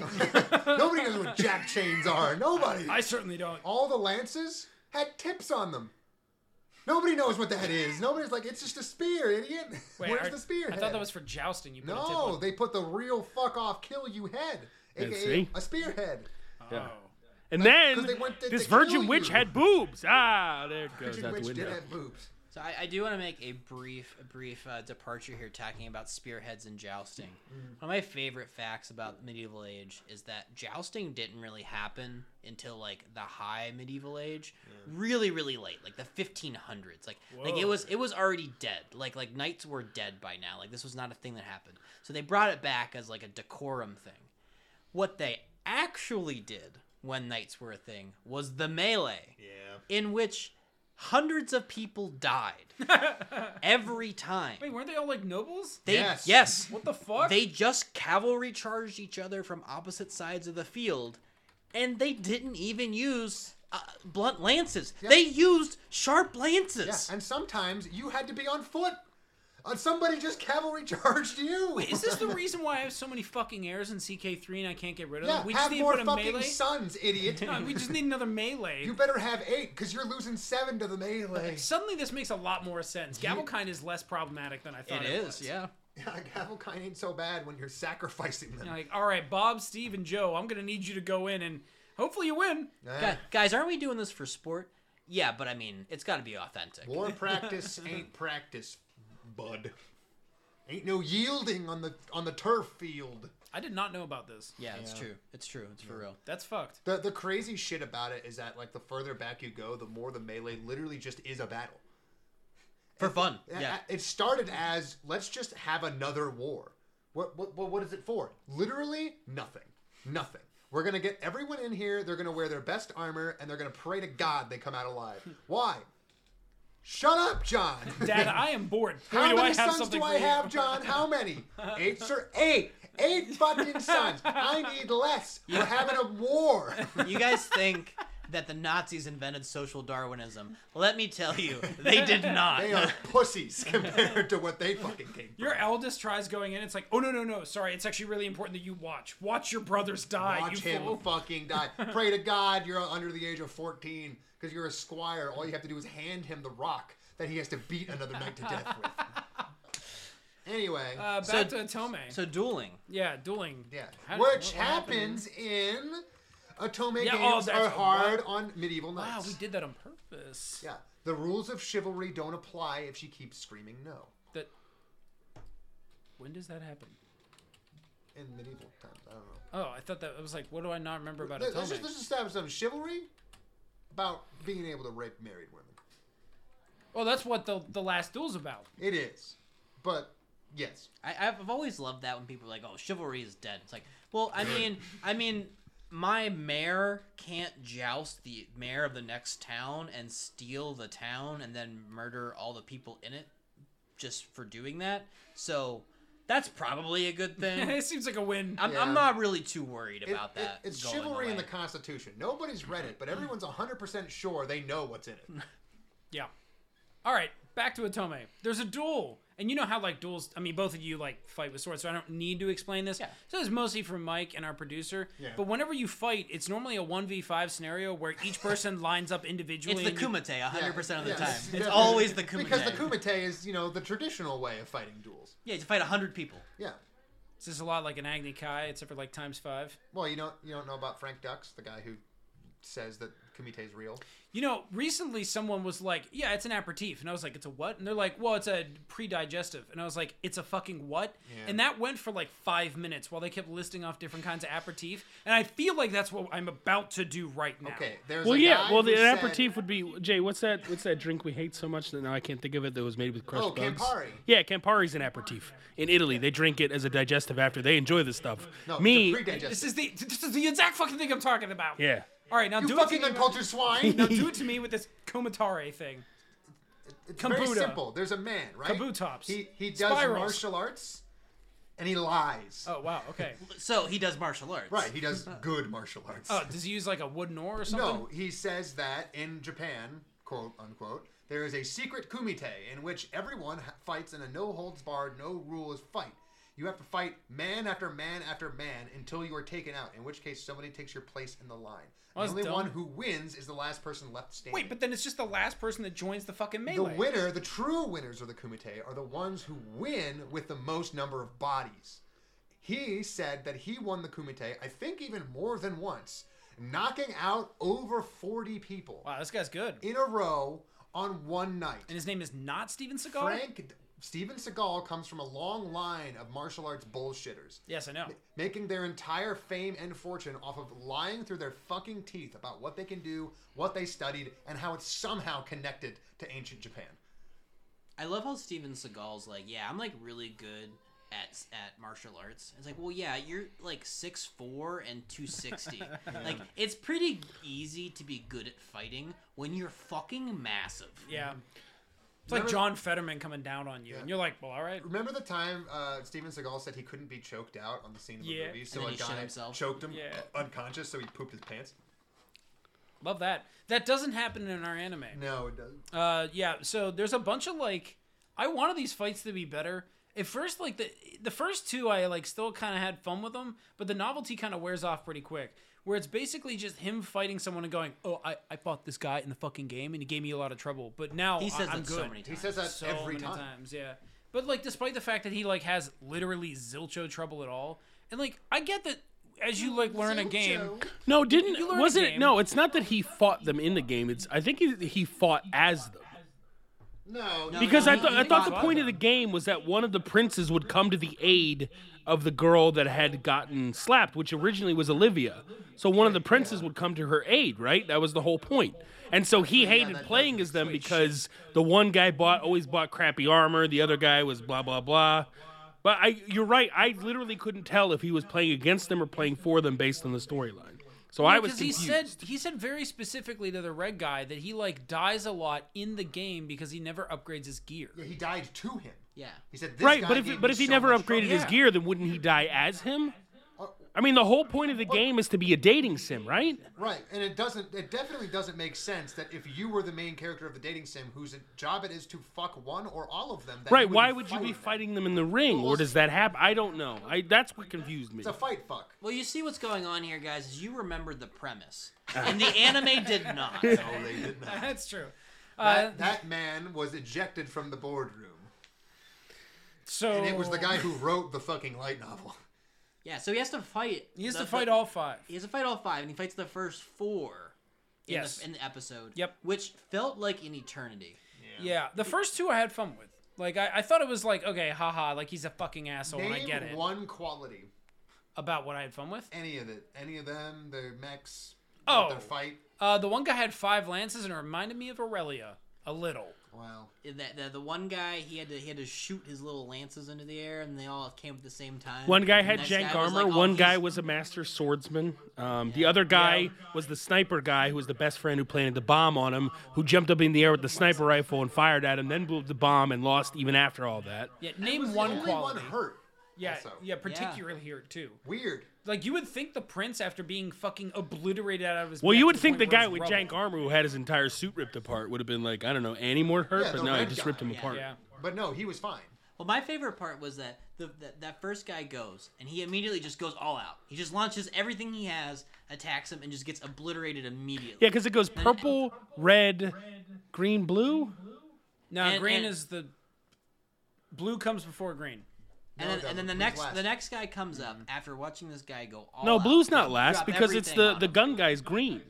Speaker 3: (laughs) Nobody knows what jack chains are. Nobody.
Speaker 6: I certainly don't.
Speaker 3: all the lances had tips on them. Nobody knows what that is. Nobody's like, it's just a spear, idiot. (laughs)
Speaker 6: Wait,
Speaker 3: Where's
Speaker 6: I-
Speaker 3: the spear?
Speaker 6: I thought that was for jousting. You put a tip
Speaker 3: No,
Speaker 6: on.
Speaker 3: they put the real fuck off kill you head,
Speaker 4: And
Speaker 3: aka
Speaker 4: see?
Speaker 3: a spearhead.
Speaker 4: And
Speaker 3: Like,
Speaker 4: then
Speaker 3: 'cause they went to-
Speaker 4: this
Speaker 3: to
Speaker 4: virgin
Speaker 3: kill
Speaker 4: witch
Speaker 3: you.
Speaker 4: had boobs. Ah, there it goes
Speaker 3: Virgin
Speaker 4: out the
Speaker 3: Witch did
Speaker 4: window.
Speaker 3: have
Speaker 6: (laughs)
Speaker 3: boobs.
Speaker 5: So I, I do want to make a brief, a brief uh, departure here, talking about spearheads and jousting. One of my favorite facts about medieval age is that jousting didn't really happen until like the high medieval age, really, really late, like the 1500s. Like, like it was, it was already dead. Like, like knights were dead by now. Like this was not a thing that happened. So they brought it back as like a decorum thing. What they actually did when knights were a thing was the melee
Speaker 3: Yeah.
Speaker 5: in which hundreds of people died every time.
Speaker 6: Wait, weren't they all like nobles?
Speaker 5: They, yes.
Speaker 3: Yes.
Speaker 6: What the fuck?
Speaker 5: They just cavalry charged each other from opposite sides of the field, and they didn't even use uh, blunt lances. They used sharp lances.
Speaker 3: Yeah. And sometimes you had to be on foot. Uh, somebody just cavalry (laughs) charged you.
Speaker 6: Is this the reason why I have so many fucking airs in CK3 and I can't get rid of
Speaker 3: yeah,
Speaker 6: them? We just
Speaker 3: have
Speaker 6: need
Speaker 3: more
Speaker 6: to put a
Speaker 3: fucking
Speaker 6: melee.
Speaker 3: sons, idiot.
Speaker 6: (laughs) No,
Speaker 3: (laughs)
Speaker 6: we just need another melee.
Speaker 3: you better have eight, because you're losing seven to the melee. (laughs)
Speaker 6: Suddenly, this makes a lot more sense. Gavelkind is less problematic than I thought.
Speaker 5: It
Speaker 6: It,
Speaker 5: is,
Speaker 6: was.
Speaker 5: yeah.
Speaker 3: Yeah, Cavalkind ain't so bad when you're sacrificing them.
Speaker 6: You're like, all right, Bob, Steve, and Joe, I'm gonna need you to go in and hopefully you win.
Speaker 3: Yeah.
Speaker 5: Guy- Guys, aren't we doing this for sport? Yeah, but I mean, it's got to be authentic.
Speaker 6: (laughs)
Speaker 3: War practice ain't practice, bud. Ain't no yielding on the on the turf field.
Speaker 6: I did not know about this.
Speaker 5: Yeah, it's true. It's true. It's for real.
Speaker 6: That's fucked.
Speaker 3: The the crazy shit about it is that like the further back you go, the more the melee literally just is a battle.
Speaker 5: For fun.
Speaker 3: A-
Speaker 5: Yeah.
Speaker 3: It started as let's just have another war. What what what, what is it for? Literally nothing. Nothing. We're gonna get everyone in here. They're gonna wear their best armor, and they're gonna pray to God they come
Speaker 6: (laughs)
Speaker 3: out alive. Why? Shut up, John.
Speaker 6: Dad, I am bored. Boy,
Speaker 3: How
Speaker 6: do I
Speaker 3: many
Speaker 6: have
Speaker 3: sons
Speaker 6: something
Speaker 3: do I
Speaker 6: for you.
Speaker 3: have, John? How
Speaker 6: (laughs)
Speaker 3: many? Eight, sir. Eight. Eight fucking sons. I need less. We're having
Speaker 6: (laughs)
Speaker 3: a war.
Speaker 5: You guys think that the Nazis invented social Darwinism? Let me tell you, they
Speaker 3: (laughs)
Speaker 5: did not.
Speaker 3: They are pussies compared to what they fucking came. from.
Speaker 6: Your eldest tries going in. It's like, oh no, no, no. Sorry, it's actually really important that you watch. Watch your brothers die.
Speaker 3: Watch
Speaker 6: you
Speaker 3: him
Speaker 6: fool. (laughs)
Speaker 3: fucking die. Pray to God you're under the age of 14 because you're a squire. All you have to do is hand him the rock that he has to beat another knight to death with.
Speaker 6: (laughs)
Speaker 3: Anyway,
Speaker 6: Uh, back
Speaker 5: So-
Speaker 6: to Atome.
Speaker 5: So dueling.
Speaker 6: yeah, dueling.
Speaker 3: yeah,
Speaker 6: How did-
Speaker 3: which
Speaker 6: what
Speaker 3: happens in Atome
Speaker 6: Yeah, oh,
Speaker 3: games
Speaker 6: that's
Speaker 3: are
Speaker 6: a-
Speaker 3: hard on medieval
Speaker 6: Wow,
Speaker 3: knights.
Speaker 6: we did that on purpose.
Speaker 3: Yeah, the rules of chivalry don't apply if she keeps screaming no
Speaker 6: That. When does that happen?
Speaker 3: in medieval times. I don't know.
Speaker 6: Oh, I thought that I was like, what do I not remember about
Speaker 3: Let- Let's
Speaker 6: Atome?
Speaker 3: just, let's just establish some chivalry about being able to rape married women.
Speaker 6: Well, that's what the the last duel's about. (laughs)
Speaker 3: It is, but yes,
Speaker 5: I, I've always loved that when people are like, "Oh, chivalry is dead." It's like, well, I mean, I mean, my mayor can't joust the mayor of the next town and steal the town and then murder all the people in it just for doing that. So that's probably a good thing.
Speaker 3: (laughs)
Speaker 6: it seems like a win.
Speaker 5: I'm,
Speaker 3: Yeah.
Speaker 5: I'm not really too worried
Speaker 3: It-
Speaker 5: about
Speaker 3: it-
Speaker 5: that.
Speaker 3: it's
Speaker 5: going
Speaker 3: chivalry in
Speaker 5: away. Mm-hmm.
Speaker 3: the Constitution. Nobody's read it, but everyone's 100% sure they know what's
Speaker 5: (laughs)
Speaker 3: in it.
Speaker 6: Yeah. All right, back to Atome. There's a duel, and you know how like duels. I mean, both of you like fight with swords, so I don't need to explain this.
Speaker 5: Yeah.
Speaker 6: So it's mostly for Mike and our producer.
Speaker 3: Yeah.
Speaker 6: But whenever you fight, it's normally a one v five scenario where each person (laughs) lines up individually.
Speaker 5: It's the
Speaker 6: and you-
Speaker 5: kumite 100% of the
Speaker 3: Yeah,
Speaker 5: time. It's
Speaker 3: definitely-
Speaker 5: always the kumite.
Speaker 3: Because the kumite is, you know, the traditional way of fighting duels.
Speaker 5: Yeah, you fight 100 people.
Speaker 3: Yeah.
Speaker 6: It's just a lot like an Agni Kai, except for like times five.
Speaker 3: Well, you don't you don't know about Frank Dux, the guy who says that kumite is real.
Speaker 6: You know, recently someone was like, "Yeah, it's an aperitif," and I was like, "It's a what?" And they're like, "Well, it's a pre-digestive," and I was like, "It's a fucking what?"
Speaker 3: Yeah.
Speaker 6: And that went for like five minutes while they kept listing off different kinds of aperitif, and I feel like that's what I'm about to do right now.
Speaker 3: Okay, there's
Speaker 4: Well,
Speaker 3: a
Speaker 4: yeah.
Speaker 3: guy
Speaker 4: Well,
Speaker 3: who
Speaker 4: the
Speaker 3: said-
Speaker 4: aperitif would be Jay. What's that? What's that drink we hate so much that now I can't think of it? That was made with crushed
Speaker 3: Oh,
Speaker 4: bugs.
Speaker 3: Campari.
Speaker 4: Yeah, Campari's an aperitif in Italy. They drink it as a digestive after. They enjoy this stuff.
Speaker 3: No, it's a
Speaker 4: Me,
Speaker 3: pre-digestive.
Speaker 6: This is the this is the exact fucking thing I'm talking about.
Speaker 4: yeah.
Speaker 6: All right, now
Speaker 3: you
Speaker 6: do it
Speaker 3: fucking
Speaker 6: to me,
Speaker 5: (laughs)
Speaker 3: uncultured swine.
Speaker 6: now do it to me with this Komatare thing.
Speaker 3: It's very
Speaker 6: Kabuto.
Speaker 3: simple. There's a man, right?
Speaker 6: Kabutops.
Speaker 3: He he does
Speaker 6: Spirals.
Speaker 3: martial arts, and he lies.
Speaker 6: Oh wow,
Speaker 3: (laughs)
Speaker 6: okay.
Speaker 5: So he does martial arts.
Speaker 3: Right, he does good martial arts.
Speaker 6: Oh, does he use like a wooden oar or something?
Speaker 3: No, he says that in Japan, quote unquote, there is a secret kumite in which everyone ha- fights in a no holds barred, no rules fight. You have to fight man after man after man until you are taken out, in which case somebody takes your place in the line.
Speaker 6: Oh, that's
Speaker 3: the only
Speaker 6: dumb.
Speaker 3: one who wins is the last person left standing.
Speaker 6: Wait, but then it's just the last person that joins the fucking melee.
Speaker 3: the winner, the true winners of the kumite, are the ones who win with the most number of bodies. He said that he won the kumite, I think even more than once, knocking out over 40 people
Speaker 6: wow, this guy's good.
Speaker 3: in a row on one night.
Speaker 6: And his name is not Steven Seagal?
Speaker 3: Frank Steven Seagal comes from a long line of martial arts bullshitters,
Speaker 6: Yes, I know.
Speaker 3: making their entire fame and fortune off of lying through their fucking teeth about what they can do, what they studied, and how it's somehow connected to ancient Japan.
Speaker 5: I love how Steven Seagal's like, yeah, I'm like really good at at martial arts. It's like, well, yeah, you're like six four and two (laughs) sixty. Like, it's pretty easy to be good at fighting when you're fucking massive.
Speaker 6: Yeah. It's like John Fetterman coming down on you, and you're like, well, all right.
Speaker 3: Remember the time uh, Steven Seagal said he couldn't be choked out on the scene of a
Speaker 6: Yeah.
Speaker 3: movie,
Speaker 5: And
Speaker 3: so
Speaker 5: then
Speaker 3: a
Speaker 5: he shit
Speaker 3: guy
Speaker 5: himself.
Speaker 3: choked him
Speaker 6: Yeah.
Speaker 3: uh, unconscious, so he pooped his pants?
Speaker 6: Love that. That doesn't happen in our anime.
Speaker 3: No, it doesn't.
Speaker 6: Uh, yeah, so there's a bunch of like I wanted these fights to be better. At first, like the the first two, I like still kind of had fun with them, but the novelty kind of wears off pretty quick. Where it's basically just him fighting someone and going, "Oh, I, I fought this guy in the fucking game and he gave me a lot of trouble, but now
Speaker 5: He says
Speaker 6: I, am
Speaker 5: that
Speaker 6: good."
Speaker 5: Uh, so many
Speaker 3: He
Speaker 5: times.
Speaker 3: says that
Speaker 6: so
Speaker 3: every
Speaker 6: many
Speaker 3: time.
Speaker 6: times, yeah. But like, despite the fact that he like has literally zilcho trouble at all, and like I get that as you like learn a game,
Speaker 3: Zilcho.
Speaker 4: No, didn't
Speaker 6: You learn a
Speaker 4: wasn't it?
Speaker 6: game.
Speaker 4: No, it's not that he fought them in the game. It's I think he, he fought as them
Speaker 3: No,
Speaker 5: No,
Speaker 4: because
Speaker 5: no,
Speaker 4: I
Speaker 5: he-
Speaker 4: thought I
Speaker 5: he
Speaker 4: thought the
Speaker 5: fought
Speaker 4: point
Speaker 6: them.
Speaker 4: of the game was that one of the princes would come to the aid of the girl that had gotten slapped, which originally was Olivia. So one of the princes would come to her aid, right? That was the whole point. And so he hated
Speaker 3: that
Speaker 4: playing as them because the one guy bought always bought crappy armor, the other guy was blah blah blah. But I, you're right. I literally couldn't tell if he was playing against them or playing for them based on the storyline. So I was
Speaker 6: because he
Speaker 4: confused.
Speaker 6: said he said very specifically to the red guy that he like dies a lot in the game because he never upgrades his gear.
Speaker 3: he died to him.
Speaker 5: Yeah.
Speaker 3: He said, this
Speaker 4: Right,
Speaker 3: guy
Speaker 4: but if
Speaker 3: gave
Speaker 4: but
Speaker 3: me
Speaker 4: if he
Speaker 3: so
Speaker 4: never
Speaker 3: much
Speaker 4: upgraded
Speaker 3: trouble." Uh,
Speaker 4: his gear, then wouldn't he die as him? I mean, the whole point of the game is to be a dating sim, right?
Speaker 3: Right, and it doesn't. It definitely doesn't make sense that if you were the main character of the dating sim, whose job it is to fuck one or all of them, that
Speaker 4: Right.
Speaker 3: would
Speaker 4: Why would you be
Speaker 3: them.
Speaker 4: fighting them in the ring, or does that happen? I don't know. I that's what confused me.
Speaker 3: It's a fight fuck.
Speaker 5: Well, you see what's going on here, guys. Is you remembered the (laughs) premise, and the anime did (laughs) not.
Speaker 3: No, they did
Speaker 6: (laughs)
Speaker 3: not.
Speaker 6: That's true. Uh,
Speaker 3: That, that man was ejected from the boardroom,
Speaker 6: so
Speaker 3: and it was the guy
Speaker 4: Oh.
Speaker 3: who wrote the fucking light novel.
Speaker 5: Yeah, so he has to fight.
Speaker 6: He has
Speaker 5: the-
Speaker 6: to fight all five.
Speaker 5: He has to fight all five, and he fights the first four. In
Speaker 6: Yes.
Speaker 5: The, in the episode.
Speaker 6: Yep.
Speaker 5: Which felt like an eternity.
Speaker 6: Yeah, the first two I had fun with. Like I, I thought it was like okay, haha, like he's a fucking
Speaker 4: Oh,
Speaker 6: asshole, and I
Speaker 3: Name
Speaker 6: get it.
Speaker 3: one quality,
Speaker 6: About what I had fun with.
Speaker 3: any of it, any of them, their mechs,
Speaker 6: Oh.
Speaker 3: their fight.
Speaker 6: Uh, the one guy had five lances and it reminded me of Aurelia a little.
Speaker 3: Well,
Speaker 5: That the, the one guy he had to he had to shoot his little lances into the air, and they all came at the same time.
Speaker 4: One guy
Speaker 5: And the
Speaker 4: had
Speaker 5: next
Speaker 4: jank
Speaker 5: guy was
Speaker 4: armor.
Speaker 5: like, oh,
Speaker 4: one guy
Speaker 5: he's-
Speaker 4: was a master swordsman. Um, the other guy was the sniper guy, who was the best friend who planted the bomb on him, who jumped up in the air with the sniper rifle and fired at him, then blew up the bomb and lost even after all that.
Speaker 6: Yeah, name
Speaker 3: the
Speaker 6: one
Speaker 3: only
Speaker 6: quality.
Speaker 3: one hurt.
Speaker 6: yeah,
Speaker 3: also.
Speaker 6: yeah, particularly here too.
Speaker 3: Weird.
Speaker 6: Like you would think the prince, after being fucking obliterated out of his.
Speaker 4: Well,
Speaker 6: back
Speaker 4: you
Speaker 6: to
Speaker 4: would
Speaker 6: the
Speaker 4: think the
Speaker 6: point
Speaker 4: guy with
Speaker 6: where it's
Speaker 4: jank
Speaker 6: rubble.
Speaker 4: armor who had his entire suit ripped apart would have been like, I don't know, any more hurt,
Speaker 3: Yeah,
Speaker 4: but
Speaker 3: the
Speaker 4: no, he
Speaker 3: red
Speaker 4: just
Speaker 3: guy.
Speaker 4: ripped him apart.
Speaker 6: Yeah,
Speaker 3: But no, he was fine.
Speaker 5: Well, my favorite part was that the, that that first guy goes, and he immediately just goes all out. He just launches everything he has, attacks him, and just gets obliterated immediately.
Speaker 4: Yeah, because it goes purple, red, green, blue.
Speaker 6: no,
Speaker 5: And-
Speaker 6: green
Speaker 5: and-
Speaker 6: is the. Blue comes before green.
Speaker 5: and then,
Speaker 3: No,
Speaker 5: and then the
Speaker 3: who's
Speaker 5: next
Speaker 3: last?
Speaker 5: the next guy comes up after watching this guy go all
Speaker 4: No,
Speaker 5: out,
Speaker 4: blue's not
Speaker 5: drop
Speaker 4: last because it's
Speaker 5: everything
Speaker 4: the
Speaker 5: on
Speaker 4: the
Speaker 5: him.
Speaker 4: gun guy's green.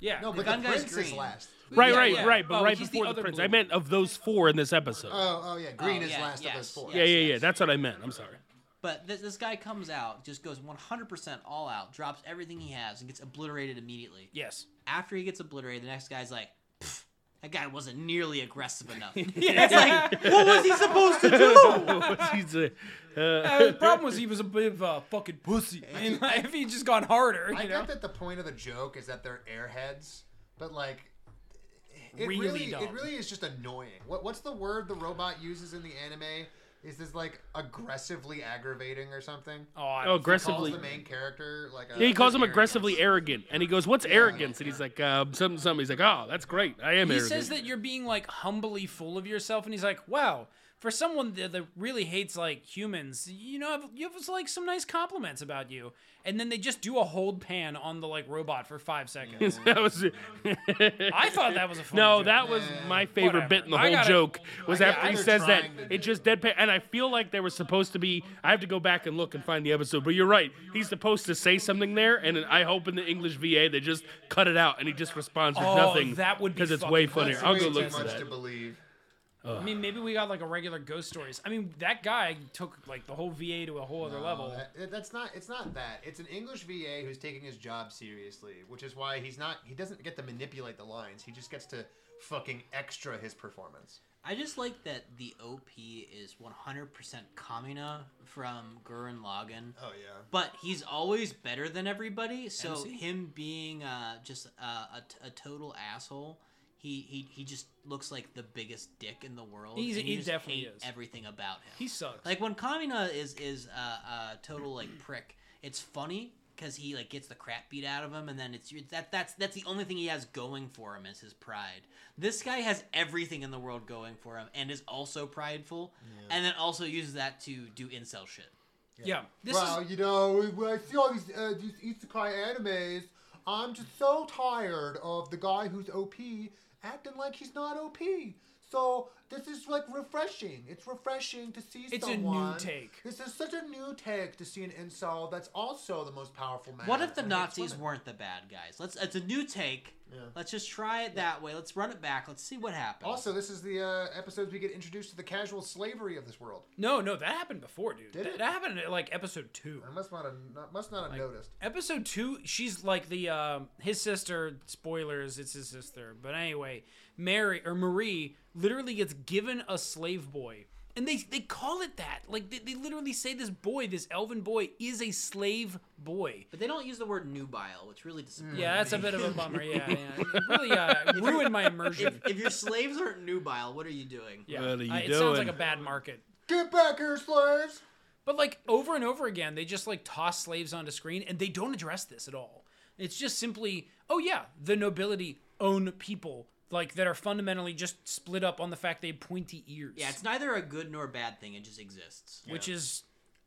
Speaker 6: Yeah. (laughs)
Speaker 3: No, but
Speaker 5: gun
Speaker 3: the
Speaker 5: guy's
Speaker 3: prince is
Speaker 5: green.
Speaker 3: last.
Speaker 4: Right,
Speaker 6: Yeah,
Speaker 4: right,
Speaker 6: yeah.
Speaker 4: right. But
Speaker 6: Oh,
Speaker 4: right
Speaker 6: he's the
Speaker 4: before the,
Speaker 6: other
Speaker 4: prince,
Speaker 6: blue.
Speaker 4: I meant of those four in this episode.
Speaker 3: Oh, oh yeah, green
Speaker 5: Oh,
Speaker 3: is
Speaker 5: yeah,
Speaker 3: last of
Speaker 5: yes,
Speaker 3: those four.
Speaker 4: yeah, yeah,
Speaker 5: yes.
Speaker 4: yeah. That's what I meant. I'm sorry.
Speaker 5: But this, this guy comes out, just goes 100% all out, drops everything he has, and gets obliterated immediately.
Speaker 4: (laughs)
Speaker 6: Yes.
Speaker 5: After he gets obliterated, the next guy's like, "Pfft, that guy wasn't nearly aggressive
Speaker 6: (laughs)
Speaker 5: enough. It's like, what was he supposed to do?
Speaker 4: He's a- uh,
Speaker 6: Uh, the problem was he was a bit of a fucking
Speaker 5: (laughs)
Speaker 6: pussy. (laughs) I mean, like, if he just gone harder,
Speaker 3: I
Speaker 6: you know.
Speaker 3: get that the point of the joke is that they're airheads, but like, it
Speaker 6: Really
Speaker 3: really,
Speaker 6: dumb.
Speaker 3: it really is just annoying. What what's the word the robot uses in the anime? Is this like aggressively aggravating or something?
Speaker 6: Oh, I
Speaker 4: Oh,
Speaker 3: Calls
Speaker 4: aggressively.
Speaker 3: the main character like a,
Speaker 4: yeah, he calls him aggressively arrogant, and he goes, "What's arrogance?" And he's like, uh, "Something, something." He's like, "Oh, that's great. I am
Speaker 6: He
Speaker 4: arrogant."
Speaker 6: says that you're being like humbly full of yourself, and he's like, "Wow, for someone that, that really hates like humans, you know, have- you have like some nice compliments about you." And then they just do a hold pan on the like robot for five seconds.
Speaker 4: (laughs) that was
Speaker 6: (laughs) I thought that was a fun
Speaker 4: no,
Speaker 6: joke.
Speaker 4: that was my favorite
Speaker 6: Whatever.
Speaker 4: bit in the
Speaker 6: I
Speaker 4: whole
Speaker 6: gotta-
Speaker 4: joke was
Speaker 3: I
Speaker 4: after he
Speaker 3: gotta-
Speaker 4: says that
Speaker 3: trying to
Speaker 4: it just deadpan, and I feel like there was supposed to be. I have to go back and look and find the episode, but you're right. He's supposed to say something there, and I hope in the English VA they just cut it out and he just responds with
Speaker 6: Oh,
Speaker 4: nothing.
Speaker 6: that would be
Speaker 4: because it's way funnier.
Speaker 6: fucking
Speaker 3: That's
Speaker 4: I'll
Speaker 3: way
Speaker 4: go
Speaker 3: too
Speaker 4: look for
Speaker 3: much
Speaker 4: that.
Speaker 3: to believe.
Speaker 6: I mean, maybe we got like a regular ghost stories. I mean, that guy took like the whole VA to a whole other level.
Speaker 3: No, Uh, that- that's not. It's not that. It's an English VA who's taking his job seriously, which is why he's not. He doesn't get to manipulate the lines. He just gets to fucking extra his performance.
Speaker 5: I just like that the OP is 100% Kamina from Gurren Lagann.
Speaker 3: Oh yeah.
Speaker 5: But he's always better than everybody. So
Speaker 6: MC?
Speaker 5: him being uh, just uh, a, t- a total asshole, he, he he just looks like the biggest dick in the world.
Speaker 6: He's-
Speaker 5: and you
Speaker 6: he
Speaker 5: just
Speaker 6: definitely
Speaker 5: hate
Speaker 6: is.
Speaker 5: Everything about him.
Speaker 6: he sucks.
Speaker 5: like when Kamina is is a uh, uh, total like prick. It's funny because he like gets the crap beat out of him, and then it's that that's that's the only thing he has going for him is his pride. This guy has everything in the world going for him, and is also prideful, and then also uses that to do incel shit.
Speaker 6: Yeah. This
Speaker 3: well,
Speaker 6: is
Speaker 3: you know, when I see all these uh, these isekai animes, I'm just so tired of the guy who's OP acting like he's not OP. So this is like refreshing. It's refreshing to see
Speaker 6: It's a new
Speaker 3: someone.
Speaker 6: take.
Speaker 3: This is such a new take to see an incel that's also the most powerful man.
Speaker 5: What if the
Speaker 3: who hates
Speaker 5: Nazis
Speaker 3: women.
Speaker 5: weren't the bad guys? Let's. It's a new take.
Speaker 3: Yeah.
Speaker 5: Let's just try it that way. Let's run it back. Let's see what happens.
Speaker 3: Also, this is the uh, episodes we get introduced to the casual slavery of this world.
Speaker 6: no, no. That happened before, dude.
Speaker 3: Did
Speaker 6: that,
Speaker 3: it?
Speaker 6: that happened at like episode two.
Speaker 3: I must not have, not, must not have noticed.
Speaker 6: Episode two, she's like the um, his sister. Spoilers, it's his sister. But anyway, Mary or Marie literally gets given a slave boy, and they they call it that. Like they, they literally say this boy, this elven boy, is a slave boy.
Speaker 5: but they don't use the word nubile, which really disappoints.
Speaker 6: Yeah, that's a
Speaker 5: me. (laughs)
Speaker 6: bit of a bummer. Yeah, yeah. It really uh,
Speaker 4: (laughs)
Speaker 6: ruined my immersion.
Speaker 5: if, if your slaves aren't nubile, what are you doing?
Speaker 6: Yeah,
Speaker 4: What are you
Speaker 6: Uh, it sounds
Speaker 4: doing?
Speaker 6: like a bad market.
Speaker 3: Get back here, slaves!
Speaker 6: But like over and over again, they just like toss slaves onto screen and they don't address this at all. It's just simply, oh yeah, the nobility own people like that are fundamentally just split up on the fact they have pointy ears.
Speaker 5: Yeah, it's neither a good nor a bad thing. It just exists.
Speaker 6: which is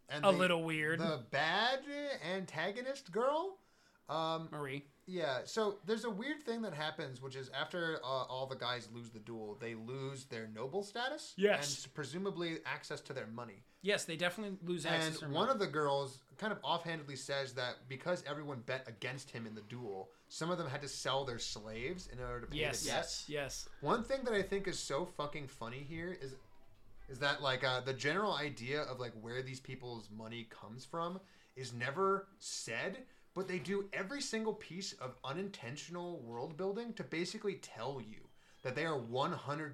Speaker 3: And
Speaker 6: a
Speaker 3: the-
Speaker 6: little weird.
Speaker 3: The bad antagonist girl.
Speaker 6: Marie,
Speaker 3: Yeah, so there's a weird thing that happens, which is after uh, all the guys lose the duel, they lose their noble status.
Speaker 6: Yes.
Speaker 3: And presumably access to their money.
Speaker 6: yes, they definitely lose access.
Speaker 3: and one of the girls kind of offhandedly says that because everyone bet against him in the duel, some of them had to sell their slaves in order to pay
Speaker 6: yes,
Speaker 3: the debt.
Speaker 6: yes, yes, (laughs)
Speaker 3: One thing that I think is so fucking funny here is is that like uh, the general idea of like where these people's money comes from is never said, but they do every single piece of unintentional world building to basically tell you that they are 100%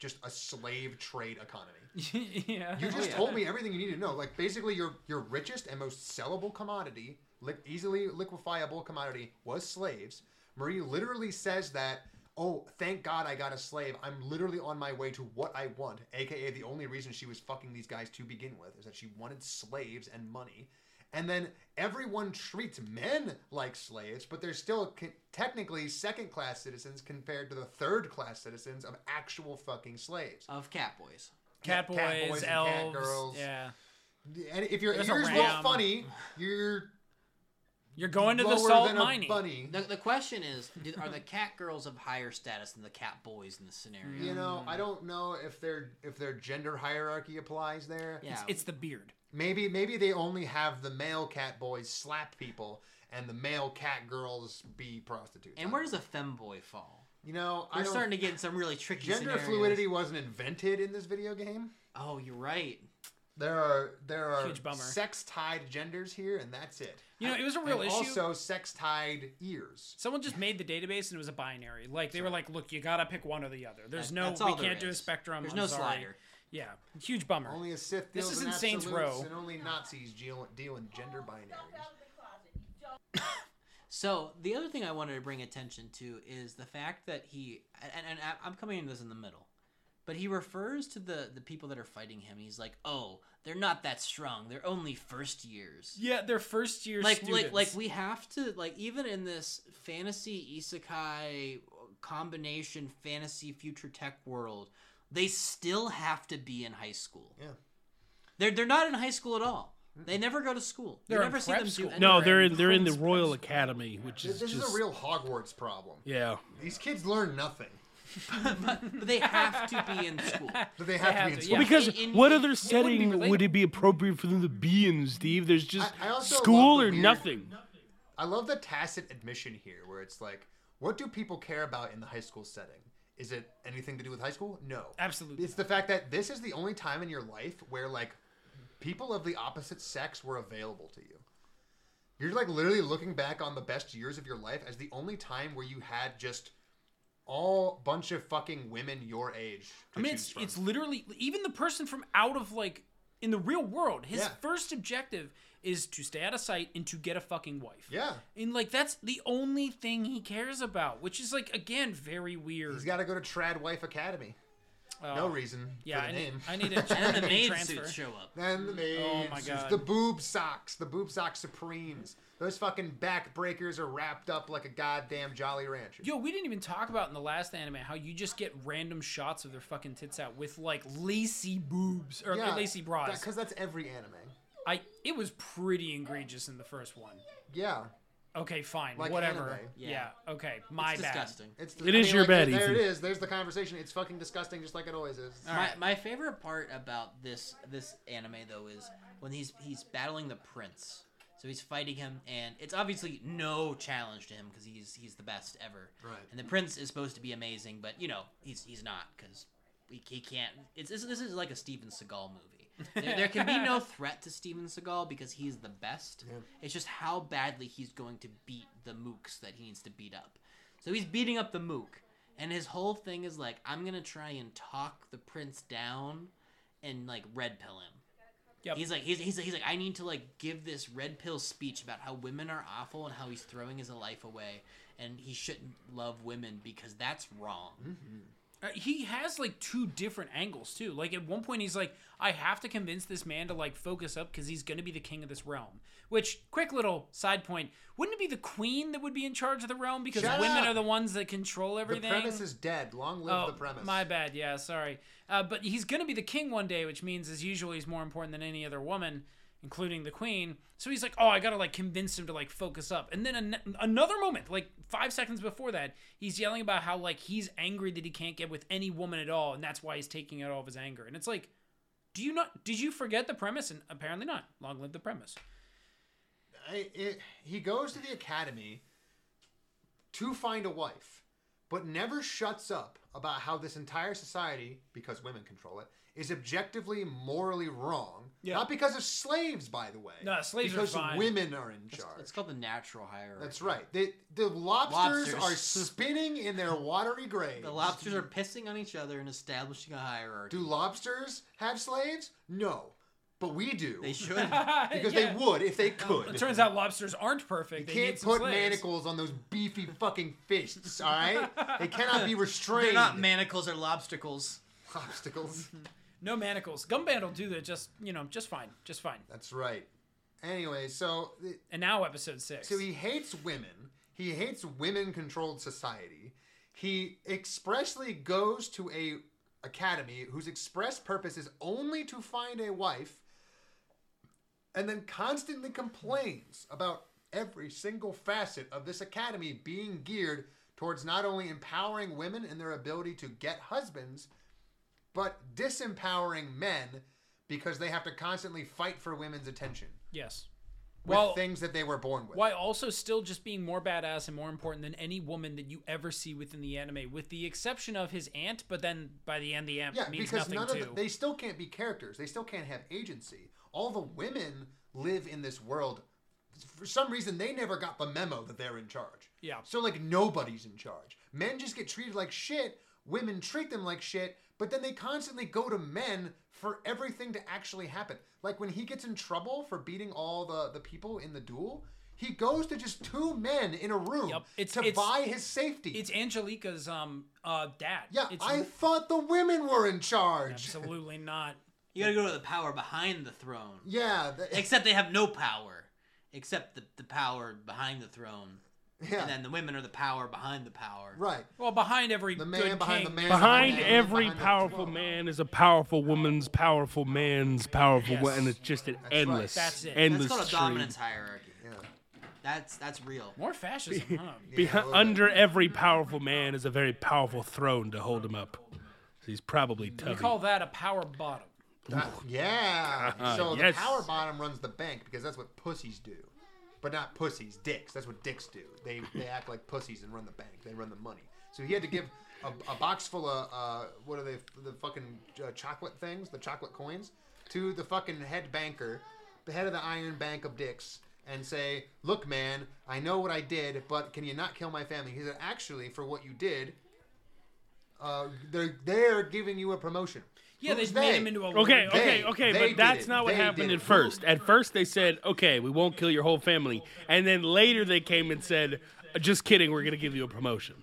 Speaker 3: just a slave trade economy.
Speaker 6: yeah.
Speaker 3: You just told me everything you need to know. Like basically your your richest and most sellable commodity, li- easily liquefiable commodity was slaves. Marie literally says that, "Oh, thank God I got a slave. I'm literally on my way to what I want." AKA the only reason she was fucking these guys to begin with is that she wanted slaves and money. And then everyone treats men like slaves, but they're still c- technically second class citizens compared to the third class citizens of actual fucking slaves.
Speaker 5: Of catboys.
Speaker 6: cat boys,
Speaker 3: cat boys and cat
Speaker 6: elves,
Speaker 3: girls.
Speaker 6: yeah.
Speaker 3: And if your
Speaker 6: There's a
Speaker 3: ears
Speaker 6: ram.
Speaker 3: look funny, you're
Speaker 6: You're going to the
Speaker 3: lower
Speaker 6: salt
Speaker 3: than
Speaker 6: mining.
Speaker 3: a bunny.
Speaker 5: The, the question is, did, are
Speaker 6: (laughs)
Speaker 5: the cat girls of higher status than the cat boys in this scenario?
Speaker 3: You know, I don't know if their if their gender hierarchy applies there.
Speaker 5: Yeah.
Speaker 6: It's the beard.
Speaker 3: Maybe maybe they only have the male cat boys slap people and the male cat girls be prostitutes.
Speaker 5: and where does a femboy fall?
Speaker 3: you know, I
Speaker 5: We're
Speaker 3: don't,
Speaker 5: starting to get in some really tricky
Speaker 3: gender
Speaker 5: scenarios.
Speaker 3: fluidity wasn't invented in this video game.
Speaker 5: Oh, you're right.
Speaker 3: There are there are
Speaker 6: Huge bummer.
Speaker 3: sex tied genders here, and that's it.
Speaker 6: You know, it was a real
Speaker 3: and
Speaker 6: issue.
Speaker 3: Also, sex tied ears.
Speaker 6: Someone just made the database and it was a binary. Like they were like, look, you gotta pick one or the other. There's
Speaker 5: That-
Speaker 6: no,
Speaker 5: that's
Speaker 6: we
Speaker 5: all there
Speaker 6: can't do a
Speaker 5: is.
Speaker 6: spectrum.
Speaker 5: There's
Speaker 6: I'm
Speaker 5: no
Speaker 6: sorry.
Speaker 5: slider.
Speaker 6: Yeah, huge bummer.
Speaker 3: Only a Sith
Speaker 6: This
Speaker 3: deals
Speaker 6: is
Speaker 3: in
Speaker 6: in Saints
Speaker 3: absolutes,
Speaker 6: Row.
Speaker 3: and only Nazis deal, deal in gender binaries.
Speaker 5: So the other thing I wanted to bring attention to is the fact that he and, and I- I'm coming into this in the middle, but he refers to the the people that are fighting him. He's like, "Oh, they're not that strong. They're only first years."
Speaker 6: yeah, their first year
Speaker 5: like like
Speaker 6: students.
Speaker 5: like we have to like even in this fantasy isekai combination fantasy future tech world they still have to be in high school
Speaker 3: Yeah.
Speaker 5: they're they're not in high school at all they never go to school
Speaker 6: They're
Speaker 5: you
Speaker 6: in
Speaker 5: never see
Speaker 6: prep
Speaker 5: them do
Speaker 6: school.
Speaker 5: anything.
Speaker 4: No, they're in they're in the Royal Academy, which
Speaker 3: This
Speaker 4: is
Speaker 3: this is
Speaker 4: just
Speaker 3: a real Hogwarts problem.
Speaker 4: yeah.
Speaker 3: These kids learn nothing.
Speaker 5: but they have to be in school
Speaker 3: But they have to be in
Speaker 6: to,
Speaker 3: school.
Speaker 6: yeah.
Speaker 4: Because
Speaker 5: In- in-
Speaker 4: what
Speaker 5: it-
Speaker 4: other setting
Speaker 6: relatable.
Speaker 4: would it be appropriate for them to be in, Steve? There's just
Speaker 3: I- I also love
Speaker 4: school
Speaker 3: the
Speaker 4: or
Speaker 3: weird-
Speaker 4: nothing.
Speaker 3: I love the tacit admission here where it's like, what do people care about in the high school setting? Is it anything to do with high school? No.
Speaker 6: Absolutely.
Speaker 3: It's the fact that this is the only time in your life where like people of the opposite sex were available to you. You're like literally looking back on the best years of your life as the only time where you had just all bunch of fucking women your age. To
Speaker 6: I mean,
Speaker 3: choose
Speaker 6: it's
Speaker 3: from.
Speaker 6: it's literally even the person from out of like in the real world. His
Speaker 3: Yeah.
Speaker 6: first objective is to stay out of sight and to get a fucking wife.
Speaker 3: yeah.
Speaker 6: And like that's the only thing he cares about, which is like again very weird.
Speaker 3: He's got to go to Trad Wife Academy. no reason
Speaker 6: Oh, Yeah,
Speaker 3: for
Speaker 6: I
Speaker 3: the
Speaker 6: need,
Speaker 3: name.
Speaker 6: I need a
Speaker 3: (laughs)
Speaker 5: And then the
Speaker 6: maid
Speaker 5: maid
Speaker 6: transfer.
Speaker 5: suits show up.
Speaker 3: And the maid
Speaker 6: Oh my
Speaker 3: suits,
Speaker 6: God.
Speaker 3: the boob socks, the boob sock supremes. Those fucking backbreakers are wrapped up like a goddamn Jolly Rancher.
Speaker 6: Yo, we didn't even talk about in the last anime how you just get random shots of their fucking tits out with like lacy boobs or lacy bras.
Speaker 3: Because that's every anime.
Speaker 6: I it was pretty egregious in the first one.
Speaker 3: Yeah.
Speaker 6: Okay, fine,
Speaker 3: Like
Speaker 6: whatever.
Speaker 3: anime.
Speaker 6: Yeah.
Speaker 5: Yeah.
Speaker 6: Okay, my
Speaker 5: It's
Speaker 6: bad.
Speaker 5: disgusting.
Speaker 3: It's
Speaker 4: It is your
Speaker 3: bed.
Speaker 4: bad,
Speaker 3: There it
Speaker 4: Ethan.
Speaker 3: is. There's the conversation. It's fucking disgusting, just like it always is.
Speaker 5: my, my favorite part about this this anime though is when he's he's battling the prince. So he's fighting him, and it's obviously no challenge to him because he's he's the best ever.
Speaker 3: Right.
Speaker 5: And the prince is supposed to be amazing, but you know he's he's not because he, he can't. It's this, this is like a Steven Seagal movie. There, there can be no threat to Steven Seagal because he's the best. It's just how badly he's going to beat the mooks that he needs to beat up. So he's beating up the mook, and his whole thing is like, I'm gonna try and talk the prince down, and like red pill him.
Speaker 6: Yep.
Speaker 5: He's like, he's, he's, he's like, I need to like give this red pill speech about how women are awful and how he's throwing his life away, and he shouldn't love women because that's wrong.
Speaker 3: Mm-hmm.
Speaker 6: Uh, he has like two different angles too. Like at one point he's like, I have to convince this man to like focus up because he's gonna be the king of this realm. Which quick little side point, wouldn't it be the queen that would be in charge of the realm because
Speaker 3: Shut
Speaker 6: women
Speaker 3: up!
Speaker 6: are the ones that control
Speaker 3: The
Speaker 6: everything?
Speaker 3: premise is dead. Long live the premise.
Speaker 6: Oh, My bad. Yeah, sorry. Uh, but he's going to be the king one day, which means, as usual, he's more important than any other woman, including the queen. So he's like, oh, I got to like convince him to like focus up. And then an- another moment, like five seconds before that, he's yelling about how like he's angry that he can't get with any woman at all. And that's why he's taking out all of his anger. And it's like, do you not? Did you forget the premise? And apparently not. Long live the premise.
Speaker 3: I, it, he goes to the academy to find a wife, but never shuts up about how this entire society, because women control it, is objectively morally wrong. Not because of slaves, by the way.
Speaker 6: No, slaves are
Speaker 3: because
Speaker 6: fine.
Speaker 3: women are in charge.
Speaker 5: It's called the natural hierarchy.
Speaker 3: That's right. They, the lobsters,
Speaker 5: Lobsters.
Speaker 3: are spinning in their watery graves.
Speaker 5: The lobsters are pissing on each other and establishing a hierarchy.
Speaker 3: do lobsters have slaves? No, but we do
Speaker 6: (laughs)
Speaker 5: They
Speaker 3: (laughs)
Speaker 5: should.
Speaker 3: because
Speaker 6: Yeah.
Speaker 3: they would if they could.
Speaker 6: It turns out lobsters aren't perfect.
Speaker 3: They
Speaker 6: they
Speaker 3: can't
Speaker 6: need some
Speaker 3: put
Speaker 6: slaves.
Speaker 3: manacles on those beefy fucking fists, all right? They cannot be restrained.
Speaker 5: They're not manacles or lobsticles.
Speaker 3: obstacles.
Speaker 6: No manacles. Gumband will do that. Just you know, just fine. Just fine.
Speaker 3: That's right. Anyway, so th-
Speaker 6: And now episode six.
Speaker 3: so he hates women. He hates women-controlled society. He expressly goes to a academy whose express purpose is only to find a wife, and then constantly complains about every single facet of this academy being geared towards not only empowering women in their ability to get husbands, but disempowering men because they have to constantly fight for women's attention
Speaker 6: yes.
Speaker 3: with
Speaker 6: Well,
Speaker 3: things that they were born with.
Speaker 6: why also still just being more badass and more important than any woman that you ever see within the anime, with the exception of his aunt. But then by the end, the aunt
Speaker 3: Yeah,
Speaker 6: means
Speaker 3: because
Speaker 6: nothing
Speaker 3: none
Speaker 6: too.
Speaker 3: of the, they still can't be characters. They still can't have agency. All the women live in this world. For some reason, they never got the memo that they're in charge.
Speaker 6: Yeah.
Speaker 3: So like nobody's in charge. Men just get treated like shit. Women treat them like shit. But then they constantly go to men for everything to actually happen. Like when he gets in trouble for beating all the the people in the duel. He goes to just two men in a room
Speaker 6: Yep. It's-
Speaker 3: to
Speaker 6: it's-
Speaker 3: buy his safety.
Speaker 6: it's Angelica's um uh dad.
Speaker 3: yeah,
Speaker 6: it's
Speaker 3: I thought the women were in charge.
Speaker 6: absolutely not.
Speaker 5: You gotta go to the power behind the throne.
Speaker 3: Yeah, the-
Speaker 5: Except they have no power. Except the, the power behind the throne.
Speaker 3: (laughs) Yeah.
Speaker 5: And then the women are the power behind the power.
Speaker 3: right.
Speaker 6: Well, behind every
Speaker 3: (laughs) The
Speaker 6: good
Speaker 3: man behind
Speaker 6: king,
Speaker 3: the man.
Speaker 4: Behind
Speaker 3: the man,
Speaker 4: every
Speaker 3: behind the
Speaker 4: powerful
Speaker 3: throne.
Speaker 4: man is a powerful woman's powerful man's powerful wo- and it's just an endless,
Speaker 6: That's it.
Speaker 5: That's
Speaker 4: endless
Speaker 5: called a
Speaker 4: stream.
Speaker 5: dominance hierarchy. That's that's real.
Speaker 6: more
Speaker 3: (laughs)
Speaker 6: fascism, huh?
Speaker 4: Behi- under every powerful man is a very powerful throne to hold him up. So he's probably
Speaker 6: We
Speaker 4: tough.
Speaker 6: call that a power
Speaker 3: (laughs)
Speaker 6: bottom.
Speaker 3: That- yeah.
Speaker 6: (laughs)
Speaker 3: so
Speaker 4: yes.
Speaker 3: the power bottom runs the bank because that's what pussies do. But not pussies, dicks. That's what dicks do. They they act like pussies and run the bank. They run the money. So he had to give a, a box full of uh, what are they? The fucking uh, chocolate things, the chocolate coins, to the fucking head banker, the head of the Iron Bank of dicks, and say, "Look, man, I know what I did, but can you not kill my family?" He said, "Actually, for what you did." Uh, they're they're giving you a promotion.
Speaker 6: Yeah,
Speaker 3: Who's
Speaker 6: they made
Speaker 3: they?
Speaker 6: him into a
Speaker 4: Okay,
Speaker 6: lord.
Speaker 4: okay,
Speaker 3: They-
Speaker 4: okay,
Speaker 3: they
Speaker 4: but
Speaker 3: did
Speaker 4: that's
Speaker 3: it.
Speaker 4: not what
Speaker 3: They
Speaker 4: happened
Speaker 3: did
Speaker 4: at
Speaker 3: it.
Speaker 4: first. At first, they said, okay, we won't kill your whole family. And then later, they came and said, just kidding, we're going to give you a promotion.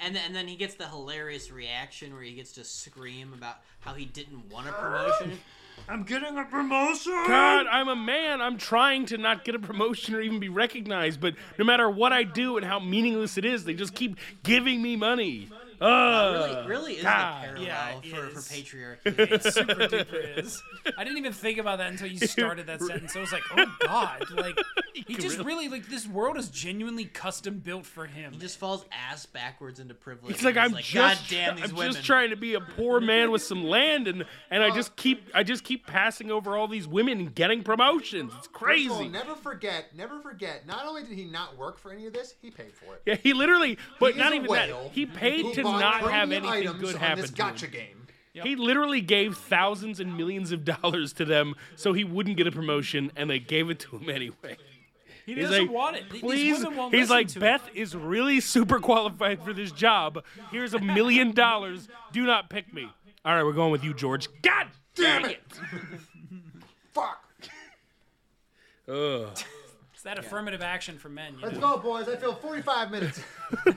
Speaker 5: And then, and then he gets the hilarious reaction where he gets to scream about how he didn't want a promotion.
Speaker 4: (laughs)
Speaker 7: I'm getting a promotion.
Speaker 4: God, I'm a man. I'm trying to not get a promotion or even be recognized, but no matter what I do and how meaningless it is, they just keep giving me money.
Speaker 5: Really,
Speaker 4: Ugh.
Speaker 5: really is
Speaker 4: God,
Speaker 5: a parallel
Speaker 6: yeah, it
Speaker 5: for, for
Speaker 6: is.
Speaker 4: (laughs)
Speaker 5: patriarchy.
Speaker 6: It's super duper is. I didn't even think about that until
Speaker 3: (laughs)
Speaker 6: you started that sentence. I was like, oh god, like he just really like this world is genuinely custom built for him.
Speaker 5: he just falls ass backwards into privilege.
Speaker 4: It's like
Speaker 5: and
Speaker 4: I'm
Speaker 5: he's like,
Speaker 4: just,
Speaker 5: God damn these
Speaker 4: I'm
Speaker 5: women.
Speaker 4: just trying to be a poor man with some land, and and I just keep, I just keep passing over all these women and getting promotions. It's
Speaker 3: First of all,
Speaker 4: crazy.
Speaker 3: never forget, never forget. Not only did he not work for any of this, he paid for it.
Speaker 4: Yeah, he literally, but
Speaker 3: He is
Speaker 4: not
Speaker 3: a
Speaker 4: even
Speaker 3: whale
Speaker 4: that. He
Speaker 3: who
Speaker 4: paid to
Speaker 3: bought
Speaker 4: not have
Speaker 3: premium
Speaker 4: anything
Speaker 3: items
Speaker 4: good
Speaker 3: on
Speaker 4: happen.
Speaker 3: This
Speaker 4: to him.
Speaker 3: gotcha game.
Speaker 4: He literally gave thousands and millions of dollars to them so he wouldn't get a promotion, and they gave it to him anyway.
Speaker 6: he
Speaker 4: He's
Speaker 6: doesn't
Speaker 4: like,
Speaker 6: want it. Th- These
Speaker 4: Please,
Speaker 6: women won't
Speaker 4: he's
Speaker 6: listen
Speaker 4: like,
Speaker 6: to
Speaker 4: Beth is really super qualified for this job. Here's a million dollars. Do not pick me. All right, we're going with you, George. God
Speaker 3: Damn it! Fuck.
Speaker 4: Ugh.
Speaker 6: It. It's that affirmative action for men. You
Speaker 3: Let's
Speaker 6: know?
Speaker 3: go, boys. I feel
Speaker 4: (laughs)
Speaker 3: 45 minutes.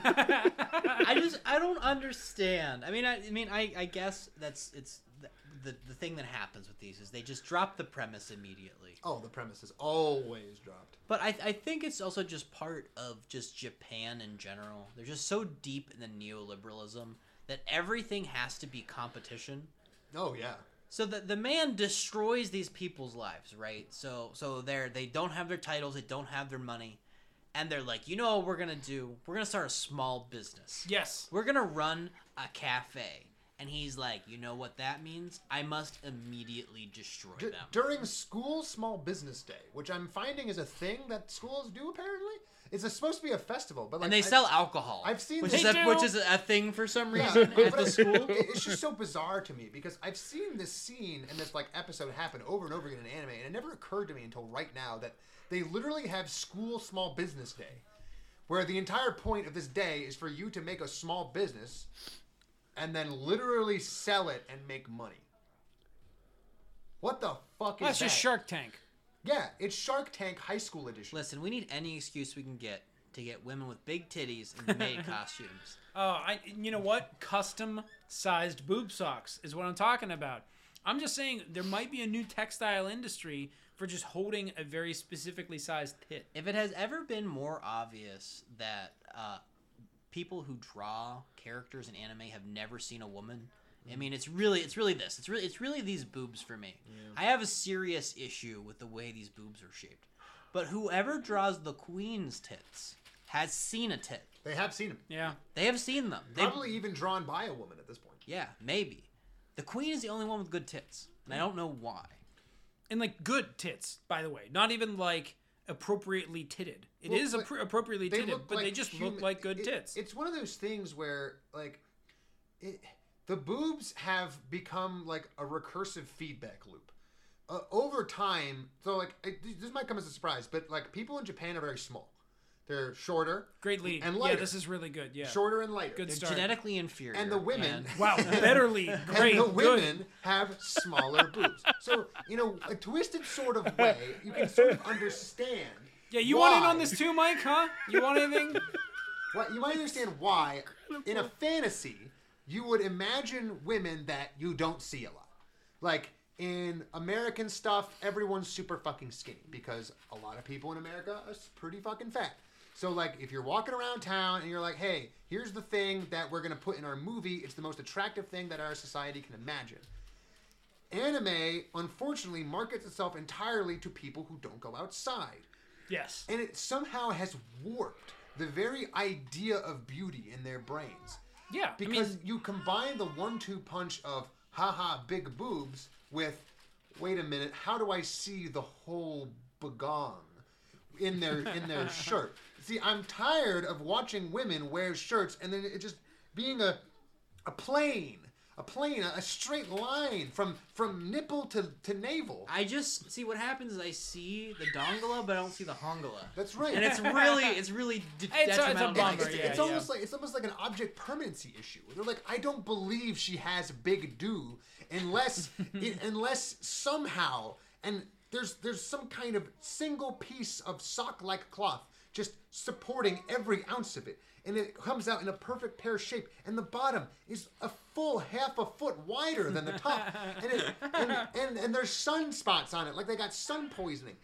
Speaker 5: I just I don't understand. I mean I, I mean I, I guess that's it's the, the the thing that happens with these is they just drop the premise immediately.
Speaker 3: Oh, the premise is always dropped.
Speaker 5: But I I think it's also just part of just Japan in general. They're just so deep in the neoliberalism that everything has to be competition.
Speaker 3: Oh yeah.
Speaker 5: So the, the man destroys these people's lives, right? So so they're they don't have their titles, they don't have their money, and they're like, you know what we're gonna do? We're gonna start a small business.
Speaker 6: Yes.
Speaker 5: We're gonna run a cafe. And he's like, you know what that means? I must immediately destroy
Speaker 3: D-
Speaker 5: them.
Speaker 3: during school small business day, which I'm finding is a thing that schools do apparently. It's a- supposed to be a festival, but like
Speaker 5: and they
Speaker 3: I-
Speaker 5: sell alcohol.
Speaker 3: I've seen
Speaker 5: which
Speaker 3: this-
Speaker 5: is a,
Speaker 6: They do.
Speaker 5: which is a thing for some
Speaker 3: Yeah,
Speaker 5: reason (laughs) at
Speaker 3: (laughs) but I-
Speaker 5: the school.
Speaker 3: it- It's just so bizarre to me because I've seen this scene and this like episode happen over and over again in anime, and it never occurred to me until right now that they literally have school small business day, where the entire point of this day is for you to make a small business, and then literally sell it and make money. What the fuck is
Speaker 6: That's
Speaker 3: that?
Speaker 6: just Shark Tank.
Speaker 3: Yeah, it's Shark Tank High School edition.
Speaker 5: Listen, we need any excuse we can get to get women with big titties and maid costumes.
Speaker 6: Oh, I you know what? Custom sized boob socks is what I'm talking about. I'm just saying there might be a new textile industry for just holding a very specifically sized tit.
Speaker 5: If it has ever been more obvious that uh, people who draw characters in anime have never seen a woman, I mean, it's really, it's really this. It's really, it's really these boobs for me. I have a serious issue with the way these boobs are shaped. But whoever draws the queen's tits has seen a tit.
Speaker 3: They have seen him.
Speaker 6: Yeah.
Speaker 5: They have seen them. They,
Speaker 3: Probably even drawn by a woman at this point.
Speaker 5: yeah, maybe. The queen is the only one with good tits, and I don't know why.
Speaker 6: And like good tits, by the way. Not even like appropriately titted. It
Speaker 3: Well,
Speaker 6: is
Speaker 3: but
Speaker 6: appro- appropriately titted, but they just
Speaker 3: human-
Speaker 6: look like good
Speaker 3: it-
Speaker 6: tits.
Speaker 3: It's one of those things where like it, the boobs have become like a recursive feedback loop. Uh, over time, so like it, this might come as a surprise, but like people in Japan are very small. They're shorter,
Speaker 6: Great lead.
Speaker 3: and
Speaker 6: yeah,
Speaker 3: lighter.
Speaker 6: this is really good. Yeah.
Speaker 3: shorter and lighter.
Speaker 6: Good
Speaker 5: They're
Speaker 6: start.
Speaker 5: genetically inferior.
Speaker 3: and the
Speaker 6: (laughs)
Speaker 3: women
Speaker 5: and-
Speaker 6: Wow, better lead. Great.
Speaker 3: (laughs) and the
Speaker 6: good.
Speaker 3: women have smaller (laughs) boobs. So, you know, a twisted sort
Speaker 6: (laughs)
Speaker 3: of way, you can sort of understand.
Speaker 6: Yeah, you
Speaker 3: why,
Speaker 6: want in on this too, Mike? Huh? You want (laughs) anything?
Speaker 3: Well, you might understand why, in a fantasy, you would imagine women that you don't see a lot. Like in American stuff, everyone's super fucking skinny because a lot of people in America are s- pretty fucking fat. So, like, if you're walking around town and you're like, hey, here's the thing that we're gonna put in our movie, it's the most attractive thing that our society can imagine. Anime, unfortunately, markets itself entirely to people who don't go outside
Speaker 6: Yes.
Speaker 3: and it somehow has warped the very idea of beauty in their brains
Speaker 6: Yeah. I (laughs)
Speaker 3: because
Speaker 6: mean,
Speaker 3: you combine the one-two punch of haha big boobs with wait a minute how do i see the whole begong in their in
Speaker 5: (laughs)
Speaker 3: their shirt see i'm tired of watching women wear shirts and then it just being a a plane a plane a, a straight line from from nipple to to navel
Speaker 5: I just see what happens is I see the dongala, but I don't see the hongala.
Speaker 3: that's right
Speaker 5: And it's
Speaker 3: (laughs)
Speaker 5: really, it's really de-
Speaker 6: It's a- it's a
Speaker 5: detrimental. to my
Speaker 6: bummer,
Speaker 5: experience.
Speaker 6: yeah,
Speaker 3: it's
Speaker 6: yeah.
Speaker 3: almost like it's almost like an object permanency issue. They're like, I don't believe she has big do
Speaker 6: (laughs)
Speaker 3: unless it, unless somehow and there's there's some kind of single piece of sock like cloth just supporting every ounce of it. And it comes out in a perfect pear shape, and the bottom is a full half a foot wider than the top. and, it, and, and and there's sunspots on it, like they got sun poisoning.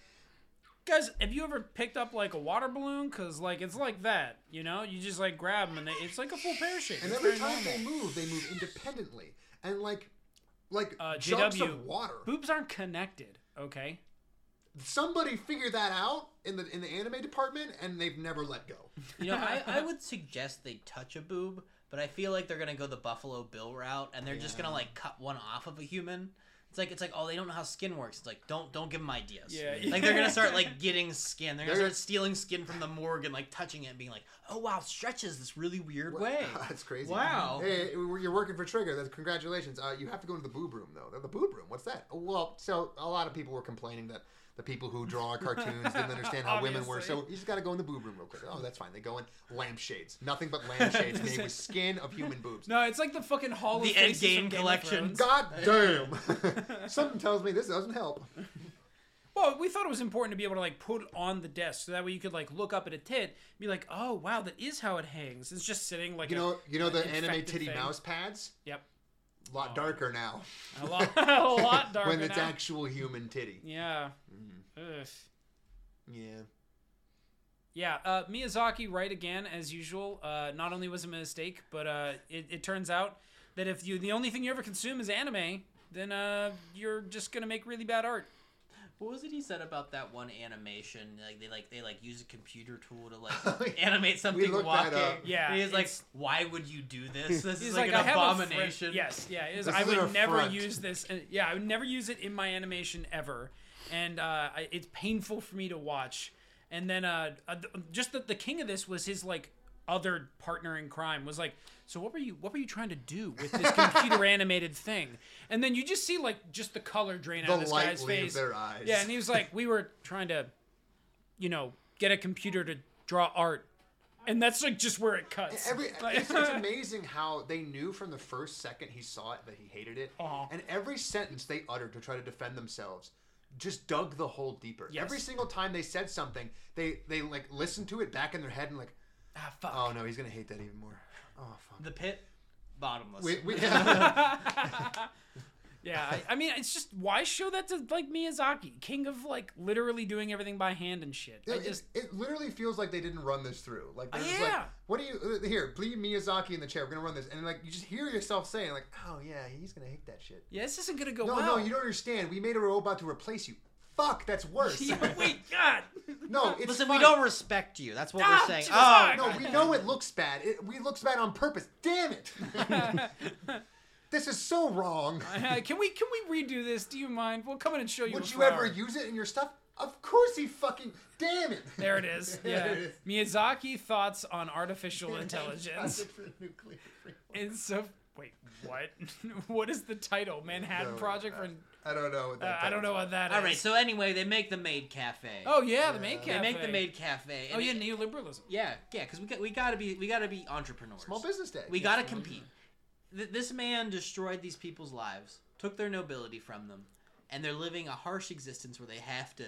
Speaker 6: Guys, have you ever picked up like a water balloon? Cause like it's like that, you know. You just like grab them and they, it's like a full pear shape.
Speaker 3: And
Speaker 6: It's
Speaker 3: every
Speaker 6: very
Speaker 3: time
Speaker 6: normal.
Speaker 3: they move, they move independently, and like like
Speaker 6: uh,
Speaker 3: jugs
Speaker 6: JW
Speaker 3: of water.
Speaker 6: boobs aren't connected. Okay,
Speaker 3: Somebody figured that out in the in the anime department, and they've never let go.
Speaker 5: You know, I, I would suggest they touch a boob, but I feel like they're gonna go the Buffalo Bill route, and they're just gonna like cut one off of a human. It's like it's like oh they don't know how skin works. It's like don't don't give them ideas.
Speaker 6: Yeah,
Speaker 5: Like they're gonna start like getting skin. They're gonna
Speaker 3: They're-
Speaker 5: start stealing skin from the morgue and like touching it and being like oh wow stretches this really weird way.
Speaker 3: (laughs) That's crazy.
Speaker 5: Wow.
Speaker 3: Hey, you're working for Trigger. That's congratulations. Uh, you have to go to the boob room though. The boob room. What's that? Oh, Well, so a lot of people were complaining that the people
Speaker 6: (laughs)
Speaker 3: who draw cartoons didn't understand how women were. So you just got to go in the boob room real quick. Oh, that's fine. They go in lampshades. Nothing but
Speaker 6: (laughs)
Speaker 3: lampshades made with skin of human boobs.
Speaker 6: no, it's like the fucking Hall of
Speaker 5: The
Speaker 6: Faces
Speaker 5: Endgame
Speaker 6: from Game of
Speaker 5: collection.
Speaker 6: Thrones.
Speaker 3: God damn. (laughs) Something tells me this doesn't help.
Speaker 6: Well, we thought it was important to be able to like put it on the desk so that way you could like look up at a tit and be like, oh wow, that is how it hangs. It's just sitting like
Speaker 3: You
Speaker 6: a,
Speaker 3: know, you know the
Speaker 6: Infected
Speaker 3: anime titty
Speaker 6: thing.
Speaker 3: mouse pads.
Speaker 6: Yep.
Speaker 3: A lot darker now.
Speaker 6: A
Speaker 3: (laughs)
Speaker 6: lot, a lot darker.
Speaker 3: when it's
Speaker 6: now.
Speaker 3: actual human titty.
Speaker 6: yeah. Ugh.
Speaker 3: Yeah.
Speaker 6: Yeah, uh, Miyazaki right again as usual. Uh, not only was it a mistake, but uh, it, it turns out that if you the only thing you ever consume is anime, then uh, you're just gonna make really bad art.
Speaker 5: What was it he said about that one animation? Like they like they like use a computer tool to
Speaker 3: (laughs)
Speaker 5: like animate something
Speaker 3: Oh, looked that
Speaker 5: walking.
Speaker 3: up.
Speaker 6: Yeah,
Speaker 5: And he's like,
Speaker 6: it's-
Speaker 5: why would you do
Speaker 6: (laughs)
Speaker 5: this? This
Speaker 6: He's
Speaker 5: is
Speaker 6: like,
Speaker 5: like,
Speaker 6: I
Speaker 5: an
Speaker 6: have a friend-
Speaker 5: abomination.
Speaker 6: yes, yeah. It is.
Speaker 3: This
Speaker 6: I
Speaker 3: is
Speaker 6: would
Speaker 3: an
Speaker 6: never
Speaker 3: affront.
Speaker 6: use this. And, yeah, I would never use it in my animation ever, and uh, I, it's painful for me to watch. And then uh, uh, th- just that the king of this was his like other partner in crime was like, so what were you what were you trying to do with this
Speaker 3: (laughs)
Speaker 6: computer animated thing? And then you just see like just the color drain out
Speaker 3: The
Speaker 6: of this
Speaker 3: light
Speaker 6: guy's
Speaker 3: leaves
Speaker 6: face.
Speaker 3: their eyes.
Speaker 6: Yeah, and he was like, we were trying to, you know, get a computer to draw art. And that's like just where it cuts.
Speaker 3: Every
Speaker 6: (laughs) Like-
Speaker 3: it's, it's amazing how they knew from the first second he saw it that he hated it,
Speaker 6: Uh-huh.
Speaker 3: and every sentence they uttered to try to defend themselves just dug the hole deeper. Every single time they said something, they they like listened to it back in their head and like,
Speaker 5: Ah, fuck.
Speaker 3: oh no, he's gonna hate that even more. Oh fuck.
Speaker 5: The pit, bottomless.
Speaker 3: We, (laughs) we,
Speaker 6: Yeah, I, I mean, it's just why show that to like Miyazaki, king of like literally doing everything by hand and shit. I
Speaker 3: it,
Speaker 6: just
Speaker 3: it literally feels like they didn't run this through. Like they're just like,
Speaker 6: Yeah.
Speaker 3: what do you uh, here? Leave Miyazaki in the chair. We're gonna run this, and like you just hear yourself saying like, oh yeah, he's gonna hate that shit.
Speaker 6: yeah, this isn't gonna go
Speaker 3: No,
Speaker 6: well. (laughs)
Speaker 3: no, you don't understand. We made a robot to replace you. Fuck, that's worse.
Speaker 6: (laughs) Yeah, wait, God,
Speaker 3: (laughs) No, it's
Speaker 5: Listen,
Speaker 3: fine.
Speaker 5: we don't respect you. That's what
Speaker 6: Ah,
Speaker 5: we're saying.
Speaker 6: Jesus,
Speaker 5: Oh,
Speaker 6: fuck.
Speaker 3: No, we know it looks bad. It we looks bad on purpose.
Speaker 6: (laughs)
Speaker 3: Damn it! this is so wrong.
Speaker 6: (laughs) Uh, can we can we redo this? Do you mind? We'll come in and show you. a
Speaker 3: Would you
Speaker 6: flower.
Speaker 3: ever use it in your stuff? Of course he fucking. Damn it! (laughs)
Speaker 6: There it is. Yeah,
Speaker 3: There it
Speaker 6: Miyazaki thoughts on
Speaker 3: (laughs)
Speaker 6: artificial intelligence. (laughs)
Speaker 3: Nuclear free-
Speaker 6: It's so wait, what? (laughs) what is the title? Manhattan
Speaker 3: No,
Speaker 6: Project for?
Speaker 3: uh, I don't know. What
Speaker 6: Uh,
Speaker 3: that
Speaker 6: I don't know what that is.
Speaker 5: All right. So anyway, they make the maid cafe.
Speaker 6: oh yeah, the maid
Speaker 3: They
Speaker 6: cafe.
Speaker 5: they make the maid cafe.
Speaker 6: Oh
Speaker 5: and
Speaker 6: yeah,
Speaker 5: it-
Speaker 6: neoliberalism.
Speaker 5: yeah, yeah. Because we got, we gotta be we gotta be entrepreneurs.
Speaker 3: Small business day.
Speaker 5: We gotta compete.
Speaker 6: uh,
Speaker 5: Th- this man destroyed these people's lives, took their nobility from them, and they're living a harsh existence where they have to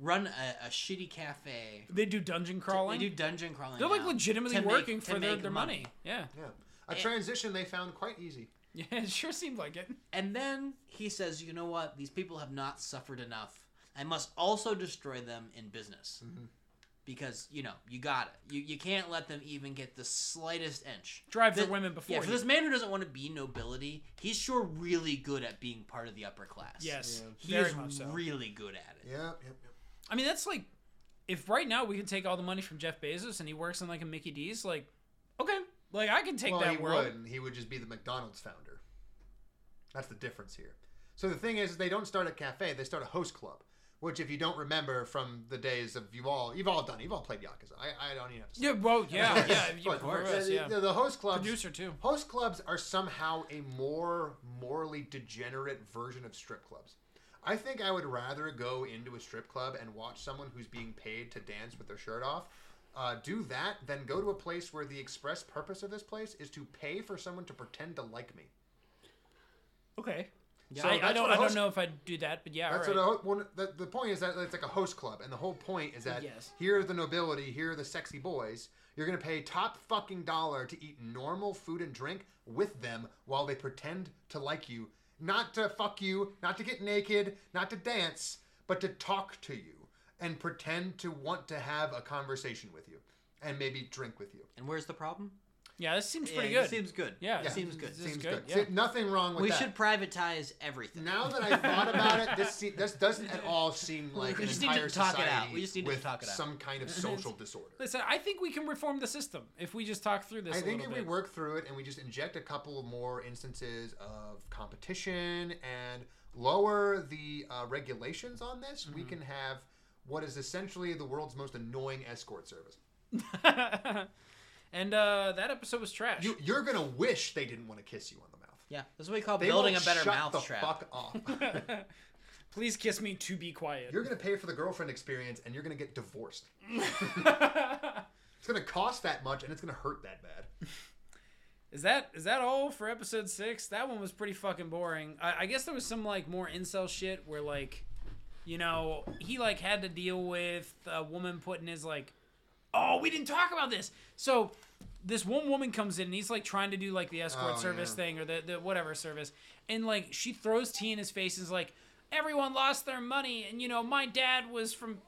Speaker 5: run a, a shitty cafe.
Speaker 6: They do dungeon crawling.
Speaker 5: They do dungeon crawling.
Speaker 6: They're like
Speaker 5: now
Speaker 6: legitimately
Speaker 5: to make-
Speaker 6: working
Speaker 5: to
Speaker 6: for their,
Speaker 5: make
Speaker 6: their money. Yeah. (laughs)
Speaker 3: Yeah. A transition they found quite easy.
Speaker 6: Yeah, it sure seemed like it.
Speaker 5: And then he says, "You know what? These people have not suffered enough. I must also destroy them in business."
Speaker 6: Mm-hmm.
Speaker 5: Because you know you got it. You, you can't let them even get the slightest inch.
Speaker 6: Drive
Speaker 5: the
Speaker 6: their women before
Speaker 5: Yeah, for
Speaker 6: you.
Speaker 5: this man who doesn't want to be nobility, he's sure really good at being part of the upper class.
Speaker 6: Yes.
Speaker 5: he
Speaker 6: very
Speaker 5: is
Speaker 6: much so.
Speaker 5: really good at it.
Speaker 3: Yep. Yep. yep.
Speaker 6: I mean, that's like if right now we could take all the money from Jeff Bezos and he works in like a Mickey D's, like, okay, like I can take
Speaker 3: Well,
Speaker 6: that
Speaker 3: he
Speaker 6: world.
Speaker 3: wouldn't. He would just be the McDonald's founder. That's the difference here. So the thing is, is they don't start a cafe; they start a host club. Which, if you don't remember from the days of you all, you've all done. it. You've all played Yakuza. I, I don't even have to. Say.
Speaker 6: Yeah, well, yeah,
Speaker 3: (laughs)
Speaker 6: yeah,
Speaker 3: But-
Speaker 6: yeah, of course,
Speaker 3: the-
Speaker 6: yeah.
Speaker 3: The, the host clubs,
Speaker 6: Producer, too.
Speaker 3: Host clubs are somehow a more morally degenerate version of strip clubs. I think I would rather go into a strip club and watch someone who's being paid to dance with their shirt off uh, do that than go to a place where the express purpose of this place is to pay for someone to pretend to like me.
Speaker 6: Okay. So I, I
Speaker 3: that's
Speaker 6: don't.
Speaker 3: what
Speaker 6: I
Speaker 3: a
Speaker 6: don't
Speaker 3: host-
Speaker 6: know if I'd do that, but yeah.
Speaker 3: That's
Speaker 6: all right.
Speaker 3: what a, ho- one, the, the point is that it's like a host club, and the whole point is that
Speaker 6: Yes.
Speaker 3: here are the nobility, here are the sexy boys. You're gonna pay top fucking dollar to eat normal food and drink with them while they pretend to like you, not to fuck you, not to get naked, not to dance, but to talk to you and pretend to want to have a conversation with you and maybe drink with you.
Speaker 5: And where's the problem?
Speaker 6: yeah, this seems pretty
Speaker 5: yeah,
Speaker 6: good.
Speaker 5: It seems good.
Speaker 6: Yeah,
Speaker 5: it
Speaker 6: yeah.
Speaker 5: seems good.
Speaker 6: This is
Speaker 3: Seems
Speaker 6: good,
Speaker 3: good.
Speaker 6: yeah.
Speaker 3: See, nothing wrong with
Speaker 5: we
Speaker 3: that.
Speaker 5: should privatize everything.
Speaker 3: Now that I've thought about it, this se- this doesn't at all seem like
Speaker 5: We
Speaker 3: an
Speaker 5: just need to
Speaker 3: entire
Speaker 5: talk it out.
Speaker 3: society
Speaker 5: We just need to
Speaker 3: with
Speaker 5: talk it out.
Speaker 3: some kind
Speaker 5: (laughs)
Speaker 3: of social disorder.
Speaker 6: Listen, I think we can reform the system if we just talk through this.
Speaker 3: I
Speaker 6: a
Speaker 3: think if
Speaker 6: little
Speaker 3: we
Speaker 6: bit.
Speaker 3: work through it and we just inject a couple more instances of competition and lower the uh, regulations on this,
Speaker 5: Mm-hmm.
Speaker 3: we can have what is essentially the world's most annoying escort service.
Speaker 6: (laughs) and uh, that episode was trash.
Speaker 3: You, you're gonna wish they didn't want to kiss you on the mouth.
Speaker 5: yeah, that's what we call
Speaker 3: They
Speaker 5: building a
Speaker 3: will
Speaker 5: better
Speaker 3: shut the
Speaker 5: mousetrap.
Speaker 3: fuck up.
Speaker 6: Please kiss me to be quiet. (laughs)
Speaker 3: you're gonna pay for the girlfriend experience and you're gonna get divorced. it's gonna cost that much and it's gonna hurt that bad.
Speaker 6: Is that is that all for episode six? That one was pretty fucking boring. I, I guess there was some like more incel shit where like, you know, he like had to deal with a woman putting his like, oh, we didn't talk about this. So this one woman comes in and he's like trying to do like the escort
Speaker 3: Oh,
Speaker 6: service
Speaker 3: yeah.
Speaker 6: thing or the, the whatever service, and like she throws tea in his face and is like, everyone lost their money and you know my dad was from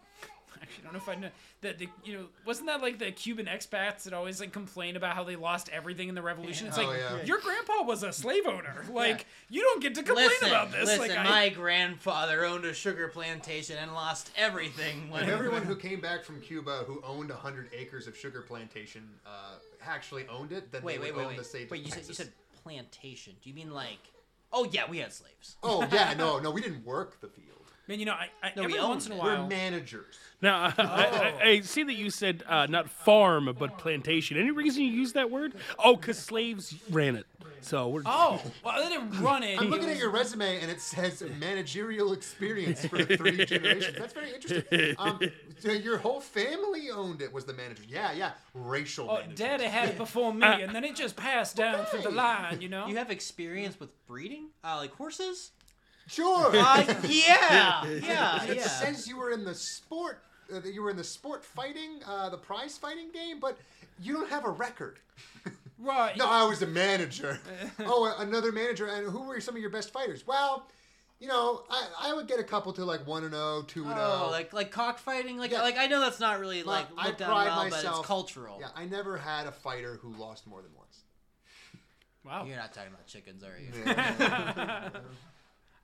Speaker 6: (laughs) Actually, I don't know if I know that the you know wasn't that like the Cuban expats that always like complain about how they lost everything in the revolution. It's
Speaker 3: Oh,
Speaker 6: like
Speaker 3: yeah.
Speaker 6: your grandpa was a slave
Speaker 3: (laughs)
Speaker 6: owner. Like you don't get to complain
Speaker 5: Listen,
Speaker 6: about this.
Speaker 5: listen.
Speaker 6: like I-
Speaker 5: my grandfather owned a sugar plantation and lost everything. (laughs) When
Speaker 3: Everyone who came back from Cuba who owned 100 acres of sugar plantation uh, actually owned it. Then
Speaker 5: wait,
Speaker 3: they would
Speaker 5: wait, wait,
Speaker 3: own
Speaker 5: wait.
Speaker 3: the state
Speaker 5: wait,
Speaker 3: of
Speaker 5: you said,
Speaker 3: Texas.
Speaker 5: you said plantation. Do you mean like? Oh yeah, we had slaves.
Speaker 3: oh yeah, no, no, we didn't work the field.
Speaker 6: man, you know, I, I
Speaker 5: No, we
Speaker 6: every
Speaker 5: own
Speaker 6: once in a
Speaker 5: it.
Speaker 3: We're
Speaker 6: while.
Speaker 3: managers.
Speaker 4: Now, (laughs) I, I,
Speaker 6: Oh.
Speaker 4: I- I see that you said uh, not farm, but plantation. Any reason you use that word? Oh, because slaves ran it. So we're.
Speaker 6: Oh, well, they didn't run it.
Speaker 3: I'm looking at your resume and it says managerial experience for
Speaker 5: (laughs)
Speaker 3: three generations. That's very interesting. Um, so your whole family owned it was the manager. Yeah, yeah, racial.
Speaker 6: Oh,
Speaker 3: (laughs) managers.
Speaker 6: Daddy had it before me, and then it just passed down through the
Speaker 3: Hey.
Speaker 6: line. You know.
Speaker 5: You have experience with breeding, uh, like horses.
Speaker 3: Sure. (laughs)
Speaker 5: Uh, yeah, yeah,
Speaker 3: It
Speaker 5: yeah.
Speaker 3: says you were in the sport. Uh, that you were in the sport fighting, uh, the prize fighting game, but you don't have a record.
Speaker 6: right.
Speaker 3: No, I was a
Speaker 5: (laughs)
Speaker 3: manager. oh, a- another manager. And who were some of your best fighters? Well, you know, I, I would get a couple to like 1 and 0, 2 and 0.
Speaker 5: Oh, like like cockfighting, like
Speaker 3: Yeah.
Speaker 5: like I know that's not really like
Speaker 3: I
Speaker 5: looked down
Speaker 3: pride
Speaker 5: well, but
Speaker 3: myself-
Speaker 5: it's cultural.
Speaker 3: yeah, I never had a fighter who lost more than
Speaker 5: (laughs)
Speaker 3: once.
Speaker 6: Wow.
Speaker 5: You're not talking about chickens, are you?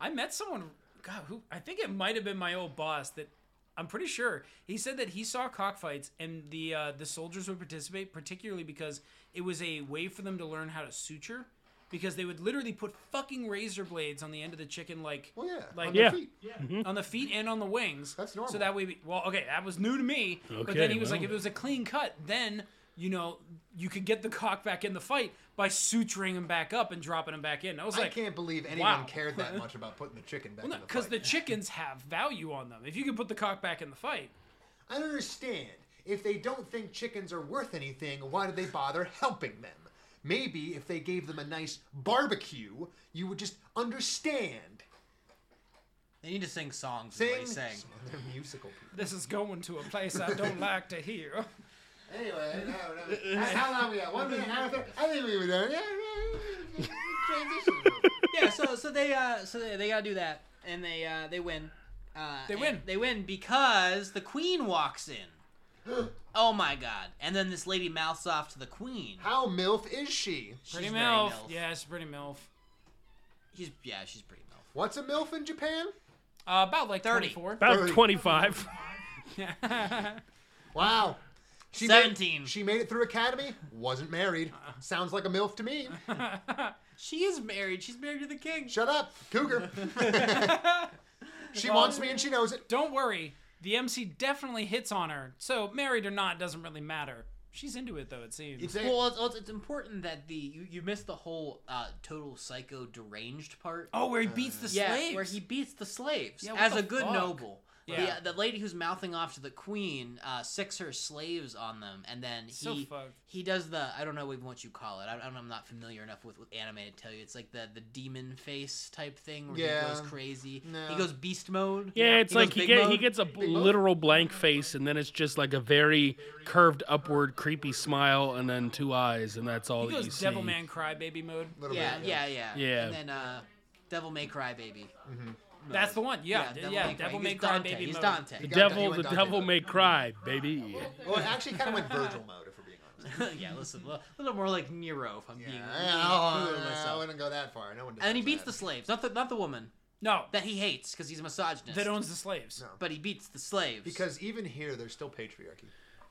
Speaker 6: I met someone. God, who I think it might have been my old boss. That I'm pretty sure he said that he saw cockfights and the uh, the soldiers would participate, particularly because it was a way for them to learn how to suture. Because they would literally put fucking razor blades on the end of the chicken, like
Speaker 3: Well, yeah.
Speaker 6: Like-
Speaker 3: on their
Speaker 4: Yeah.
Speaker 3: feet.
Speaker 6: on the feet and on the wings.
Speaker 3: That's normal.
Speaker 6: So that way, we, well, okay, that was new to me. but
Speaker 4: Okay,
Speaker 6: then he was
Speaker 4: well.
Speaker 6: like, if it was a clean cut, then you know you could get the cock back in the fight by suturing him back up and dropping him back in. I was
Speaker 3: I
Speaker 6: like,
Speaker 3: can't believe anyone
Speaker 6: wow.
Speaker 3: cared
Speaker 6: (laughs)
Speaker 3: that much about putting the chicken back in the
Speaker 6: because
Speaker 3: fight.
Speaker 6: the chickens have value on them. If you can put the cock back in the fight,
Speaker 3: I don't understand. If they don't think chickens are worth anything, why do they bother helping them? Maybe if they gave them a nice barbecue, you would just understand.
Speaker 5: They need to sing songs. is what
Speaker 3: Sing.
Speaker 5: he's saying. (laughs)
Speaker 3: They're musical people.
Speaker 6: this is going to a place I don't like to hear.
Speaker 3: Anyway,
Speaker 5: (laughs)
Speaker 3: no, no. How long we got? One minute, half hour? I think we were done. Yeah, yeah.
Speaker 5: (laughs)
Speaker 3: Transition.
Speaker 5: yeah, so so they uh so they, they gotta do that, and they uh they win. Uh,
Speaker 6: They
Speaker 5: and
Speaker 6: win.
Speaker 5: They win because the queen walks in.
Speaker 3: (gasps)
Speaker 5: oh my god! And then this lady mouths off to the queen.
Speaker 3: How MILF is she?
Speaker 5: She's
Speaker 6: Pretty
Speaker 5: very
Speaker 6: MILF.
Speaker 5: milf.
Speaker 6: Yeah, it's pretty MILF.
Speaker 5: She's- yeah, she's pretty milf.
Speaker 3: What's a MILF in Japan?
Speaker 6: Uh, about like
Speaker 5: 30.
Speaker 6: 34.
Speaker 4: About
Speaker 3: Right.
Speaker 4: 25.
Speaker 3: Wow. She
Speaker 5: Seventeen.
Speaker 3: Made, she made it through academy, wasn't married. Sounds like a MILF to me.
Speaker 5: She is married. She's married to the king.
Speaker 3: Shut up,
Speaker 5: (laughs)
Speaker 3: cougar. she wants me and she knows it.
Speaker 6: Don't worry, the MC definitely hits on her. So married or not doesn't really matter. She's into it though, it seems.
Speaker 3: It's
Speaker 5: Well, it's, it's, it's important that the you, you missed the whole uh, total psycho deranged part.
Speaker 6: oh, where he beats the
Speaker 5: yeah,
Speaker 6: slaves.
Speaker 5: where he beats the slaves
Speaker 6: Yeah, what
Speaker 5: as
Speaker 6: the
Speaker 5: a good
Speaker 6: fuck?
Speaker 5: noble.
Speaker 6: Yeah.
Speaker 5: The, the lady who's mouthing off to the queen uh, sicks her slaves on them, and then he
Speaker 6: So fucked.
Speaker 5: he does the I don't know what you call it. I, I'm not familiar enough with, with anime to tell you. It's like the the demon face type thing where he
Speaker 3: Yeah.
Speaker 5: goes crazy.
Speaker 3: No.
Speaker 5: He goes beast mode.
Speaker 4: Yeah, it's
Speaker 5: goes
Speaker 4: like he
Speaker 5: big
Speaker 4: get, he
Speaker 5: mode.
Speaker 4: gets a bl- literal blank face, and then it's just like a very curved upward, creepy smile, and then two eyes, and that's all
Speaker 6: He
Speaker 4: that
Speaker 6: goes
Speaker 4: Oh, you see.
Speaker 6: Devilman Crybaby mode.
Speaker 3: Little
Speaker 5: Yeah,
Speaker 3: bit,
Speaker 5: yeah, yeah,
Speaker 4: Yeah.
Speaker 5: And then uh, Devil May Cry baby.
Speaker 6: That's the one. Yeah, yeah.
Speaker 5: Devil May Cry.
Speaker 6: Devil
Speaker 5: He's Dante.
Speaker 6: May
Speaker 5: He's
Speaker 6: Crybaby mode.
Speaker 5: Dante. (laughs)
Speaker 4: The
Speaker 3: He got- he
Speaker 4: devil,
Speaker 3: went
Speaker 4: the
Speaker 3: Dante
Speaker 4: devil
Speaker 3: mode.
Speaker 4: may cry, baby.
Speaker 3: Well, it actually kind of went Virgil mode, if we're being honest.
Speaker 5: yeah, listen, a little more like Nero, if I'm (laughs) being
Speaker 3: Yeah,
Speaker 5: really
Speaker 3: I,
Speaker 5: cruel to
Speaker 3: I
Speaker 5: myself.
Speaker 3: wouldn't go that far. No one.
Speaker 5: And then he
Speaker 3: deserves
Speaker 5: beats
Speaker 3: that.
Speaker 5: the slaves, not the not the woman
Speaker 6: No,
Speaker 5: that he hates because he's a misogynist.
Speaker 6: that owns the slaves.
Speaker 3: No.
Speaker 5: but he beats the slaves
Speaker 3: because even here there's still patriarchy.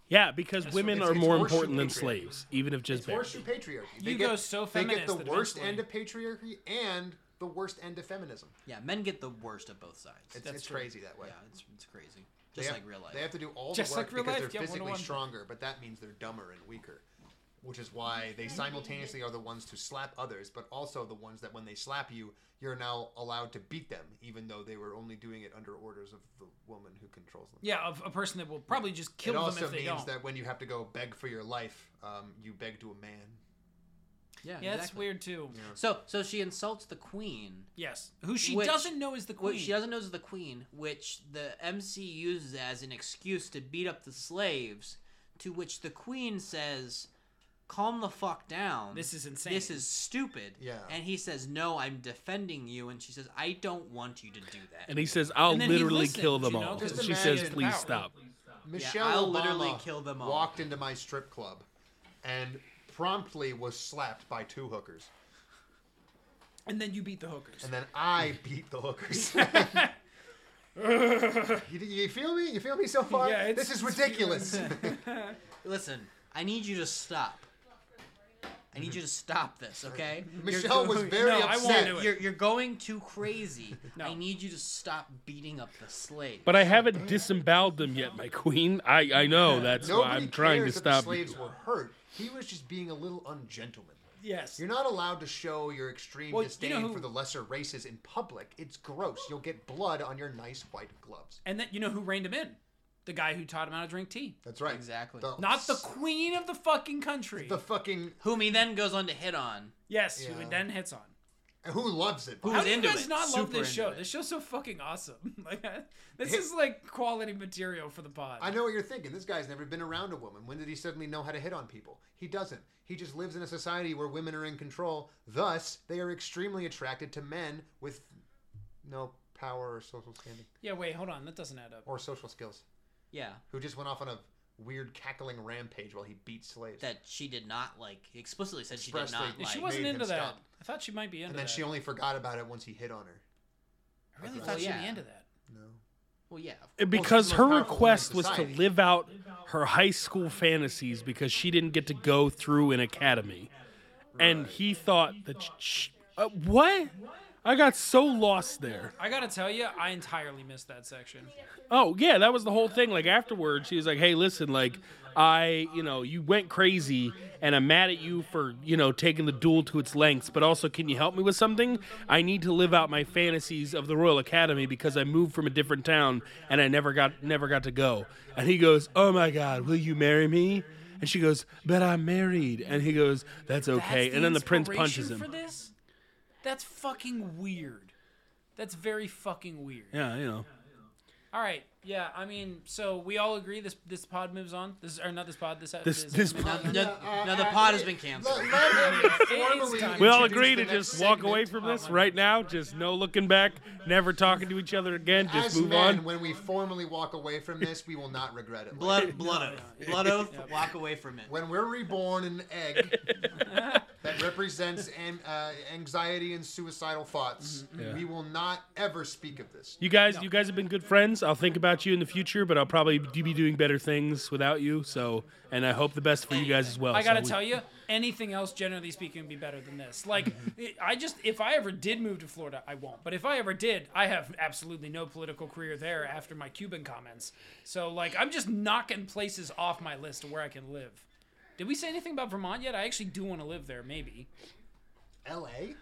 Speaker 4: Yeah, because women
Speaker 3: it's-
Speaker 4: are
Speaker 3: it's
Speaker 4: more
Speaker 3: horseshoe
Speaker 4: important than
Speaker 3: patriarchy.
Speaker 4: slaves, even if just bare.
Speaker 3: Horseshoe patriarchy.
Speaker 6: You go so
Speaker 3: They get
Speaker 6: feminist
Speaker 3: the
Speaker 6: that
Speaker 3: worst end
Speaker 6: eventually-
Speaker 3: of patriarchy and the worst end of feminism.
Speaker 5: yeah, men get the worst of both sides.
Speaker 3: It's,
Speaker 6: That's
Speaker 3: it's
Speaker 6: true.
Speaker 3: crazy that way.
Speaker 5: yeah, it's, it's crazy,
Speaker 3: They
Speaker 5: just
Speaker 3: have-
Speaker 5: like real life.
Speaker 3: They have to do all
Speaker 6: Just
Speaker 3: the work
Speaker 6: like real
Speaker 3: because
Speaker 6: life, yeah,
Speaker 3: they're physically
Speaker 6: one-to-one.
Speaker 3: stronger, but that means they're dumber and weaker. Which is why they simultaneously are the ones to slap others, but also the ones that when they slap you, you're now allowed to beat them, even though they were only doing it under orders of the woman who controls them.
Speaker 6: Yeah, of a person that will probably just kill
Speaker 3: it
Speaker 6: them
Speaker 3: also
Speaker 6: if they
Speaker 3: means
Speaker 6: don't.
Speaker 3: that when you have to go beg for your life, um, you beg to a man.
Speaker 5: yeah,
Speaker 6: yeah, that's
Speaker 5: exactly.
Speaker 6: weird too.
Speaker 5: So so she insults the queen.
Speaker 6: Yes, who she
Speaker 5: Which-
Speaker 6: doesn't know is the queen.
Speaker 5: What she doesn't know is the queen, which the MC uses as an excuse to beat up the slaves. To which the queen says, "Calm the fuck down.
Speaker 6: This is insane.
Speaker 5: This is stupid."
Speaker 3: Yeah.
Speaker 5: And he says, "No, I'm defending you." And she says, "I don't want you to do that."
Speaker 4: And he says, "I'll
Speaker 6: And then he
Speaker 4: literally
Speaker 6: listens,
Speaker 4: kill them
Speaker 6: you know,
Speaker 4: all."
Speaker 6: just
Speaker 4: And she
Speaker 3: imagine
Speaker 4: says,
Speaker 3: his
Speaker 4: "Please
Speaker 6: power.
Speaker 4: stop."
Speaker 3: Michelle
Speaker 5: I'll
Speaker 3: Obama
Speaker 5: literally kill them all.
Speaker 3: walked into my strip club and promptly was slapped by two hookers.
Speaker 6: and then you beat the hookers.
Speaker 3: And then
Speaker 5: (laughs)
Speaker 3: I beat the hookers. you, you feel me? You feel me so far?
Speaker 6: Yeah, it's- (laughs)
Speaker 3: this is ridiculous.
Speaker 5: Listen, I need you to stop. I need you to stop this,
Speaker 3: (laughs)
Speaker 5: okay?
Speaker 3: (laughs) Michelle was
Speaker 6: going-
Speaker 3: very
Speaker 6: No, I won't
Speaker 3: upset.
Speaker 6: do it.
Speaker 5: You're, you're going too crazy.
Speaker 6: (laughs) No.
Speaker 5: I need you to stop beating up the slaves.
Speaker 4: But I
Speaker 3: (laughs)
Speaker 4: haven't disemboweled them yet, my queen. I I know that's why
Speaker 3: Nobody
Speaker 4: I'm trying to
Speaker 3: cares that
Speaker 4: stop.
Speaker 3: the slaves were hurt. He was just being a little ungentlemanly.
Speaker 6: yes,
Speaker 3: You're not allowed to show your extreme
Speaker 6: Well, you know
Speaker 3: disdain
Speaker 6: who-
Speaker 3: for the lesser races in public. It's gross. You'll get blood on your nice white gloves.
Speaker 6: and then you know who reined him in? The guy who taught him how to drink tea.
Speaker 3: That's right.
Speaker 5: Exactly.
Speaker 3: The,
Speaker 6: Not the queen of the fucking country.
Speaker 3: the fucking
Speaker 5: Whom he then goes on to hit on.
Speaker 6: yes, who
Speaker 3: Yeah.
Speaker 6: it then hits on.
Speaker 3: who loves it.
Speaker 5: Who
Speaker 6: How
Speaker 5: was
Speaker 6: do you
Speaker 5: into
Speaker 6: guys
Speaker 5: it.
Speaker 6: not love
Speaker 5: Super
Speaker 6: this
Speaker 5: into
Speaker 6: show?
Speaker 5: it.
Speaker 6: This show's so fucking awesome. (laughs) Like, I- this
Speaker 3: Hit-
Speaker 6: is like quality material for the pod.
Speaker 3: I know what you're thinking. This guy's never been around a woman. When did he suddenly know how to hit on people? He doesn't. He just lives in a society where women are in control. Thus, they are extremely attracted to men with no power or social standing
Speaker 6: Yeah, wait, hold on. That doesn't add up.
Speaker 3: or social skills.
Speaker 5: Yeah.
Speaker 3: Who just went off on a weird cackling rampage while he beat slaves.
Speaker 5: That she did not like. He explicitly said she did
Speaker 3: Expressly.
Speaker 5: not
Speaker 3: Yeah,
Speaker 5: like.
Speaker 6: she
Speaker 3: made
Speaker 6: wasn't
Speaker 3: him
Speaker 6: into that.
Speaker 3: stop.
Speaker 6: I thought she might be into
Speaker 3: and then
Speaker 6: that.
Speaker 3: she only forgot about it once he hit on her.
Speaker 6: I really
Speaker 3: Well,
Speaker 6: thought she'd be
Speaker 5: yeah.
Speaker 6: into that.
Speaker 3: No.
Speaker 5: well, yeah. of
Speaker 4: And
Speaker 3: Well,
Speaker 4: because
Speaker 3: she's
Speaker 4: her
Speaker 3: more powerful than
Speaker 4: request was to
Speaker 3: society.
Speaker 4: live out her high school fantasies because she didn't get to go through an academy and he thought that sh- sh- uh, what i got so lost there
Speaker 6: I gotta tell you, I entirely missed that section.
Speaker 4: oh yeah that was the whole thing like afterwards she was like hey listen like i you know you went crazy and i'm mad at you for you know taking the duel to its lengths but also can you help me with something i need to live out my fantasies of the royal academy because i moved from a different town and i never got never got to go and he goes oh my god will you marry me and she goes but i'm married and he goes that's okay
Speaker 6: That's
Speaker 4: and then the prince
Speaker 6: inspiration
Speaker 4: punches him
Speaker 6: For this? That's fucking weird. That's very fucking weird.
Speaker 4: yeah you know
Speaker 6: All right. Yeah. I mean, so we all agree this this pod moves on. This or not this pod. This
Speaker 4: this this
Speaker 5: No, uh, no, no, the pod has been canceled. (laughs)
Speaker 4: We all agree to just walk away from
Speaker 6: Uh-huh.
Speaker 4: this right now. Just no looking back, never talking to each other again. Just
Speaker 3: As
Speaker 4: move
Speaker 3: men,
Speaker 4: on.
Speaker 3: when we formally walk away from this, we will not regret it. later.
Speaker 5: Blood, blood oath. Blood oath. Walk away from it.
Speaker 3: when we're reborn an
Speaker 6: (laughs)
Speaker 3: egg that represents an, uh, anxiety and suicidal thoughts,
Speaker 6: Mm-hmm,
Speaker 3: we will not ever speak of this.
Speaker 4: You guys, you guys have been good friends. I'll think about you in the future, but I'll probably do- be doing better things without you. So, and I hope the best for you guys as well.
Speaker 6: I gotta
Speaker 4: So we-
Speaker 6: tell you, anything else, generally speaking, would be better than this. Like, it- I just, if I ever did move to Florida, I won't. But if I ever did, I have absolutely no political career there after my Cuban comments. So, like, I'm just knocking places off my list of where I can live. Did we say anything about Vermont yet? I actually do want to live there, maybe.
Speaker 3: L.A.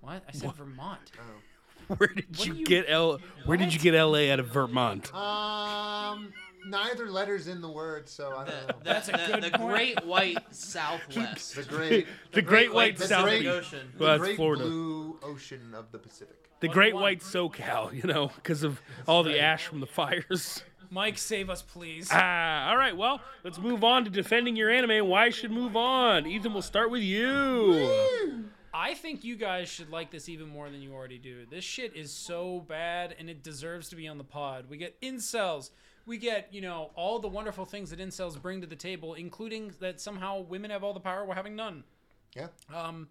Speaker 6: What? I said Vermont.
Speaker 4: (laughs) Where did you
Speaker 6: do you- Uh,
Speaker 4: get L? Where did you get L.A. out of Vermont?
Speaker 3: Um, neither letter's in the word, so I don't know.
Speaker 5: That's
Speaker 6: a
Speaker 5: the,
Speaker 6: good
Speaker 5: the
Speaker 6: point.
Speaker 5: Great (laughs) White Southwest.
Speaker 3: The great,
Speaker 4: The Great White
Speaker 3: the
Speaker 4: South.
Speaker 3: great-
Speaker 5: Pacific Ocean.
Speaker 4: Well,
Speaker 3: the
Speaker 4: that's
Speaker 3: great
Speaker 4: Florida.
Speaker 3: blue ocean of the Pacific.
Speaker 4: The Great White SoCal, (laughs) you know, because of all the ash from the fires. (laughs)
Speaker 6: Mike, save us, please.
Speaker 4: Ah, all right. Well, let's move on to defending your anime. Why should move on? Ethan, we'll start with you.
Speaker 6: I think you guys should like this even more than you already do. This shit is so bad and it deserves to be on the pod. We get incels. We get, you know, all the wonderful things that incels bring to the table, including that somehow women have all the power while having none.
Speaker 3: Yeah.
Speaker 6: Um,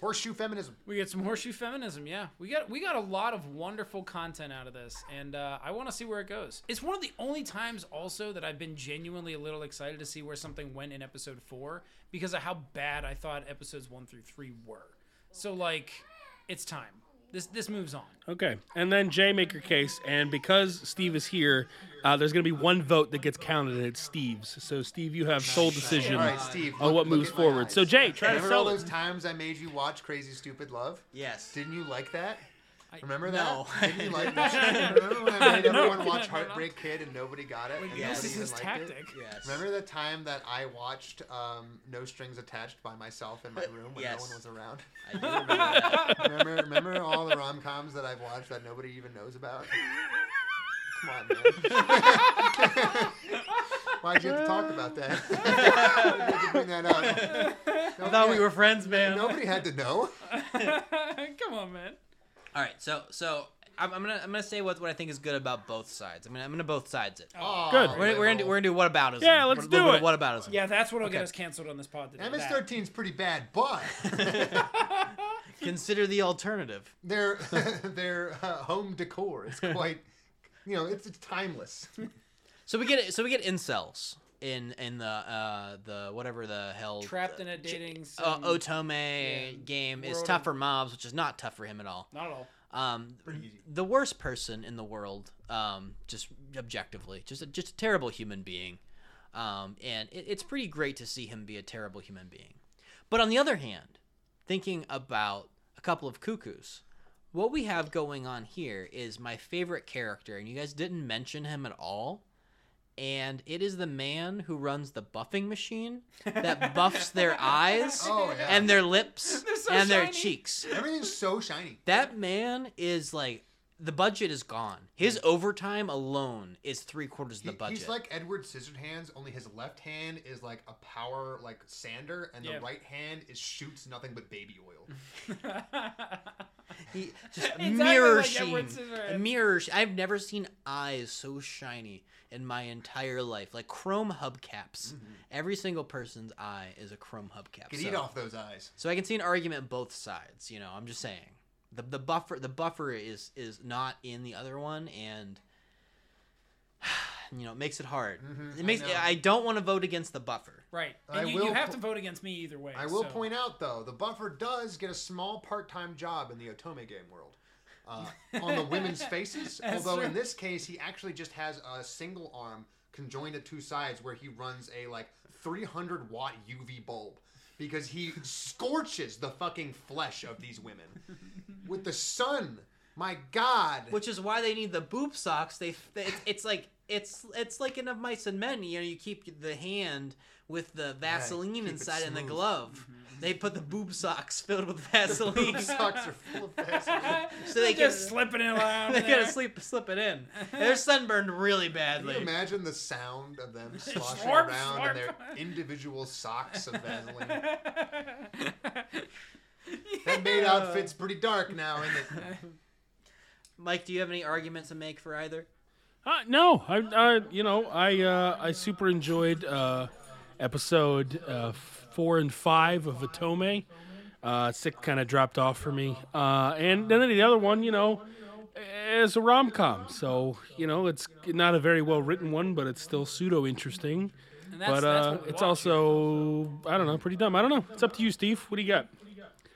Speaker 3: Horseshoe feminism.
Speaker 6: we get some horseshoe feminism, yeah. We got we got a lot of wonderful content out of this, and uh, I want to see where it goes. It's one of the only times also that I've been genuinely a little excited to see where something went in episode four because of how bad I thought episodes one through three were. So like, it's time. This this moves on.
Speaker 4: Okay, and then Jay, make your case. And because Steve is here, uh, there's gonna be one vote that gets counted, and it's Steve's. So Steve, you have sole decision
Speaker 3: All right, Steve.
Speaker 4: on
Speaker 3: look-
Speaker 4: what
Speaker 3: look
Speaker 4: moves
Speaker 3: at my
Speaker 4: forward.
Speaker 3: eyes.
Speaker 4: So Jay, try to
Speaker 3: Remember all
Speaker 4: sell it.
Speaker 3: those times I made you watch Crazy Stupid Love?
Speaker 5: Yes.
Speaker 3: Didn't you like that? Remember that?
Speaker 5: no. (laughs)
Speaker 3: Didn't you like that? Remember when I made everyone watch Heartbreak Kid and nobody got it? and
Speaker 5: yes.
Speaker 3: nobody
Speaker 6: This is
Speaker 3: even
Speaker 6: his
Speaker 3: liked it?
Speaker 6: tactic.
Speaker 5: Yes.
Speaker 3: Remember the time that I watched um, No Strings Attached by
Speaker 5: (laughs)
Speaker 3: myself in my room when
Speaker 5: Yes.
Speaker 3: no one
Speaker 5: (laughs)
Speaker 3: was around?
Speaker 5: I do remember that.
Speaker 3: Remember, remember all the rom coms that I've watched that nobody even knows about? Come on, man. (laughs) Why'd you have to talk about that? (laughs) Why'd you have to bring that up?
Speaker 5: (laughs) I thought we were friends, man.
Speaker 3: Nobody had to know.
Speaker 6: (laughs) Come on, man.
Speaker 5: All right, so so I'm, I'm gonna I'm gonna say what what I think is good about both sides. I'm gonna I'm gonna both sides it.
Speaker 3: Aw,
Speaker 4: Good.
Speaker 5: We're, we're gonna do, we're gonna do what about it?
Speaker 4: Yeah, let's do it.
Speaker 5: What about it?
Speaker 6: Yeah, that's what'll get
Speaker 5: Okay.
Speaker 6: us canceled on this pod today. That.
Speaker 3: MS-13 is pretty bad,
Speaker 5: (laughs)
Speaker 3: but
Speaker 5: Consider the alternative.
Speaker 3: their (laughs) their uh, home
Speaker 5: (laughs)
Speaker 3: decor is quite, you know, it's, it's timeless.
Speaker 5: So we get so we get incels in in the uh the whatever the hell
Speaker 6: Trapped in a dating sim.
Speaker 5: uh, Otome game is
Speaker 6: World
Speaker 5: tough
Speaker 6: of-
Speaker 5: for mobs, which is not tough for him at all.
Speaker 6: Not at all. (laughs)
Speaker 5: Um,
Speaker 3: easy.
Speaker 5: the worst person in the world, um, just objectively, just a, just a terrible human being, um, and it, it's pretty great to see him be a terrible human being. But on the other hand, thinking about a couple of cuckoos, what we have going on here is my favorite character, and you guys didn't mention him at all. And it is the man who runs the buffing machine that buffs their
Speaker 3: (laughs)
Speaker 5: eyes
Speaker 3: Oh, yeah.
Speaker 5: and their
Speaker 3: (laughs)
Speaker 5: lips
Speaker 6: so
Speaker 5: and their
Speaker 6: shiny.
Speaker 5: cheeks.
Speaker 3: Everything's so shiny.
Speaker 5: That man is like the budget is gone. His overtime alone is three quarters of the
Speaker 3: He-
Speaker 5: budget.
Speaker 3: He's like Edward Scissorhands, only his left hand is like a power like sander, and
Speaker 6: Yeah.
Speaker 3: the right hand is shoots nothing but baby oil.
Speaker 5: He- just
Speaker 6: Exactly
Speaker 5: mirror
Speaker 6: like
Speaker 5: sheen,
Speaker 6: Edward Scissorhands.
Speaker 5: mirror. Sh- I've never seen eyes so shiny in my entire life, like chrome hubcaps. Every single person's eye is a chrome hubcap. (laughs)
Speaker 3: Can
Speaker 5: so,
Speaker 3: eat off those eyes.
Speaker 5: so I can see an argument both sides. You know, I'm just saying the the buffer the buffer is is not in the other one and. (sighs) You know, it makes it hard. it makes.
Speaker 3: know.
Speaker 5: I don't want to vote against the buffer.
Speaker 6: Right.
Speaker 3: I
Speaker 6: And you, you
Speaker 3: will
Speaker 6: have
Speaker 3: po-
Speaker 6: to vote against me either way.
Speaker 3: I will
Speaker 6: so.
Speaker 3: point out though, the buffer does get a small part-time job in the Otome game world. Uh, on the women's faces, although in this case he actually just has a single arm conjoined to two sides where he runs a like 300 watt UV bulb because he scorches the fucking flesh of these women with the sun. My God,
Speaker 5: which is why they need the boob socks. They it's, it's like it's it's like in of mice and men. You know, you keep the hand with the Vaseline
Speaker 3: keep it
Speaker 5: inside and the
Speaker 3: smooth.
Speaker 5: glove. They put the boob socks filled
Speaker 3: (laughs)
Speaker 5: with Vaseline,
Speaker 3: these socks are full of Vaseline.
Speaker 5: so they can
Speaker 6: just slipping it
Speaker 5: (laughs)
Speaker 6: around.
Speaker 5: they
Speaker 6: there.
Speaker 5: gotta sleep slip it
Speaker 6: (laughs)
Speaker 5: in. And They're sunburned really
Speaker 3: Can
Speaker 5: badly.
Speaker 3: you imagine the sound
Speaker 6: (laughs)
Speaker 3: of them sloshing
Speaker 6: Slurp,
Speaker 3: around in their
Speaker 6: slurp.
Speaker 3: individual
Speaker 6: (laughs)
Speaker 3: socks of Vaseline? That maid outfit's pretty dark now,
Speaker 6: (laughs)
Speaker 3: isn't it?
Speaker 5: Mike, do you have any arguments to make for either?
Speaker 4: Uh, no, I, I, you know, I, uh, I super enjoyed uh, episode uh, four and five of Atome. Uh, six kind of dropped off for me, uh, and then the other one, you know, is a rom com. So you know, it's not a very well written one, but it's still pseudo interesting.
Speaker 6: that's-
Speaker 4: But
Speaker 6: that's
Speaker 4: uh,
Speaker 6: what we
Speaker 4: it's
Speaker 6: watch
Speaker 4: also, I don't know, pretty dumb. I don't know. It's up to you, Steve. What do you got?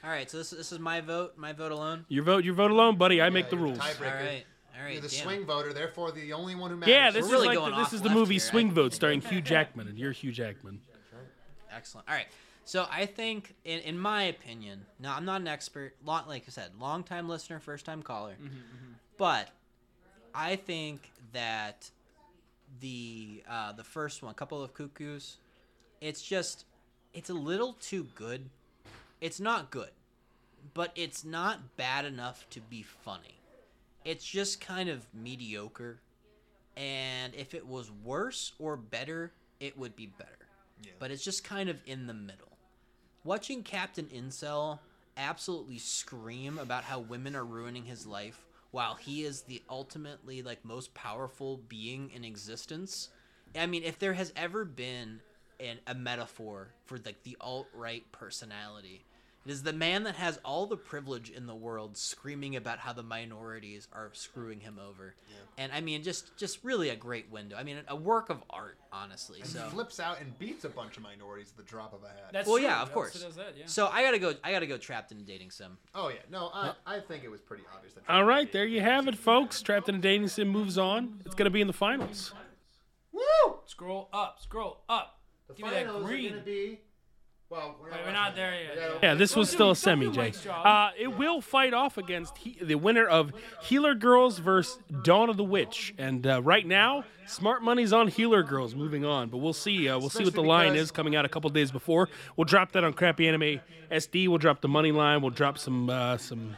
Speaker 5: All right, so this this is my vote, my vote alone.
Speaker 4: Your vote, your vote alone, buddy. I make the
Speaker 3: you're
Speaker 4: rules.
Speaker 3: tied
Speaker 5: All
Speaker 3: Breaker.
Speaker 5: right, all right,
Speaker 3: You're the
Speaker 5: damn.
Speaker 3: swing voter, therefore the only one who matters.
Speaker 4: Yeah, this
Speaker 5: We're really
Speaker 4: is like
Speaker 5: going
Speaker 4: the, this
Speaker 5: off
Speaker 4: is the
Speaker 5: left
Speaker 4: movie
Speaker 5: here.
Speaker 4: Swing
Speaker 5: I-
Speaker 4: Vote starring Hugh Jackman, and you're Hugh Jackman.
Speaker 5: Excellent. All right. So I think, in, in my opinion, now I'm not an expert. Long, like I said, long time listener, first time caller. But I think that the uh, the first one, couple of cuckoos, it's just it's a little too good. It's not good, but it's not bad enough to be funny. It's just kind of mediocre. And if it was worse or better, it would be better. But it's just kind of in the middle. Watching Captain Incel absolutely scream about how women are ruining his life while he is the ultimately like most powerful being in existence. I mean, if there has ever been an, a metaphor for like the alt right personality, it is the man that has all the privilege in the world screaming about how the minorities are screwing him over. And I mean, just just really a great window. I mean, a work of art, honestly.
Speaker 3: And
Speaker 5: so
Speaker 3: he flips out and beats a bunch of minorities at the drop of a hat.
Speaker 6: That's
Speaker 5: well,
Speaker 6: true.
Speaker 5: yeah, of
Speaker 6: It
Speaker 5: course.
Speaker 6: also does that, yeah.
Speaker 5: So I gotta go. I gotta go. Trapped in a dating sim.
Speaker 3: oh yeah, no, I, I think it was pretty obvious. That
Speaker 4: All right, there you have it, folks. Trapped in a dating sim moves on. It's going to be in the finals.
Speaker 3: Woo!
Speaker 6: Scroll up, scroll up.
Speaker 3: The
Speaker 6: Give me that
Speaker 3: finals are
Speaker 6: green.
Speaker 3: gonna be. Well, we're not,
Speaker 6: Wait, we're not there
Speaker 3: We
Speaker 6: yet.
Speaker 3: gotta-
Speaker 4: Yeah, this was
Speaker 6: Don't do-
Speaker 4: still a
Speaker 6: don't do
Speaker 4: semi, Jay.
Speaker 6: Mike's job.
Speaker 4: Uh, it will fight off against he- the winner of Healer Girls versus Dawn of the Witch, and uh, right now, smart money's on Healer Girls moving on. But we'll see. Uh, we'll see what the
Speaker 3: Especially
Speaker 4: line
Speaker 3: because-
Speaker 4: is coming out a couple days before. We'll drop that on Crappy Anime SD. We'll drop the money line. We'll drop some uh, some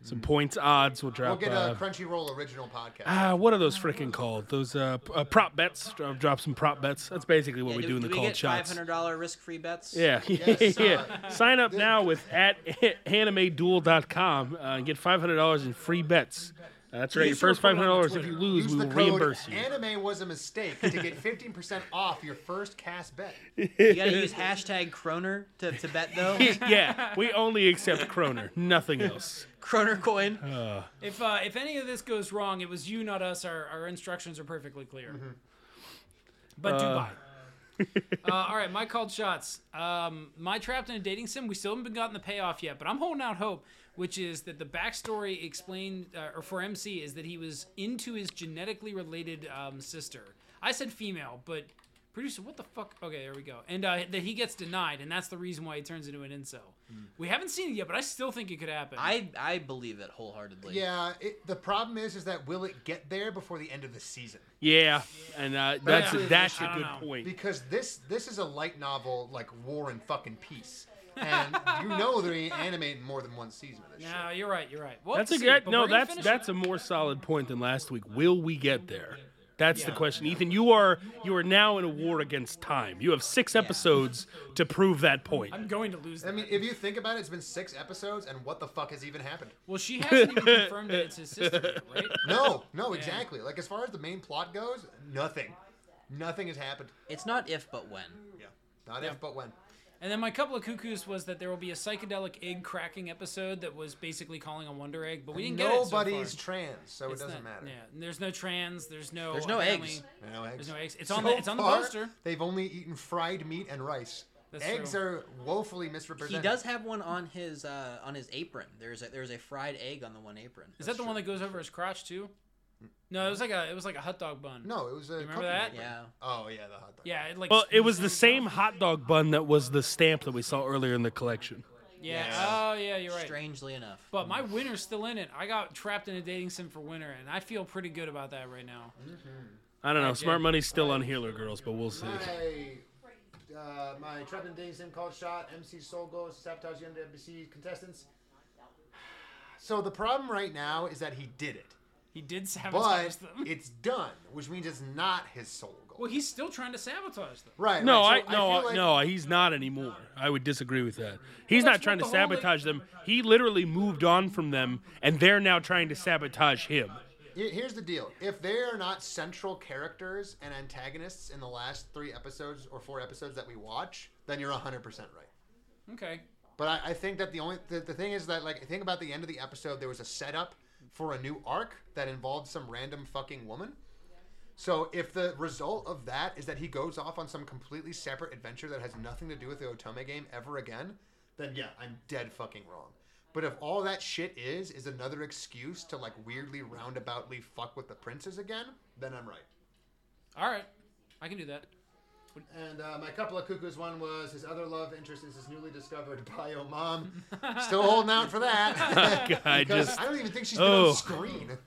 Speaker 4: some points odds. We'll
Speaker 3: We'll
Speaker 4: drop.
Speaker 3: get
Speaker 4: uh,
Speaker 3: a Crunchyroll original podcast.
Speaker 4: Ah, what are those freaking called? Those uh, p- uh, prop bets. Dro- Drop some prop bets. That's basically what we do, in the
Speaker 5: we
Speaker 4: called
Speaker 5: get
Speaker 4: shots.
Speaker 5: Five hundred dollar risk free bets.
Speaker 4: Yeah, (laughs) yeah. Sign up now with at (laughs) animeduel.com uh, and get five hundred dollars in free bets. Uh, that's right. Your
Speaker 6: Use your
Speaker 4: first five
Speaker 6: code on
Speaker 4: hundred dollars, if
Speaker 6: Twitter.
Speaker 4: you lose,
Speaker 3: Use
Speaker 4: we
Speaker 3: the
Speaker 4: will
Speaker 3: code
Speaker 4: reimburse you.
Speaker 3: Anime was a mistake to get (laughs) 15% off your first cast bet.
Speaker 5: You gotta
Speaker 4: (laughs)
Speaker 5: use hashtag Kroner to, to bet though.
Speaker 4: yeah, we only accept kroner,
Speaker 6: (laughs)
Speaker 4: nothing else.
Speaker 5: Kroner coin.
Speaker 4: Uh-huh.
Speaker 6: If uh, if any of this goes wrong, it was you, not us. Our, our instructions are perfectly clear. But Dubai. uh, all right, my called shots. Um, my trapped in a dating sim. We still haven't gotten the payoff yet, but I'm holding out hope, which is that the backstory explained uh, or for MC is that he was into his genetically related um, sister. I said female, but producer, what the fuck? Okay, there we go. And uh, that he gets denied, and that's the reason why he turns into an incel. We haven't seen it yet, but I still think it could happen.
Speaker 5: I I believe it wholeheartedly.
Speaker 3: Yeah, it, the problem is, is that will it get there before the end of the season?
Speaker 4: Yeah, and uh, that's
Speaker 6: Yeah.
Speaker 4: that's
Speaker 6: I
Speaker 4: a
Speaker 6: don't
Speaker 4: good
Speaker 6: know.
Speaker 4: point.
Speaker 3: Because this this is a light novel like War and fucking Peace, and you know they're gonna animate more than one season of this shit.
Speaker 6: No, you're right. You're right. Well,
Speaker 4: That's a
Speaker 6: see,
Speaker 4: good.
Speaker 6: but
Speaker 4: No,
Speaker 6: we're gonna
Speaker 4: that's
Speaker 6: finish it.
Speaker 4: that's a more solid point than last week. Will we get there? That's the question, Ethan. You are you are now in a war against time. You have six episodes to prove that point.
Speaker 6: I'm going to lose.
Speaker 3: I
Speaker 6: that.
Speaker 3: mean, if you think about it, it's been six episodes, and what the fuck has even happened?
Speaker 6: well, she hasn't even confirmed that
Speaker 4: (laughs)
Speaker 6: it's his sister, yet, right?
Speaker 3: (laughs) No, no, exactly. Like as far as the main plot goes, nothing, nothing has happened.
Speaker 5: It's not if but when.
Speaker 3: Yeah, not if but when.
Speaker 6: And then my couple of cuckoos was that there will be a psychedelic egg cracking episode that was basically calling on Wonder Egg, but we didn't get it. so far.
Speaker 3: Nobody's trans, so
Speaker 6: It's
Speaker 3: it doesn't
Speaker 6: not-
Speaker 3: matter.
Speaker 6: Yeah, and there's no trans. There's no.
Speaker 5: There's no
Speaker 6: apparently-
Speaker 5: eggs.
Speaker 3: There are No eggs.
Speaker 6: There's no eggs. It's on the. It's on the
Speaker 3: far,
Speaker 6: poster.
Speaker 3: They've only eaten fried meat and rice.
Speaker 6: That's
Speaker 3: eggs
Speaker 6: true.
Speaker 3: are woefully
Speaker 5: He
Speaker 3: misrepresented.
Speaker 5: does have one on his uh, on his apron. There's a there's a fried egg on the one apron.
Speaker 6: Is that the one that goes over his crotch too? No, it was like a. It was like a hot dog bun.
Speaker 3: No, it was a.
Speaker 6: remember
Speaker 3: company
Speaker 6: that?
Speaker 3: thing.
Speaker 5: Yeah.
Speaker 3: Oh yeah, the hot dog.
Speaker 6: Yeah, it like.
Speaker 4: Well, it was the
Speaker 6: squeezes
Speaker 4: same
Speaker 6: out.
Speaker 4: hot dog bun that was the stamp that we saw earlier in the collection.
Speaker 6: Yeah.
Speaker 5: Yes.
Speaker 6: Oh yeah, you're right.
Speaker 5: Strangely enough.
Speaker 6: But my winner's still in it. I got trapped in a dating sim for winter, and I feel pretty good about that right now.
Speaker 4: I don't know. Smart money's still on Healer Girls, but we'll see.
Speaker 3: My, uh, my Trap and Dating Sim called shot. MC Soul Ghost sabotage the NBC contestants. So the problem right now is that he did it,
Speaker 6: He did sabotage
Speaker 3: but
Speaker 6: them.
Speaker 3: it's done, which means it's not his soul goal.
Speaker 6: (laughs) well, he's still trying to sabotage them.
Speaker 3: right?
Speaker 4: No, I
Speaker 3: right, so
Speaker 4: no
Speaker 3: feel like-
Speaker 4: no. He's not anymore. I would disagree with that. He's not
Speaker 6: Well, that's
Speaker 4: trying
Speaker 6: what
Speaker 4: to
Speaker 6: the whole, like-
Speaker 4: sabotage them. He literally moved on from them, and they're now trying to sabotage him.
Speaker 3: Here- Here's the deal: if they are not central characters and antagonists in the last three episodes or four episodes that we watch, then you're 100 percent right.
Speaker 6: Okay.
Speaker 3: But I, I think that the only the, the thing is that like think about the end of the episode, there was a setup for a new arc that involved some random fucking woman. So if the result of that is that he goes off on some completely separate adventure that has nothing to do with the Otome game ever again, then yeah, I'm dead fucking wrong. But if all that shit is is another excuse to like weirdly roundaboutly fuck with the princes again, then I'm right.
Speaker 6: All right. I can do that. What
Speaker 3: And uh, my couple of cuckoos one was his other love interest is his newly discovered (laughs) bio mom. Still holding out for
Speaker 4: (laughs)
Speaker 3: that.
Speaker 4: God, I
Speaker 3: (laughs) Because
Speaker 4: just
Speaker 3: I don't even think she's been
Speaker 4: oh.
Speaker 3: on screen.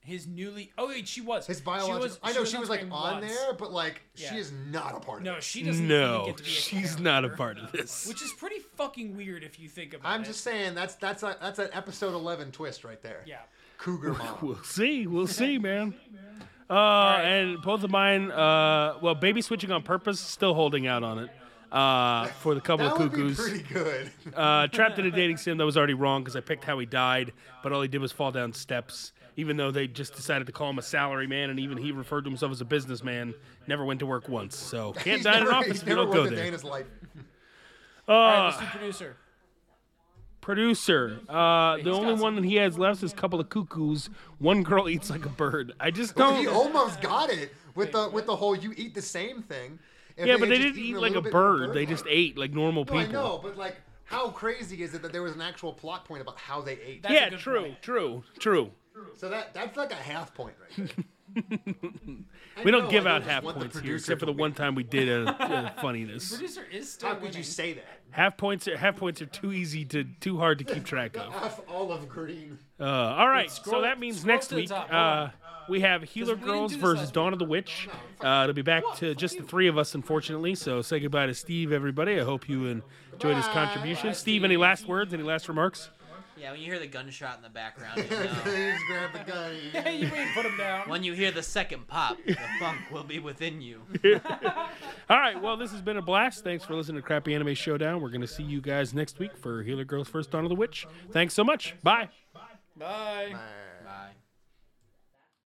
Speaker 6: His newly oh wait, she was
Speaker 3: His
Speaker 6: She
Speaker 3: biological.
Speaker 6: was-
Speaker 3: I know
Speaker 6: was
Speaker 3: she
Speaker 6: on
Speaker 3: was like
Speaker 6: screen
Speaker 3: on
Speaker 6: once.
Speaker 3: there, but like
Speaker 6: Yeah.
Speaker 3: she is not a part of
Speaker 6: No,
Speaker 3: it.
Speaker 6: she doesn't. even
Speaker 4: no,
Speaker 6: get to be a
Speaker 4: she's
Speaker 6: character,
Speaker 4: not a part of this.
Speaker 6: Which is pretty fucking weird if you think about it.
Speaker 3: I'm just saying that's that's a, that's an episode 11 twist right there.
Speaker 6: yeah.
Speaker 3: Cougar mom.
Speaker 4: We'll see. We'll see, man. Uh, and both of mine. Uh, well, baby switching on purpose. Still holding out on it. Uh, for the couple
Speaker 3: That
Speaker 4: of
Speaker 3: would be
Speaker 4: cuckoos.
Speaker 3: pretty
Speaker 4: (laughs)
Speaker 3: good.
Speaker 4: Uh, trapped in a dating sim that was already wrong because I picked how he died, but all he did was fall down steps. Even though they just decided to call him a salary man, and even he referred to himself as a businessman, never went to work once.
Speaker 3: (laughs)
Speaker 4: So can't
Speaker 3: He's
Speaker 4: dine
Speaker 3: never-
Speaker 4: in office
Speaker 3: He's
Speaker 4: if you
Speaker 3: never
Speaker 4: don't go
Speaker 3: worked a day in
Speaker 4: there.
Speaker 3: his life.
Speaker 6: All right, let's
Speaker 4: Uh,
Speaker 6: do producer.
Speaker 4: producer, uh, the only
Speaker 6: got
Speaker 4: one that he has left is couple of cuckoos. One girl (laughs) eats like a bird. I just don't.
Speaker 3: He almost got it with the with the whole you eat the same thing. If
Speaker 4: Yeah, but they
Speaker 3: had just
Speaker 4: didn't eat
Speaker 3: eaten
Speaker 4: like a
Speaker 3: little bit more
Speaker 4: bird. They
Speaker 3: bird-like.
Speaker 4: just ate like normal
Speaker 3: No, I know,
Speaker 4: people.
Speaker 3: but like, how crazy is it that there was an actual plot point about how they ate?
Speaker 6: That's a
Speaker 4: Yeah,
Speaker 6: good
Speaker 4: true,
Speaker 6: point.
Speaker 4: true, true.
Speaker 3: so that that's like a half point, right?
Speaker 4: (laughs)
Speaker 3: There.
Speaker 4: We
Speaker 3: I know,
Speaker 4: don't give
Speaker 3: I
Speaker 4: out
Speaker 3: just
Speaker 4: half
Speaker 3: want the
Speaker 4: points here,
Speaker 3: producer
Speaker 4: except for
Speaker 3: to
Speaker 4: the one time we did a, a
Speaker 3: (laughs)
Speaker 4: funniness.
Speaker 6: Producer is still
Speaker 3: win. How could
Speaker 6: winning.
Speaker 3: you say that?
Speaker 4: Half points are half points are too easy to too hard to keep track of.
Speaker 3: Half olive green. (laughs)
Speaker 4: Uh, all right, so
Speaker 6: scroll-
Speaker 4: that means
Speaker 6: scroll
Speaker 4: next
Speaker 6: to the
Speaker 4: week
Speaker 6: top, hold
Speaker 4: uh,
Speaker 6: on.
Speaker 4: we have Healer
Speaker 6: 'Cause we didn't
Speaker 4: Girls
Speaker 6: do this
Speaker 4: versus
Speaker 6: last
Speaker 4: Dawn of the Witch. Uh, it'll be back to just the three of us, unfortunately. So say goodbye to Steve, everybody. I hope you enjoyed his contribution. Steve, any last words? Any last remarks?
Speaker 5: Yeah, when you hear the gunshot in the background, you
Speaker 3: (laughs)
Speaker 5: know.
Speaker 3: Please grab the gun.
Speaker 6: Hey, (laughs) you ain't put him
Speaker 3: (laughs)
Speaker 6: down.
Speaker 5: when you hear the second pop, the funk will be within you.
Speaker 4: All right, well, this has been a blast. Thanks for listening to Crappy Anime Showdown. We're going to see you guys next week for Healer Girls versus Dawn of the Witch. Thanks so much. Bye.
Speaker 6: Bye.
Speaker 5: Bye.